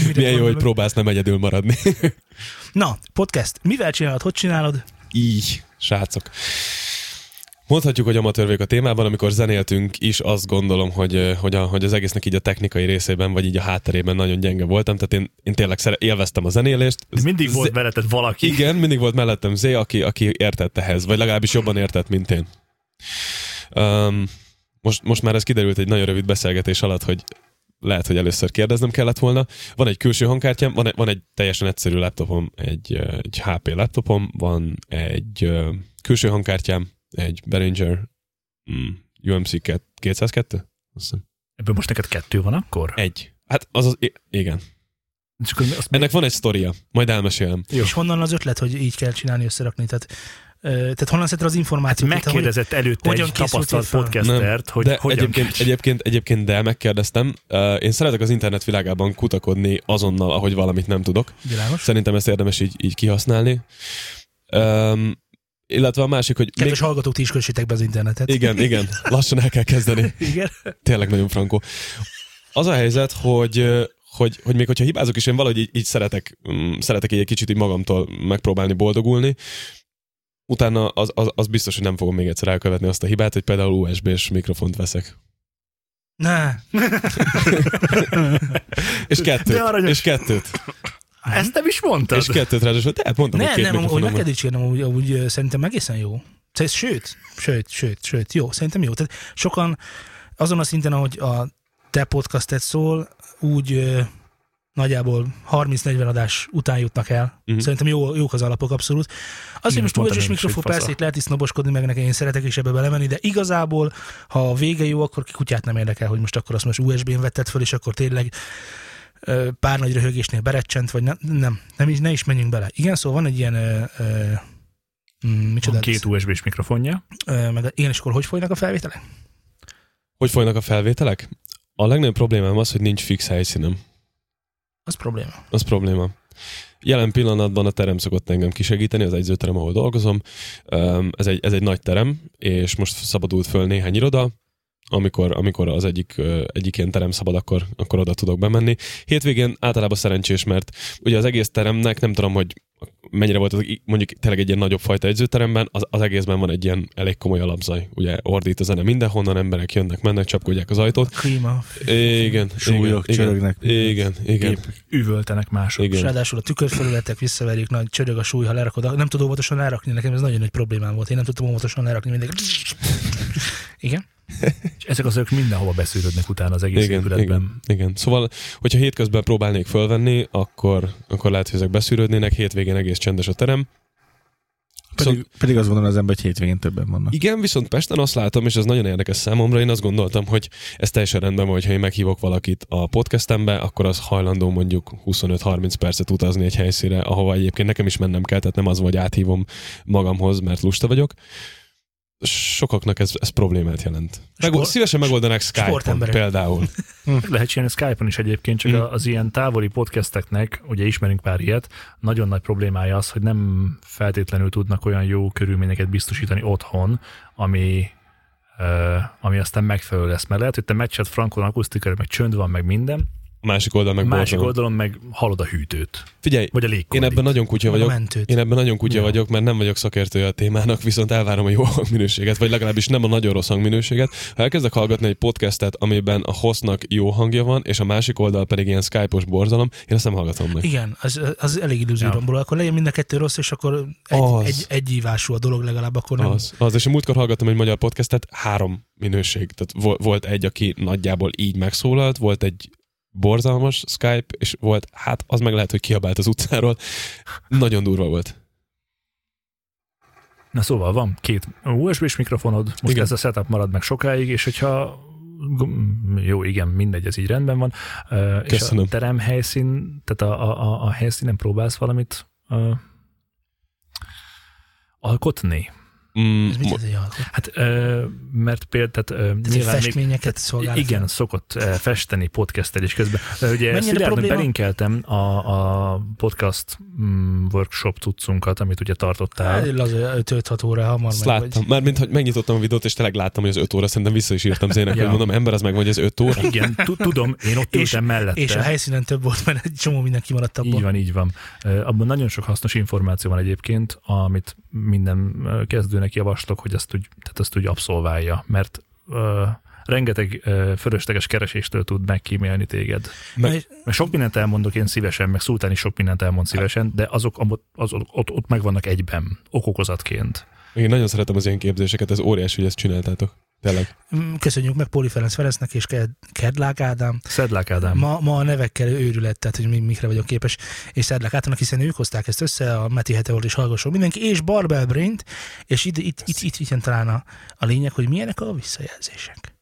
Speaker 4: Milyen jó, hogy
Speaker 2: gondolok.
Speaker 4: próbálsz nem egyedül maradni.
Speaker 2: Na, podcast. Mivel csinálod? Hogy csinálod?
Speaker 4: Így, srácok. Mondhatjuk, hogy amatőrvék a témában, amikor zenéltünk is, azt gondolom, hogy, hogy, a, hogy az egésznek így a technikai részében, vagy így a hátterében nagyon gyenge voltam, tehát én, én tényleg szere- élveztem a zenélést.
Speaker 3: De mindig volt
Speaker 4: Z-
Speaker 3: veleted valaki.
Speaker 4: igen, mindig volt mellettem Zé, aki, aki értett ehhez, vagy legalábbis jobban értett, mint én. Um, most, most már ez kiderült egy nagyon rövid beszélgetés alatt, hogy lehet, hogy először kérdeznem kellett volna. Van egy külső hangkártyám, van egy, van egy teljesen egyszerű laptopom, egy, ö, egy HP laptopom, van egy ö, külső hangkártyám, egy Behringer mm, UMC 202? Azt hiszem.
Speaker 3: Ebből most neked kettő van akkor?
Speaker 4: Egy. Hát az az, i- igen.
Speaker 3: És akkor azt
Speaker 4: Ennek van egy sztoria, majd elmesélem.
Speaker 2: Jó. És honnan az ötlet, hogy így kell csinálni, összerakni? Tehát, ö, tehát honnan szedted az információt?
Speaker 3: Hát,
Speaker 2: Tehát, hogy-
Speaker 3: megkérdezett előtte
Speaker 2: hogyan
Speaker 3: egy
Speaker 2: készültél
Speaker 3: tapasztalt
Speaker 2: fel?
Speaker 3: podcastert, hogy
Speaker 4: de
Speaker 3: hogyan
Speaker 4: egyébként,
Speaker 3: kell-
Speaker 4: egyébként, egyébként de megkérdeztem. Uh, én szeretek az internet világában kutakodni azonnal, ahogy valamit nem tudok.
Speaker 2: Világos?
Speaker 4: Szerintem ezt érdemes így, így kihasználni. Um, illetve a másik, hogy még...
Speaker 2: Kedves hallgatók, ti is kössétek be az internetet.
Speaker 4: Igen, igen, lassan el kell kezdeni.
Speaker 2: Igen.
Speaker 4: Tényleg nagyon frankó. Az a helyzet, hogy hogy, hogy még hogyha hibázok is, én valahogy így, így szeretek, mm, szeretek így egy kicsit így magamtól megpróbálni boldogulni, utána az, az, az biztos, hogy nem fogom még egyszer elkövetni azt a hibát, hogy például USB-s mikrofont veszek.
Speaker 2: Ne.
Speaker 4: És kettőt.
Speaker 3: aranyos.
Speaker 4: És kettőt.
Speaker 3: Ezt nem is mondtad.
Speaker 4: És kettőt ráadásul. Tehát mondtam,
Speaker 2: Ne,
Speaker 4: hogy két
Speaker 2: nem, amúgy
Speaker 4: mikrofonom
Speaker 2: meg
Speaker 4: van.
Speaker 2: kell dicsérnem, amúgy, amúgy ö, szerintem egészen jó. Szerint- Sőt, sőt, sőt, sőt, jó, szerintem jó. Tehát sokan azon a szinten, ahogy a te podcastet szól, úgy ö, nagyjából 30-40 adás után jutnak el.
Speaker 4: Mhm.
Speaker 2: Uh-huh. Szerintem jó, jók az alapok abszolút. Az, hogy
Speaker 3: Igen,
Speaker 2: most
Speaker 3: mondtam
Speaker 2: úgyis
Speaker 3: én is,
Speaker 2: mikrofon
Speaker 3: hogy fasza.
Speaker 2: persze itt lehet is sznoboskodni, meg nekem én szeretek is ebbe belemenni, de igazából, ha a vége jó, akkor ki kutyát nem érdekel, hogy most akkor azt most USB-n vetted föl, és akkor tényleg ö, pár nagy röhögésnél berecsent, vagy nem, nem, nem is, ne is menjünk bele. Igen, szóval van egy ilyen ö, ö, mm, micsoda,
Speaker 3: Van két USB-s mikrofonja.
Speaker 2: ö, meg igen, és akkor hogy folynak a felvételek?
Speaker 4: Hogy folynak a felvételek? A legnagyobb problémám az, hogy nincs fix helyszínem.
Speaker 2: Az probléma.
Speaker 4: Az probléma. Jelen pillanatban a terem szokott engem kisegíteni, az egyzőterem, ahol dolgozom. Öm, Ez egy, ez egy nagy terem, és most szabadult föl néhány iroda, amikor, amikor az egyik, ö, egyik ilyen terem szabad, akkor, akkor oda tudok bemenni. Hétvégén általában szerencsés, mert ugye az egész teremnek, nem tudom, hogy mennyire volt az, mondjuk tényleg egy ilyen nagyobb fajta edzőteremben, az, az egészben van egy ilyen elég komoly alapzaj. Ugye ordít a zene mindenhonnan, emberek jönnek, mennek, csapkodják az ajtót.
Speaker 2: Klíma.
Speaker 4: Igen,
Speaker 5: Súlyok
Speaker 4: igen,
Speaker 5: csörögnek.
Speaker 4: igen, igen, igen,
Speaker 3: Gép- Üvöltenek mások.
Speaker 2: És
Speaker 4: igen.
Speaker 2: ráadásul a tükörfelületek visszaverjük, nagy csörög a súly, ha lerakod. Nem tudod óvatosan lerakni, nekem ez nagyon nagy problémám volt. Én nem tudtam óvatosan lerakni mindig. Igen.
Speaker 3: És ezek az ők mindenhova beszűrődnek utána az egész
Speaker 4: Igen,
Speaker 3: épületben.
Speaker 4: igen, igen. Szóval, hogyha hétközben próbálnék fölvenni, akkor, akkor lehet, hogy ezek beszűrődnének, hétvégén egész csendes a terem.
Speaker 5: Pedig, pedig azt gondolom az ember, hogy hétvégén többen vannak.
Speaker 4: Igen, viszont Pesten azt látom, és ez nagyon érdekes számomra, én azt gondoltam, hogy ez teljesen rendben van, hogyha én meghívok valakit a podcastembe, akkor az hajlandó mondjuk 25-30 percet utazni egy helyszíre, ahova egyébként nekem is mennem kell, tehát nem az, van, hogy áthívom magamhoz, mert lusta vagyok. Sokaknak ez, ez problémát jelent. Meg,
Speaker 2: Sport-
Speaker 4: szívesen megoldanák Skype-on
Speaker 2: sportemberek.
Speaker 4: például. Hm.
Speaker 3: Meg Lehet csinálni Skype-on is egyébként, csak
Speaker 4: Mm.
Speaker 3: a- az ilyen távoli podcasteknek, ugye ismerünk pár ilyet, nagyon nagy problémája az, hogy nem feltétlenül tudnak olyan jó körülményeket biztosítani otthon, ami ö, ami aztán megfelelő lesz. Mert lehet, hogy te meccset frankon akusztikára, meg csönd van, meg minden.
Speaker 4: A másik oldal meg
Speaker 3: Meg másik
Speaker 4: borzalom.
Speaker 3: oldalon meg hallod a hűtőt,
Speaker 4: Figyelj,
Speaker 3: vagy a
Speaker 4: én
Speaker 3: légkondit.
Speaker 4: ebben nagyon kutya
Speaker 2: Meg a
Speaker 4: vagyok,
Speaker 2: mentőt.
Speaker 4: Én ebben nagyon kutya vagyok, mert nem vagyok szakértője a témának, viszont elvárom a jó hangminőséget, vagy legalábbis nem a nagyon rossz hangminőséget. Ha elkezdek hallgatni egy podcastet, amiben a hostnak jó hangja van, és a másik oldal pedig ilyen skype-os borzalom, én azt nem hallgatom meg.
Speaker 2: Igen, az, az elég illúzióromból. Akkor legyen mind a kettő rossz, és akkor egy,
Speaker 4: Az.
Speaker 2: egy, egy ívású a dolog legalább, akkor nem.
Speaker 4: Az, az, és a múltkor hallgattam egy magyar podcastet, három minőség. Tehát vo- volt egy, aki nagyjából így megszólalt, volt egy borzalmas Skype, és volt, hát az meg lehet, hogy kiabált az utcáról. Nagyon durva volt.
Speaker 3: Na szóval van két USB-s mikrofonod, most
Speaker 4: Igen.
Speaker 3: ez a setup marad meg sokáig, és hogyha gum- jó, igen, mindegy, ez így rendben van. Ö,
Speaker 4: Köszönöm.
Speaker 3: És a terem helyszín, tehát a, a, a, a helyszínen próbálsz valamit ö, alkotni.
Speaker 4: Mm,
Speaker 2: Ez mit jelent, hogy alkot?
Speaker 3: Hát, ö, mert például, tehát, ö,
Speaker 2: Tehát
Speaker 3: nyilván még,
Speaker 2: festményeket szolgál.
Speaker 3: igen, szokott eh, festeni podcastelés közben. Eh, Ugye
Speaker 2: Mennyire
Speaker 3: Szilárdnak
Speaker 2: probléma?
Speaker 3: belinkeltem a, a podcast mm, workshop tudszunkat, amit ugye tartottál.
Speaker 2: Hát, Laza, 5-6 óra hamar
Speaker 4: Azt
Speaker 2: meg,
Speaker 4: láttam. Mármint, hogy megnyitottam a videót, és tényleg láttam, hogy az 5 óra, szerintem vissza is írtam Zének, hogy
Speaker 3: Ja.
Speaker 4: mondom, ember, az meg vagy az 5 óra.
Speaker 3: Igen, tu- tudom, én ott
Speaker 2: És-
Speaker 3: ültem mellette.
Speaker 2: És a helyszínen több volt, mert egy csomó minden kimaradt abból.
Speaker 3: Így van, így van. Eh, Abban nagyon sok hasznos információ van egyébként, amit minden eh, kezdőnek javaslok, hogy azt úgy, tehát azt úgy abszolválja, mert uh, rengeteg uh, fölösleges kereséstől tud megkímélni téged.
Speaker 4: Meg-
Speaker 2: Na és-
Speaker 3: Mert sok mindent elmondok én szívesen, meg Szultán is sok mindent elmond szívesen, de azok, amot- azok ott, ott megvannak egyben, okokozatként.
Speaker 4: Én nagyon szeretem az ilyen képzéseket, ez óriási, hogy ezt csináltátok. Tényleg.
Speaker 2: Mm, Köszönjük meg Póli Ferenc Ferencnek és Ked- Kedlák Ádám.
Speaker 3: Szedlák Ádám. Ma...
Speaker 2: Ma, ma a nevekkel őrület, tehát hogy mi, mikre vagyok képes, és Szedlák Ádámnak, hiszen ők hozták ezt össze, a Meti Heteor is hallgasson mindenki, és Barbel Brint, és itt, itt, itt, itt, itt jön talán a, a lényeg, hogy milyenek a visszajelzések.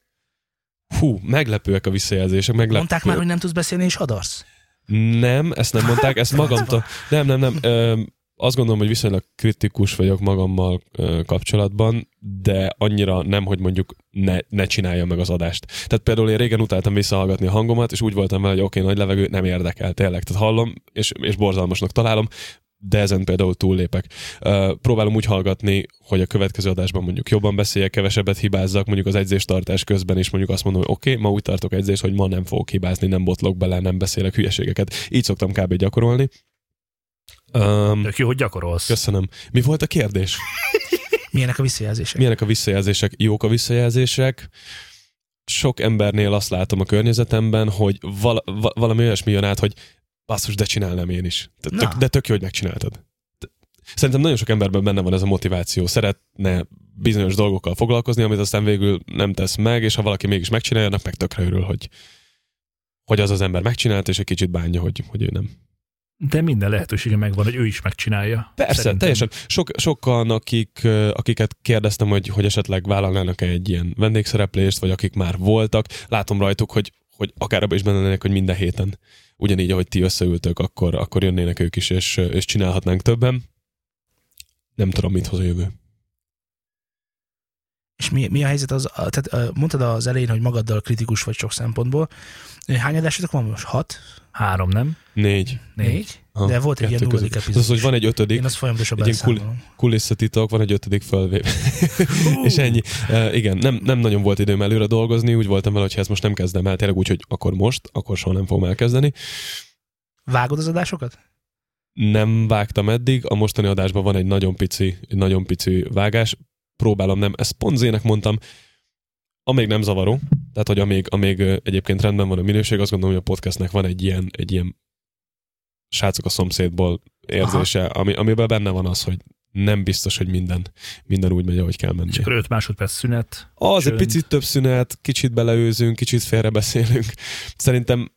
Speaker 4: Hú, meglepőek a visszajelzések, meglepőek.
Speaker 2: Mondták már, hogy nem tudsz beszélni, és hadarsz.
Speaker 4: Nem, ezt nem mondták,
Speaker 2: Hát,
Speaker 4: ezt magamtól. Nem, nem, nem. Ö, azt gondolom, hogy viszonylag kritikus vagyok magammal ö, kapcsolatban, de annyira nem, hogy mondjuk ne, ne csináljam meg az adást. Tehát például én régen utáltam visszahallgatni a hangomat, és úgy voltam vele, hogy oké, okay, nagy levegő, nem érdekel, tényleg. Tehát hallom, és, és borzalmasnak találom, de ezen például túllépek. Ö, Próbálom úgy hallgatni, hogy a következő adásban mondjuk jobban beszéljek, kevesebbet hibázzak, mondjuk az edzéstartás közben is mondjuk azt mondom, hogy oké, okay, ma úgy tartok edzést, hogy ma nem fogok hibázni, nem botlok bele, nem beszélek hülyeségeket. Így szoktam kb. gyakorolni. Um,
Speaker 3: Tök jó, hogy gyakorolsz.
Speaker 4: köszönöm. Mi volt a kérdés?
Speaker 2: Milyenek a visszajelzések?
Speaker 4: Milyenek a visszajelzések? Jók a visszajelzések? Sok embernél azt látom a környezetemben, hogy val- va- valami olyasmi jön át, hogy basszus, de csinálnám én is. De
Speaker 2: Na.
Speaker 4: tök, de tök jó, hogy megcsináltad. De- Szerintem nagyon sok emberben benne van ez a motiváció. Szeretne bizonyos dolgokkal foglalkozni, amit aztán végül nem tesz meg, és ha valaki mégis megcsinálja, annak meg tökre örül, hogy, hogy az az ember megcsinálta, és egy kicsit bánja, hogy, hogy ő nem.
Speaker 3: De minden lehetősége megvan, hogy ő is megcsinálja.
Speaker 4: Persze,
Speaker 3: Szerintem.
Speaker 4: teljesen. Sok, sokan, akik, ö, akiket kérdeztem, hogy, hogy esetleg vállalnának-e egy ilyen vendégszereplést, vagy akik már voltak, látom rajtuk, hogy, hogy akár abban is benne lennének, hogy minden héten ugyanígy, ahogy ti összeültök, akkor, akkor jönnének ők is, és, ö, és csinálhatnánk többen. Nem tudom, mit hoz a jövő.
Speaker 2: És mi, mi a helyzet az, a- tehát ö, mondtad az elején, hogy magaddal kritikus vagy sok szempontból. Ö, Hány adásotok van most? Hat?
Speaker 3: Három, nem?
Speaker 4: Négy.
Speaker 2: Négy?
Speaker 4: Ha,
Speaker 2: De volt egy ilyen
Speaker 4: kettő között.
Speaker 2: nulladik
Speaker 4: Az,
Speaker 2: epizód.
Speaker 4: az, hogy van egy ötödik,
Speaker 2: Én azt folyamatosan
Speaker 4: egy ilyen kul-
Speaker 2: beszámolom.
Speaker 4: kulisszatitok, van egy ötödik fölvéve. és ennyi. Uh, igen, nem, nem nagyon volt időm előre dolgozni, úgy voltam vele, hogy ezt most nem kezdem el, tényleg úgy, hogy akkor most, akkor soha nem fogom elkezdeni.
Speaker 2: Vágod az adásokat?
Speaker 4: Nem vágtam eddig, a mostani adásban van egy nagyon pici, egy nagyon pici vágás, próbálom nem, ezt pont zének mondtam, amíg nem zavaró, tehát hogy amíg, amíg ö, egyébként rendben van a minőség, azt gondolom, hogy a podcastnek van egy ilyen, egy ilyen srácok a szomszédból érzése, ami, amiben benne van az, hogy nem biztos, hogy minden, minden úgy megy, ahogy kell menni.
Speaker 3: És akkor öt másodperc szünet.
Speaker 4: Az egy
Speaker 3: Csönd.
Speaker 4: picit több szünet, kicsit beleőzünk, kicsit félrebeszélünk. Szerintem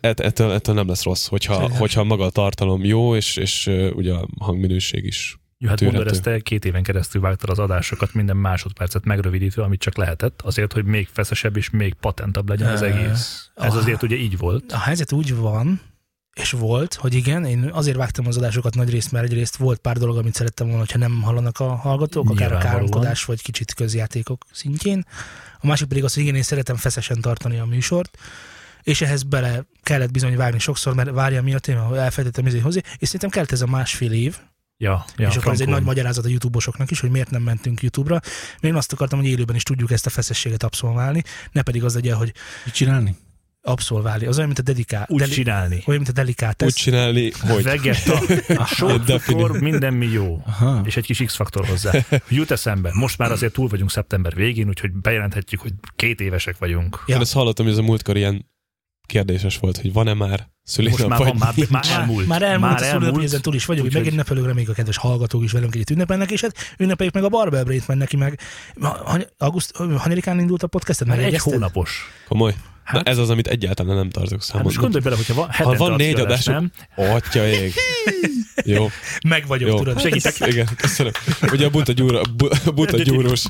Speaker 4: et- ettől, ettől nem lesz rossz, hogyha,
Speaker 2: Szerintem.
Speaker 4: hogyha maga a tartalom jó, és, és ö, ugye a hangminőség is.
Speaker 3: Jó, hát
Speaker 4: Tűrhető.
Speaker 3: mondod, ezt te két éven keresztül vágtad az adásokat, minden másodpercet megrövidítve, amit csak lehetett, azért, hogy még feszesebb és még patentabb legyen az
Speaker 2: Ö,
Speaker 3: egész. Ez
Speaker 2: ah.
Speaker 3: azért ugye így volt.
Speaker 2: A helyzet úgy van, és volt, hogy igen, én azért vágtam az adásokat nagy részt, mert egyrészt volt pár dolog, amit szerettem volna, hogyha nem hallanak a hallgatók, akár a
Speaker 3: Nyilvánvalóan.
Speaker 2: káromkodás, vagy kicsit közjátékok szintjén. A másik pedig az, hogy igen, én szeretem feszesen tartani a műsort, és ehhez bele kellett bizony vágni sokszor, mert várja miatt én elfelejtettem ezért hozzá, és szerintem kellett ez a másfél év,
Speaker 3: Ja, ja
Speaker 2: és akkor ez egy
Speaker 3: frankon.
Speaker 2: nagy magyarázat a YouTube-osoknak is, hogy miért nem mentünk YouTube-ra. Mert én azt akartam, hogy élőben is tudjuk ezt a feszességet abszolválni, ne pedig az legyen, hogy
Speaker 5: Mit csinálni?
Speaker 2: abszolválni. Az olyan, mint a dedikál.
Speaker 3: Úgy
Speaker 2: deli-
Speaker 3: csinálni.
Speaker 2: olyan, mint a delikát.
Speaker 4: Úgy csinálni, hogy Hát,
Speaker 3: Vegeta, a sócukor,
Speaker 4: defini-
Speaker 3: minden mi jó.
Speaker 5: Aha.
Speaker 3: És egy kis X-faktor hozzá. Jut eszembe, most már azért túl vagyunk szeptember végén, úgyhogy bejelenthetjük, hogy két évesek vagyunk.
Speaker 4: én ezt hallottam, hogy ez a múltkor ilyen kérdéses volt, hogy van-e már
Speaker 3: Most
Speaker 4: szülénap,
Speaker 3: már van, már, már elmúlt.
Speaker 2: Már elmúlt, már elmúlt. Szóval ezen túl is vagyunk, hogy
Speaker 3: úgyhogy-
Speaker 2: megint ne még a kedves hallgatók is velünk együtt ünnepelnek, és hát ünnepeljük meg a Barbell Brain-t, mert neki meg Ma- hany- auguszt, hanyadikán indult a Hát podcasted?
Speaker 3: Már egy
Speaker 2: Megjegyezted?
Speaker 3: hónapos.
Speaker 4: Komoly. Na
Speaker 2: Hát-
Speaker 4: ez az, amit egyáltalán nem tartok
Speaker 3: Hát
Speaker 4: számon.
Speaker 3: most gondolj bele, hogyha van,
Speaker 4: ha
Speaker 3: hetente
Speaker 4: van
Speaker 3: az
Speaker 4: négy
Speaker 3: kiadás,
Speaker 4: adásunk,
Speaker 3: nem?
Speaker 4: Atya ég. Jó,
Speaker 2: Meg vagyok,
Speaker 4: jó.
Speaker 2: tudod. Segítek.
Speaker 4: Hát, Igen, köszönöm. Ugye a buta, gyúra, bu- a buta gyúrós.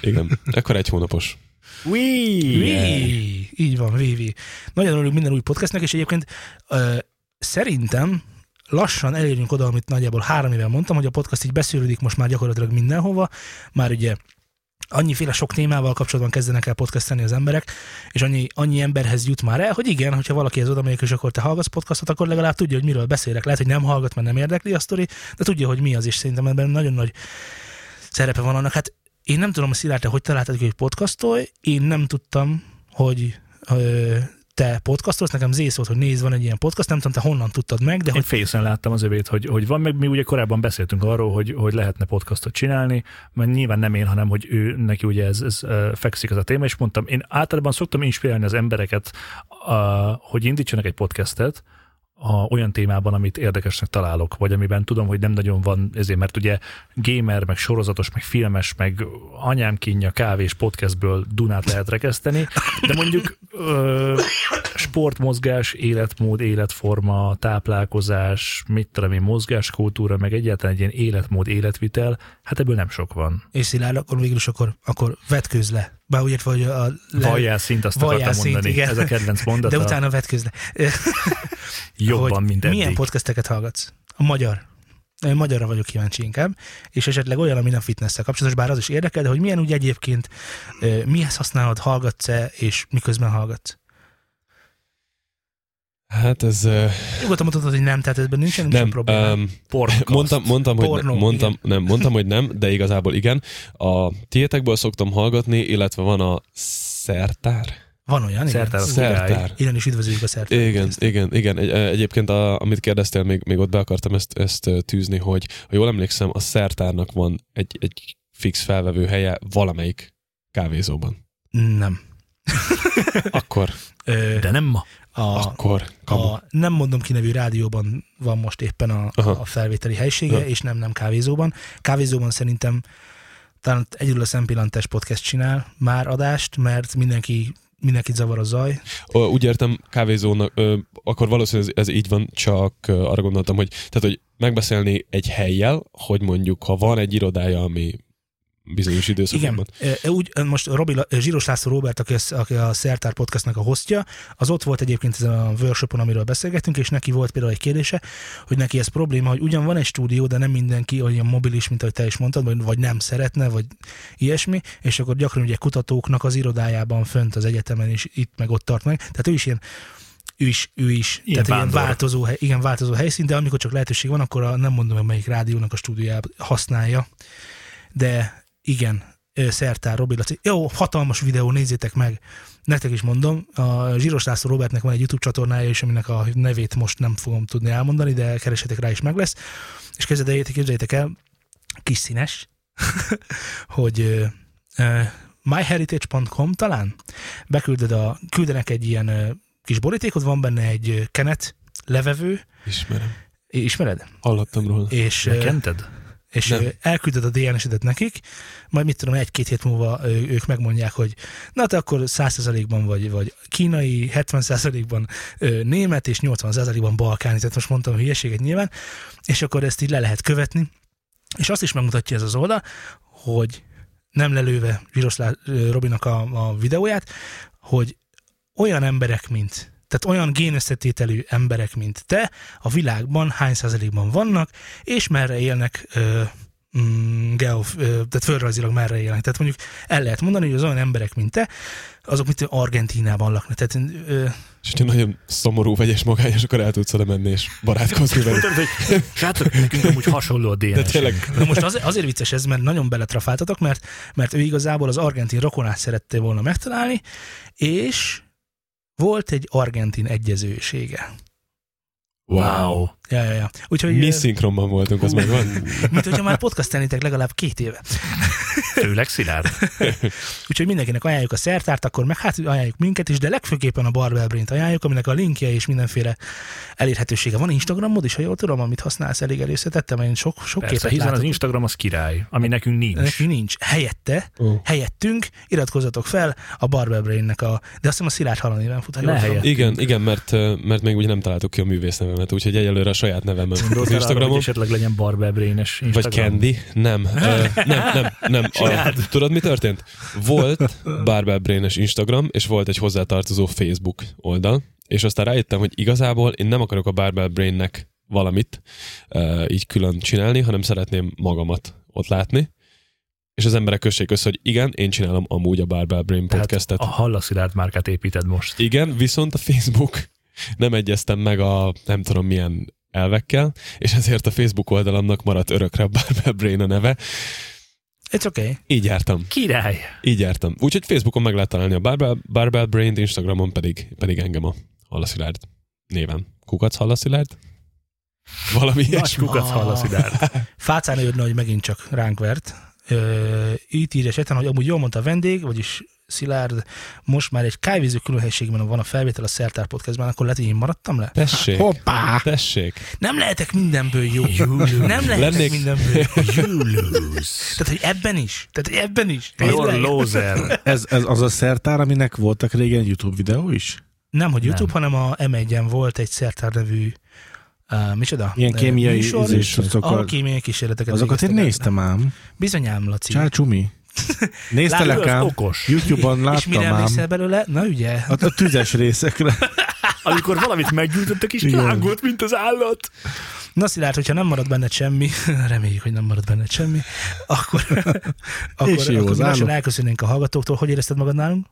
Speaker 4: Igen, akkor egy hónapos.
Speaker 2: Ví, így van, Vivi. Nagyon örülünk minden új podcastnek, és egyébként ö, szerintem lassan elérjünk oda, amit nagyjából három éve mondtam, hogy a podcast így beszűrődik most már gyakorlatilag mindenhova, már ugye annyiféle sok témával kapcsolatban kezdenek el podcastelni az emberek, és annyi, annyi emberhez jut már el, hogy igen, hogyha valaki ez oda megy, és akkor te hallgatsz podcastot, akkor legalább tudja, hogy miről beszélek. Lehet, hogy nem hallgat, mert nem érdekli a sztori, de tudja, hogy mi az, és szerintem ebben nagyon nagy szerepe van annak. Hát én nem tudom, hogy Szilárd, te hogy találtad ki, hogy podcastolj, én nem tudtam, hogy ö, te podcastolsz, nekem Zé szólt, hogy nézd, van egy ilyen podcast, nem tudom, te honnan tudtad meg, de
Speaker 3: Én
Speaker 2: hogy
Speaker 3: fészen láttam az övét, hogy, hogy van, meg mi ugye korábban beszéltünk arról, hogy, hogy lehetne podcastot csinálni, mert nyilván nem én, hanem hogy ő, neki ugye ez, ez ö, fekszik ez a téma, és mondtam, én általában szoktam inspirálni az embereket, a, hogy indítsanak egy podcastet, a, olyan témában, amit érdekesnek találok, vagy amiben tudom, hogy nem nagyon van ezért, mert ugye gamer, meg sorozatos, meg filmes, meg anyám kínja, kávés podcastből Dunát lehet rekeszteni, de mondjuk ö, sportmozgás, életmód, életforma, táplálkozás, mit tudom én, mozgáskultúra, meg egyáltalán egy ilyen életmód, életvitel, hát ebből nem sok van.
Speaker 2: és Szilárd, akkor végül is akkor, akkor vetkőz le. Bár úgy értve, hogy a... le-
Speaker 3: Vajjál szint, azt
Speaker 2: Vajjál
Speaker 3: akartam
Speaker 2: szint,
Speaker 3: mondani.
Speaker 2: igen.
Speaker 3: Ez a kedvenc
Speaker 2: de
Speaker 3: mondata.
Speaker 2: utána vetkőz le.
Speaker 3: jobban, mint eddig.
Speaker 2: Milyen podcasteket hallgatsz? A magyar. Én magyarra vagyok kíváncsi inkább, és esetleg olyan, ami nem fitnesszel kapcsolatos, bár az is érdekel, de hogy milyen úgy egyébként, ö, mihez használod, hallgatsz-e, és miközben hallgatsz?
Speaker 4: Hát ez... ö,
Speaker 2: Nyugodtan mondhatod, hogy nem, tehát ebben nincsen nem,
Speaker 4: nem,
Speaker 2: probléma. Um,
Speaker 4: um, mondtam, mondtam, hogy
Speaker 2: Pornó,
Speaker 4: ne, mondtam, nem, mondtam, hogy nem, de igazából igen. A tiétekből szoktam hallgatni, illetve van a szertár.
Speaker 2: Van olyan, igen.
Speaker 3: Szertár, az király.
Speaker 4: Szertár.
Speaker 2: Innen is üdvözlőjük a szertár.
Speaker 4: Igen, igen, igen. Egy, e, egyébként, a, amit kérdeztél, még, még ott be akartam ezt, ezt ö, tűzni, hogy ha jól emlékszem, a szertárnak van egy, egy fix felvevő helye valamelyik kávézóban.
Speaker 2: Nem.
Speaker 4: Akkor,
Speaker 2: Ö,
Speaker 3: De nem ma.
Speaker 2: a,
Speaker 4: akkor, kamu.
Speaker 2: a, nem mondom ki nevű rádióban van most éppen a,
Speaker 4: Aha.
Speaker 2: a felvételi helysége,
Speaker 4: Aha.
Speaker 2: és nem, nem kávézóban. Kávézóban szerintem talán egyedül a Szempillantás podcast csinál már adást, mert mindenki mindenkit zavar a zaj.
Speaker 4: Ö, Úgy értem, kávézónak, ö, akkor valószínűleg ez, ez így van, csak ö, arra gondoltam, hogy, tehát, hogy megbeszélni egy helyjel, hogy mondjuk, ha van egy irodája, ami bizonyos
Speaker 2: Igen,
Speaker 4: időszakban.
Speaker 2: Ö, úgy, ö, most Robi, La- ö, Zsíros László Robert, aki, a- aki a Szertár podcastnak a hostja, az ott volt egyébként ezen a workshopon, amiről beszélgettünk, és neki volt például egy kérdése, hogy neki ez probléma, hogy ugyan van egy stúdió, de nem mindenki olyan mobilis, mint ahogy te is mondtad, vagy- vagy nem szeretne, vagy ilyesmi, és akkor gyakran ugye kutatóknak az irodájában fönt az egyetemen, és itt meg ott tart meg. Tehát ő is ilyen ő is, ő is.
Speaker 3: Ilyen
Speaker 2: tehát
Speaker 3: vándor.
Speaker 2: ilyen változó, hely- igen, változó helyszín, de amikor csak lehetőség van, akkor a, nem mondom, hogy melyik rádiónak a stúdióját használja, de igen, ö, szertár Robi Laci. Jó, hatalmas videó, nézzétek meg. Nektek is mondom, a Zsíros László Robertnek van egy YouTube csatornája is, aminek a nevét most nem fogom tudni elmondani, de keresetek rá is meg lesz. És kezdjétek, képzeljétek el, kis színes, hogy ö, ö, myheritage.com talán beküldöd a, küldenek egy ilyen ö, kis borítékot, van benne egy ö, kenet levevő,
Speaker 4: Ismerem.
Speaker 2: I- ismered?
Speaker 4: Hallottam róla.
Speaker 2: És, ö,
Speaker 3: Kented?
Speaker 2: és
Speaker 4: Nem.
Speaker 2: ö, elküldöd a DNS-edet nekik, majd mit tudom, egy-két hét múlva ö, ők megmondják, hogy na te akkor 100%-ban vagy, vagy kínai, 70%-ban ö, német, és 80%-ban balkáni, tehát most mondtam hülyeséget nyilván, és akkor ezt így le lehet követni, és azt is megmutatja ez az oldal, hogy nem lelőve Zsiroszlá ö, Robinak a, a videóját, hogy olyan emberek, mint tehát olyan génösszetételű emberek, mint te, a világban hány százalékban vannak, és merre élnek ö, mm, geof, ö, tehát földrajzilag merre élnek. Tehát mondjuk el lehet mondani, hogy az olyan emberek, mint te, azok mint Argentínában laknak. Tehát ö,
Speaker 4: És hogyha nagyon szomorú vagy és magányos, akkor el tudsz oda menni és barátkozni velük.
Speaker 3: Tudod, hogy Srácok, nekünk amúgy hasonló a
Speaker 4: De
Speaker 3: DNS.
Speaker 4: tényleg,
Speaker 2: Na most az, azért vicces ez, mert nagyon beletrafáltatok, mert, mert ő igazából az argentin rokonát szerette volna megtalálni, és volt egy argentin egyezősége.
Speaker 3: Wow.
Speaker 2: Ja, ja, ja. Úgyhogy,
Speaker 4: mi
Speaker 2: ö,
Speaker 4: szinkronban voltunk, az megvan.
Speaker 2: mint hogyha már podcastelnétek legalább két éve.
Speaker 3: Főleg Szilárd.
Speaker 2: Úgyhogy mindenkinek ajánljuk a szertárt, akkor meg hát ajánljuk minket is, de legfőképpen a Barbell Brain-t ajánljuk, aminek a linkje és mindenféle elérhetősége. Van Instagramod is, ha jól tudom, amit használsz, elég előszetettem, én sok, sok
Speaker 3: Persze,
Speaker 2: képet
Speaker 3: hiszen
Speaker 2: látok.
Speaker 3: az Instagram az király, ami nekünk nincs.
Speaker 2: Nekünk nincs. Helyette,
Speaker 4: Ó.
Speaker 2: helyettünk, iratkozzatok fel a Barbell Brain-nek a... De azt hiszem a Szilárd Halaniven fut, ha jól
Speaker 3: Ne
Speaker 2: tudom.
Speaker 3: helyett.
Speaker 4: Igen, igen, mert, ö, mert még úgy nem találtuk ki a művész nevemet, úgyhogy egyelőre a saját nevemmel futok az
Speaker 3: Gondoltál arra, hogy
Speaker 4: Instagramon.
Speaker 3: esetleg legyen barberbrénes
Speaker 4: Vagy
Speaker 3: Instagram?
Speaker 4: Candy? Nem. Ö, nem, nem, nem. A,
Speaker 3: Csináld.
Speaker 4: tudod, mi történt? Volt Barbell Brain-es Instagram, és volt egy hozzátartozó Facebook oldal, és aztán rájöttem, hogy igazából én nem akarok a Barbell Brain-nek valamit ö, így külön csinálni, hanem szeretném magamat ott látni. És az emberek kössék össze, hogy igen, én csinálom amúgy a Barbell Brain
Speaker 3: Tehát
Speaker 4: podcastet.
Speaker 3: A hallaszilárd márkát építed most.
Speaker 4: Igen, viszont a Facebook nem egyeztem meg a nem tudom milyen elvekkel, és ezért a Facebook oldalamnak maradt örökre a Barbell Brain a neve.
Speaker 2: It's okay.
Speaker 4: Így jártam,
Speaker 3: Király!
Speaker 4: így jártam. Úgyhogy Facebookon meg lehet találni a Barbell, Barbell Brain-t, Instagramon pedig, pedig engem a Hallaszilárd néven. Kukac Hallaszilárd? Valami
Speaker 3: Nagy
Speaker 4: ilyesmi.
Speaker 3: kukac
Speaker 2: Ah.
Speaker 3: hallaszilárd.
Speaker 2: Fácán őrne, hogy megint csak ránk vert. Ö, itt írja seten, hogy amúgy jól mondta a vendég, vagyis Szilárd, most már egy kávézó különhelységben van a felvétel a Szertár Podcastban, akkor lehet, hogy én maradtam le?
Speaker 4: Tessék,
Speaker 5: Hoppá!
Speaker 4: tessék.
Speaker 2: Nem lehetek mindenből jó. Nem lehetek
Speaker 4: Lennék-
Speaker 2: mindenből.
Speaker 3: You lose.
Speaker 2: Tehát, hogy ebben is. Tehát, hogy ebben is.
Speaker 3: You're
Speaker 2: Tényleg?
Speaker 3: loser.
Speaker 5: Ez, ez az a szertár, aminek voltak régen YouTube videó is?
Speaker 2: Nem, hogy YouTube,
Speaker 3: Nem.
Speaker 2: hanem a M1-en volt egy Szertár nevű uh, micsoda?
Speaker 5: Ilyen
Speaker 2: Ö,
Speaker 5: kémiai
Speaker 2: műsor,
Speaker 5: ízés,
Speaker 2: ahol
Speaker 5: azokat,
Speaker 2: kémiai kísérleteket
Speaker 5: azokat én
Speaker 2: végeztek el.
Speaker 5: néztem ám.
Speaker 2: Bizonyám, Laci.
Speaker 5: Csálcsumi. Néztelek
Speaker 3: Ő az
Speaker 5: ám.
Speaker 3: okos.
Speaker 5: YouTube-on
Speaker 2: És mire
Speaker 5: láttam ám.
Speaker 2: emlékszel belőle? Na ugye,
Speaker 5: A, a tüzes részekre.
Speaker 3: Amikor valamit meggyújtottak és
Speaker 5: Igen.
Speaker 3: lángolt, mint az állat.
Speaker 2: Na Szilárd, hogyha nem marad benned semmi, reméljük, hogy nem marad benned semmi, akkor, akkor,
Speaker 5: És jó,
Speaker 2: akkor
Speaker 5: az
Speaker 2: lassan
Speaker 5: állat.
Speaker 2: elköszönnénk a hallgatóktól. Hogy érezted magad nálunk?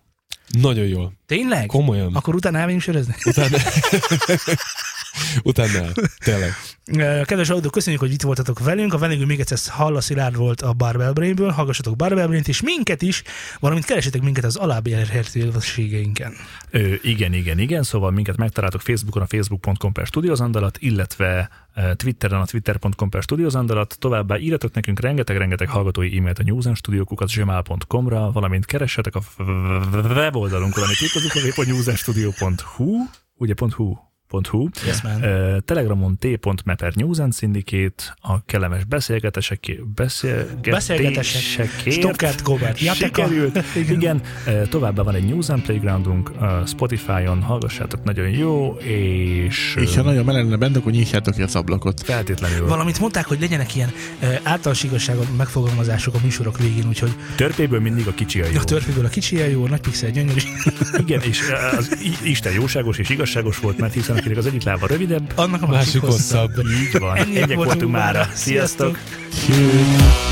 Speaker 4: Nagyon jól.
Speaker 2: Tényleg?
Speaker 4: Komolyan.
Speaker 2: Akkor utána elmegyünk sörözni.
Speaker 4: Utána... Utána el. Tényleg.
Speaker 2: Ö, Eh, Kedves hallgatók, köszönjük, hogy itt voltatok velünk. A vendégünk még egyszer Halla Szilárd volt a Barbell Brainből. Hallgassatok Barbell Braint és minket is, valamint keresetek minket az alábbi elérhető illetségeinken.
Speaker 3: Ö, igen, igen, igen, szóval minket megtaláltok Facebookon a facebook.com per studiozandalat, illetve ö, Twitteren a twitter.com per studiozandalat, továbbá írjatok nekünk rengeteg-rengeteg hallgatói e-mailt a newsenstudiokukat gmail.com-ra, valamint keressetek a f- f- f- weboldalunkon, amit itt az épp a newsenstudio.hu, ugye .hu, .hu.
Speaker 2: Yes, man.
Speaker 3: Ö, Telegramon t.me per News and Syndicate, a kellemes beszélgetesek, beszélgetések,
Speaker 2: Beszélgetesek. Stuttgart Gobert. Jateka.
Speaker 3: Sikerült. Igen. Ö, Továbbá van egy News and Playgroundunk ö, Spotify-on, hallgassátok, nagyon jó, és ö,
Speaker 5: És ha nagyon meleg lenne bent, akkor nyitjátok ki az ablakot.
Speaker 3: feltétlenül
Speaker 2: Valamint mondták, hogy legyenek ilyen ö, általános igazságon megfogalmazások a műsorok végén, úgyhogy
Speaker 3: törpéből mindig a kicsi a jó.
Speaker 2: a törpéből a kicsi ilyen jó, a nagy pixel gyönyörű.
Speaker 3: Igen, és ö, az I- Isten jóságos és igazságos volt, mert hiszen akinek az egyik lába rövidebb,
Speaker 2: Annak a másik,
Speaker 4: Másik hosszabb.
Speaker 3: így van.
Speaker 2: Ennyiek
Speaker 3: Egyek voltunk
Speaker 2: voltunk
Speaker 3: mára.
Speaker 2: mára.
Speaker 3: Sziasztok!
Speaker 2: Sziasztok.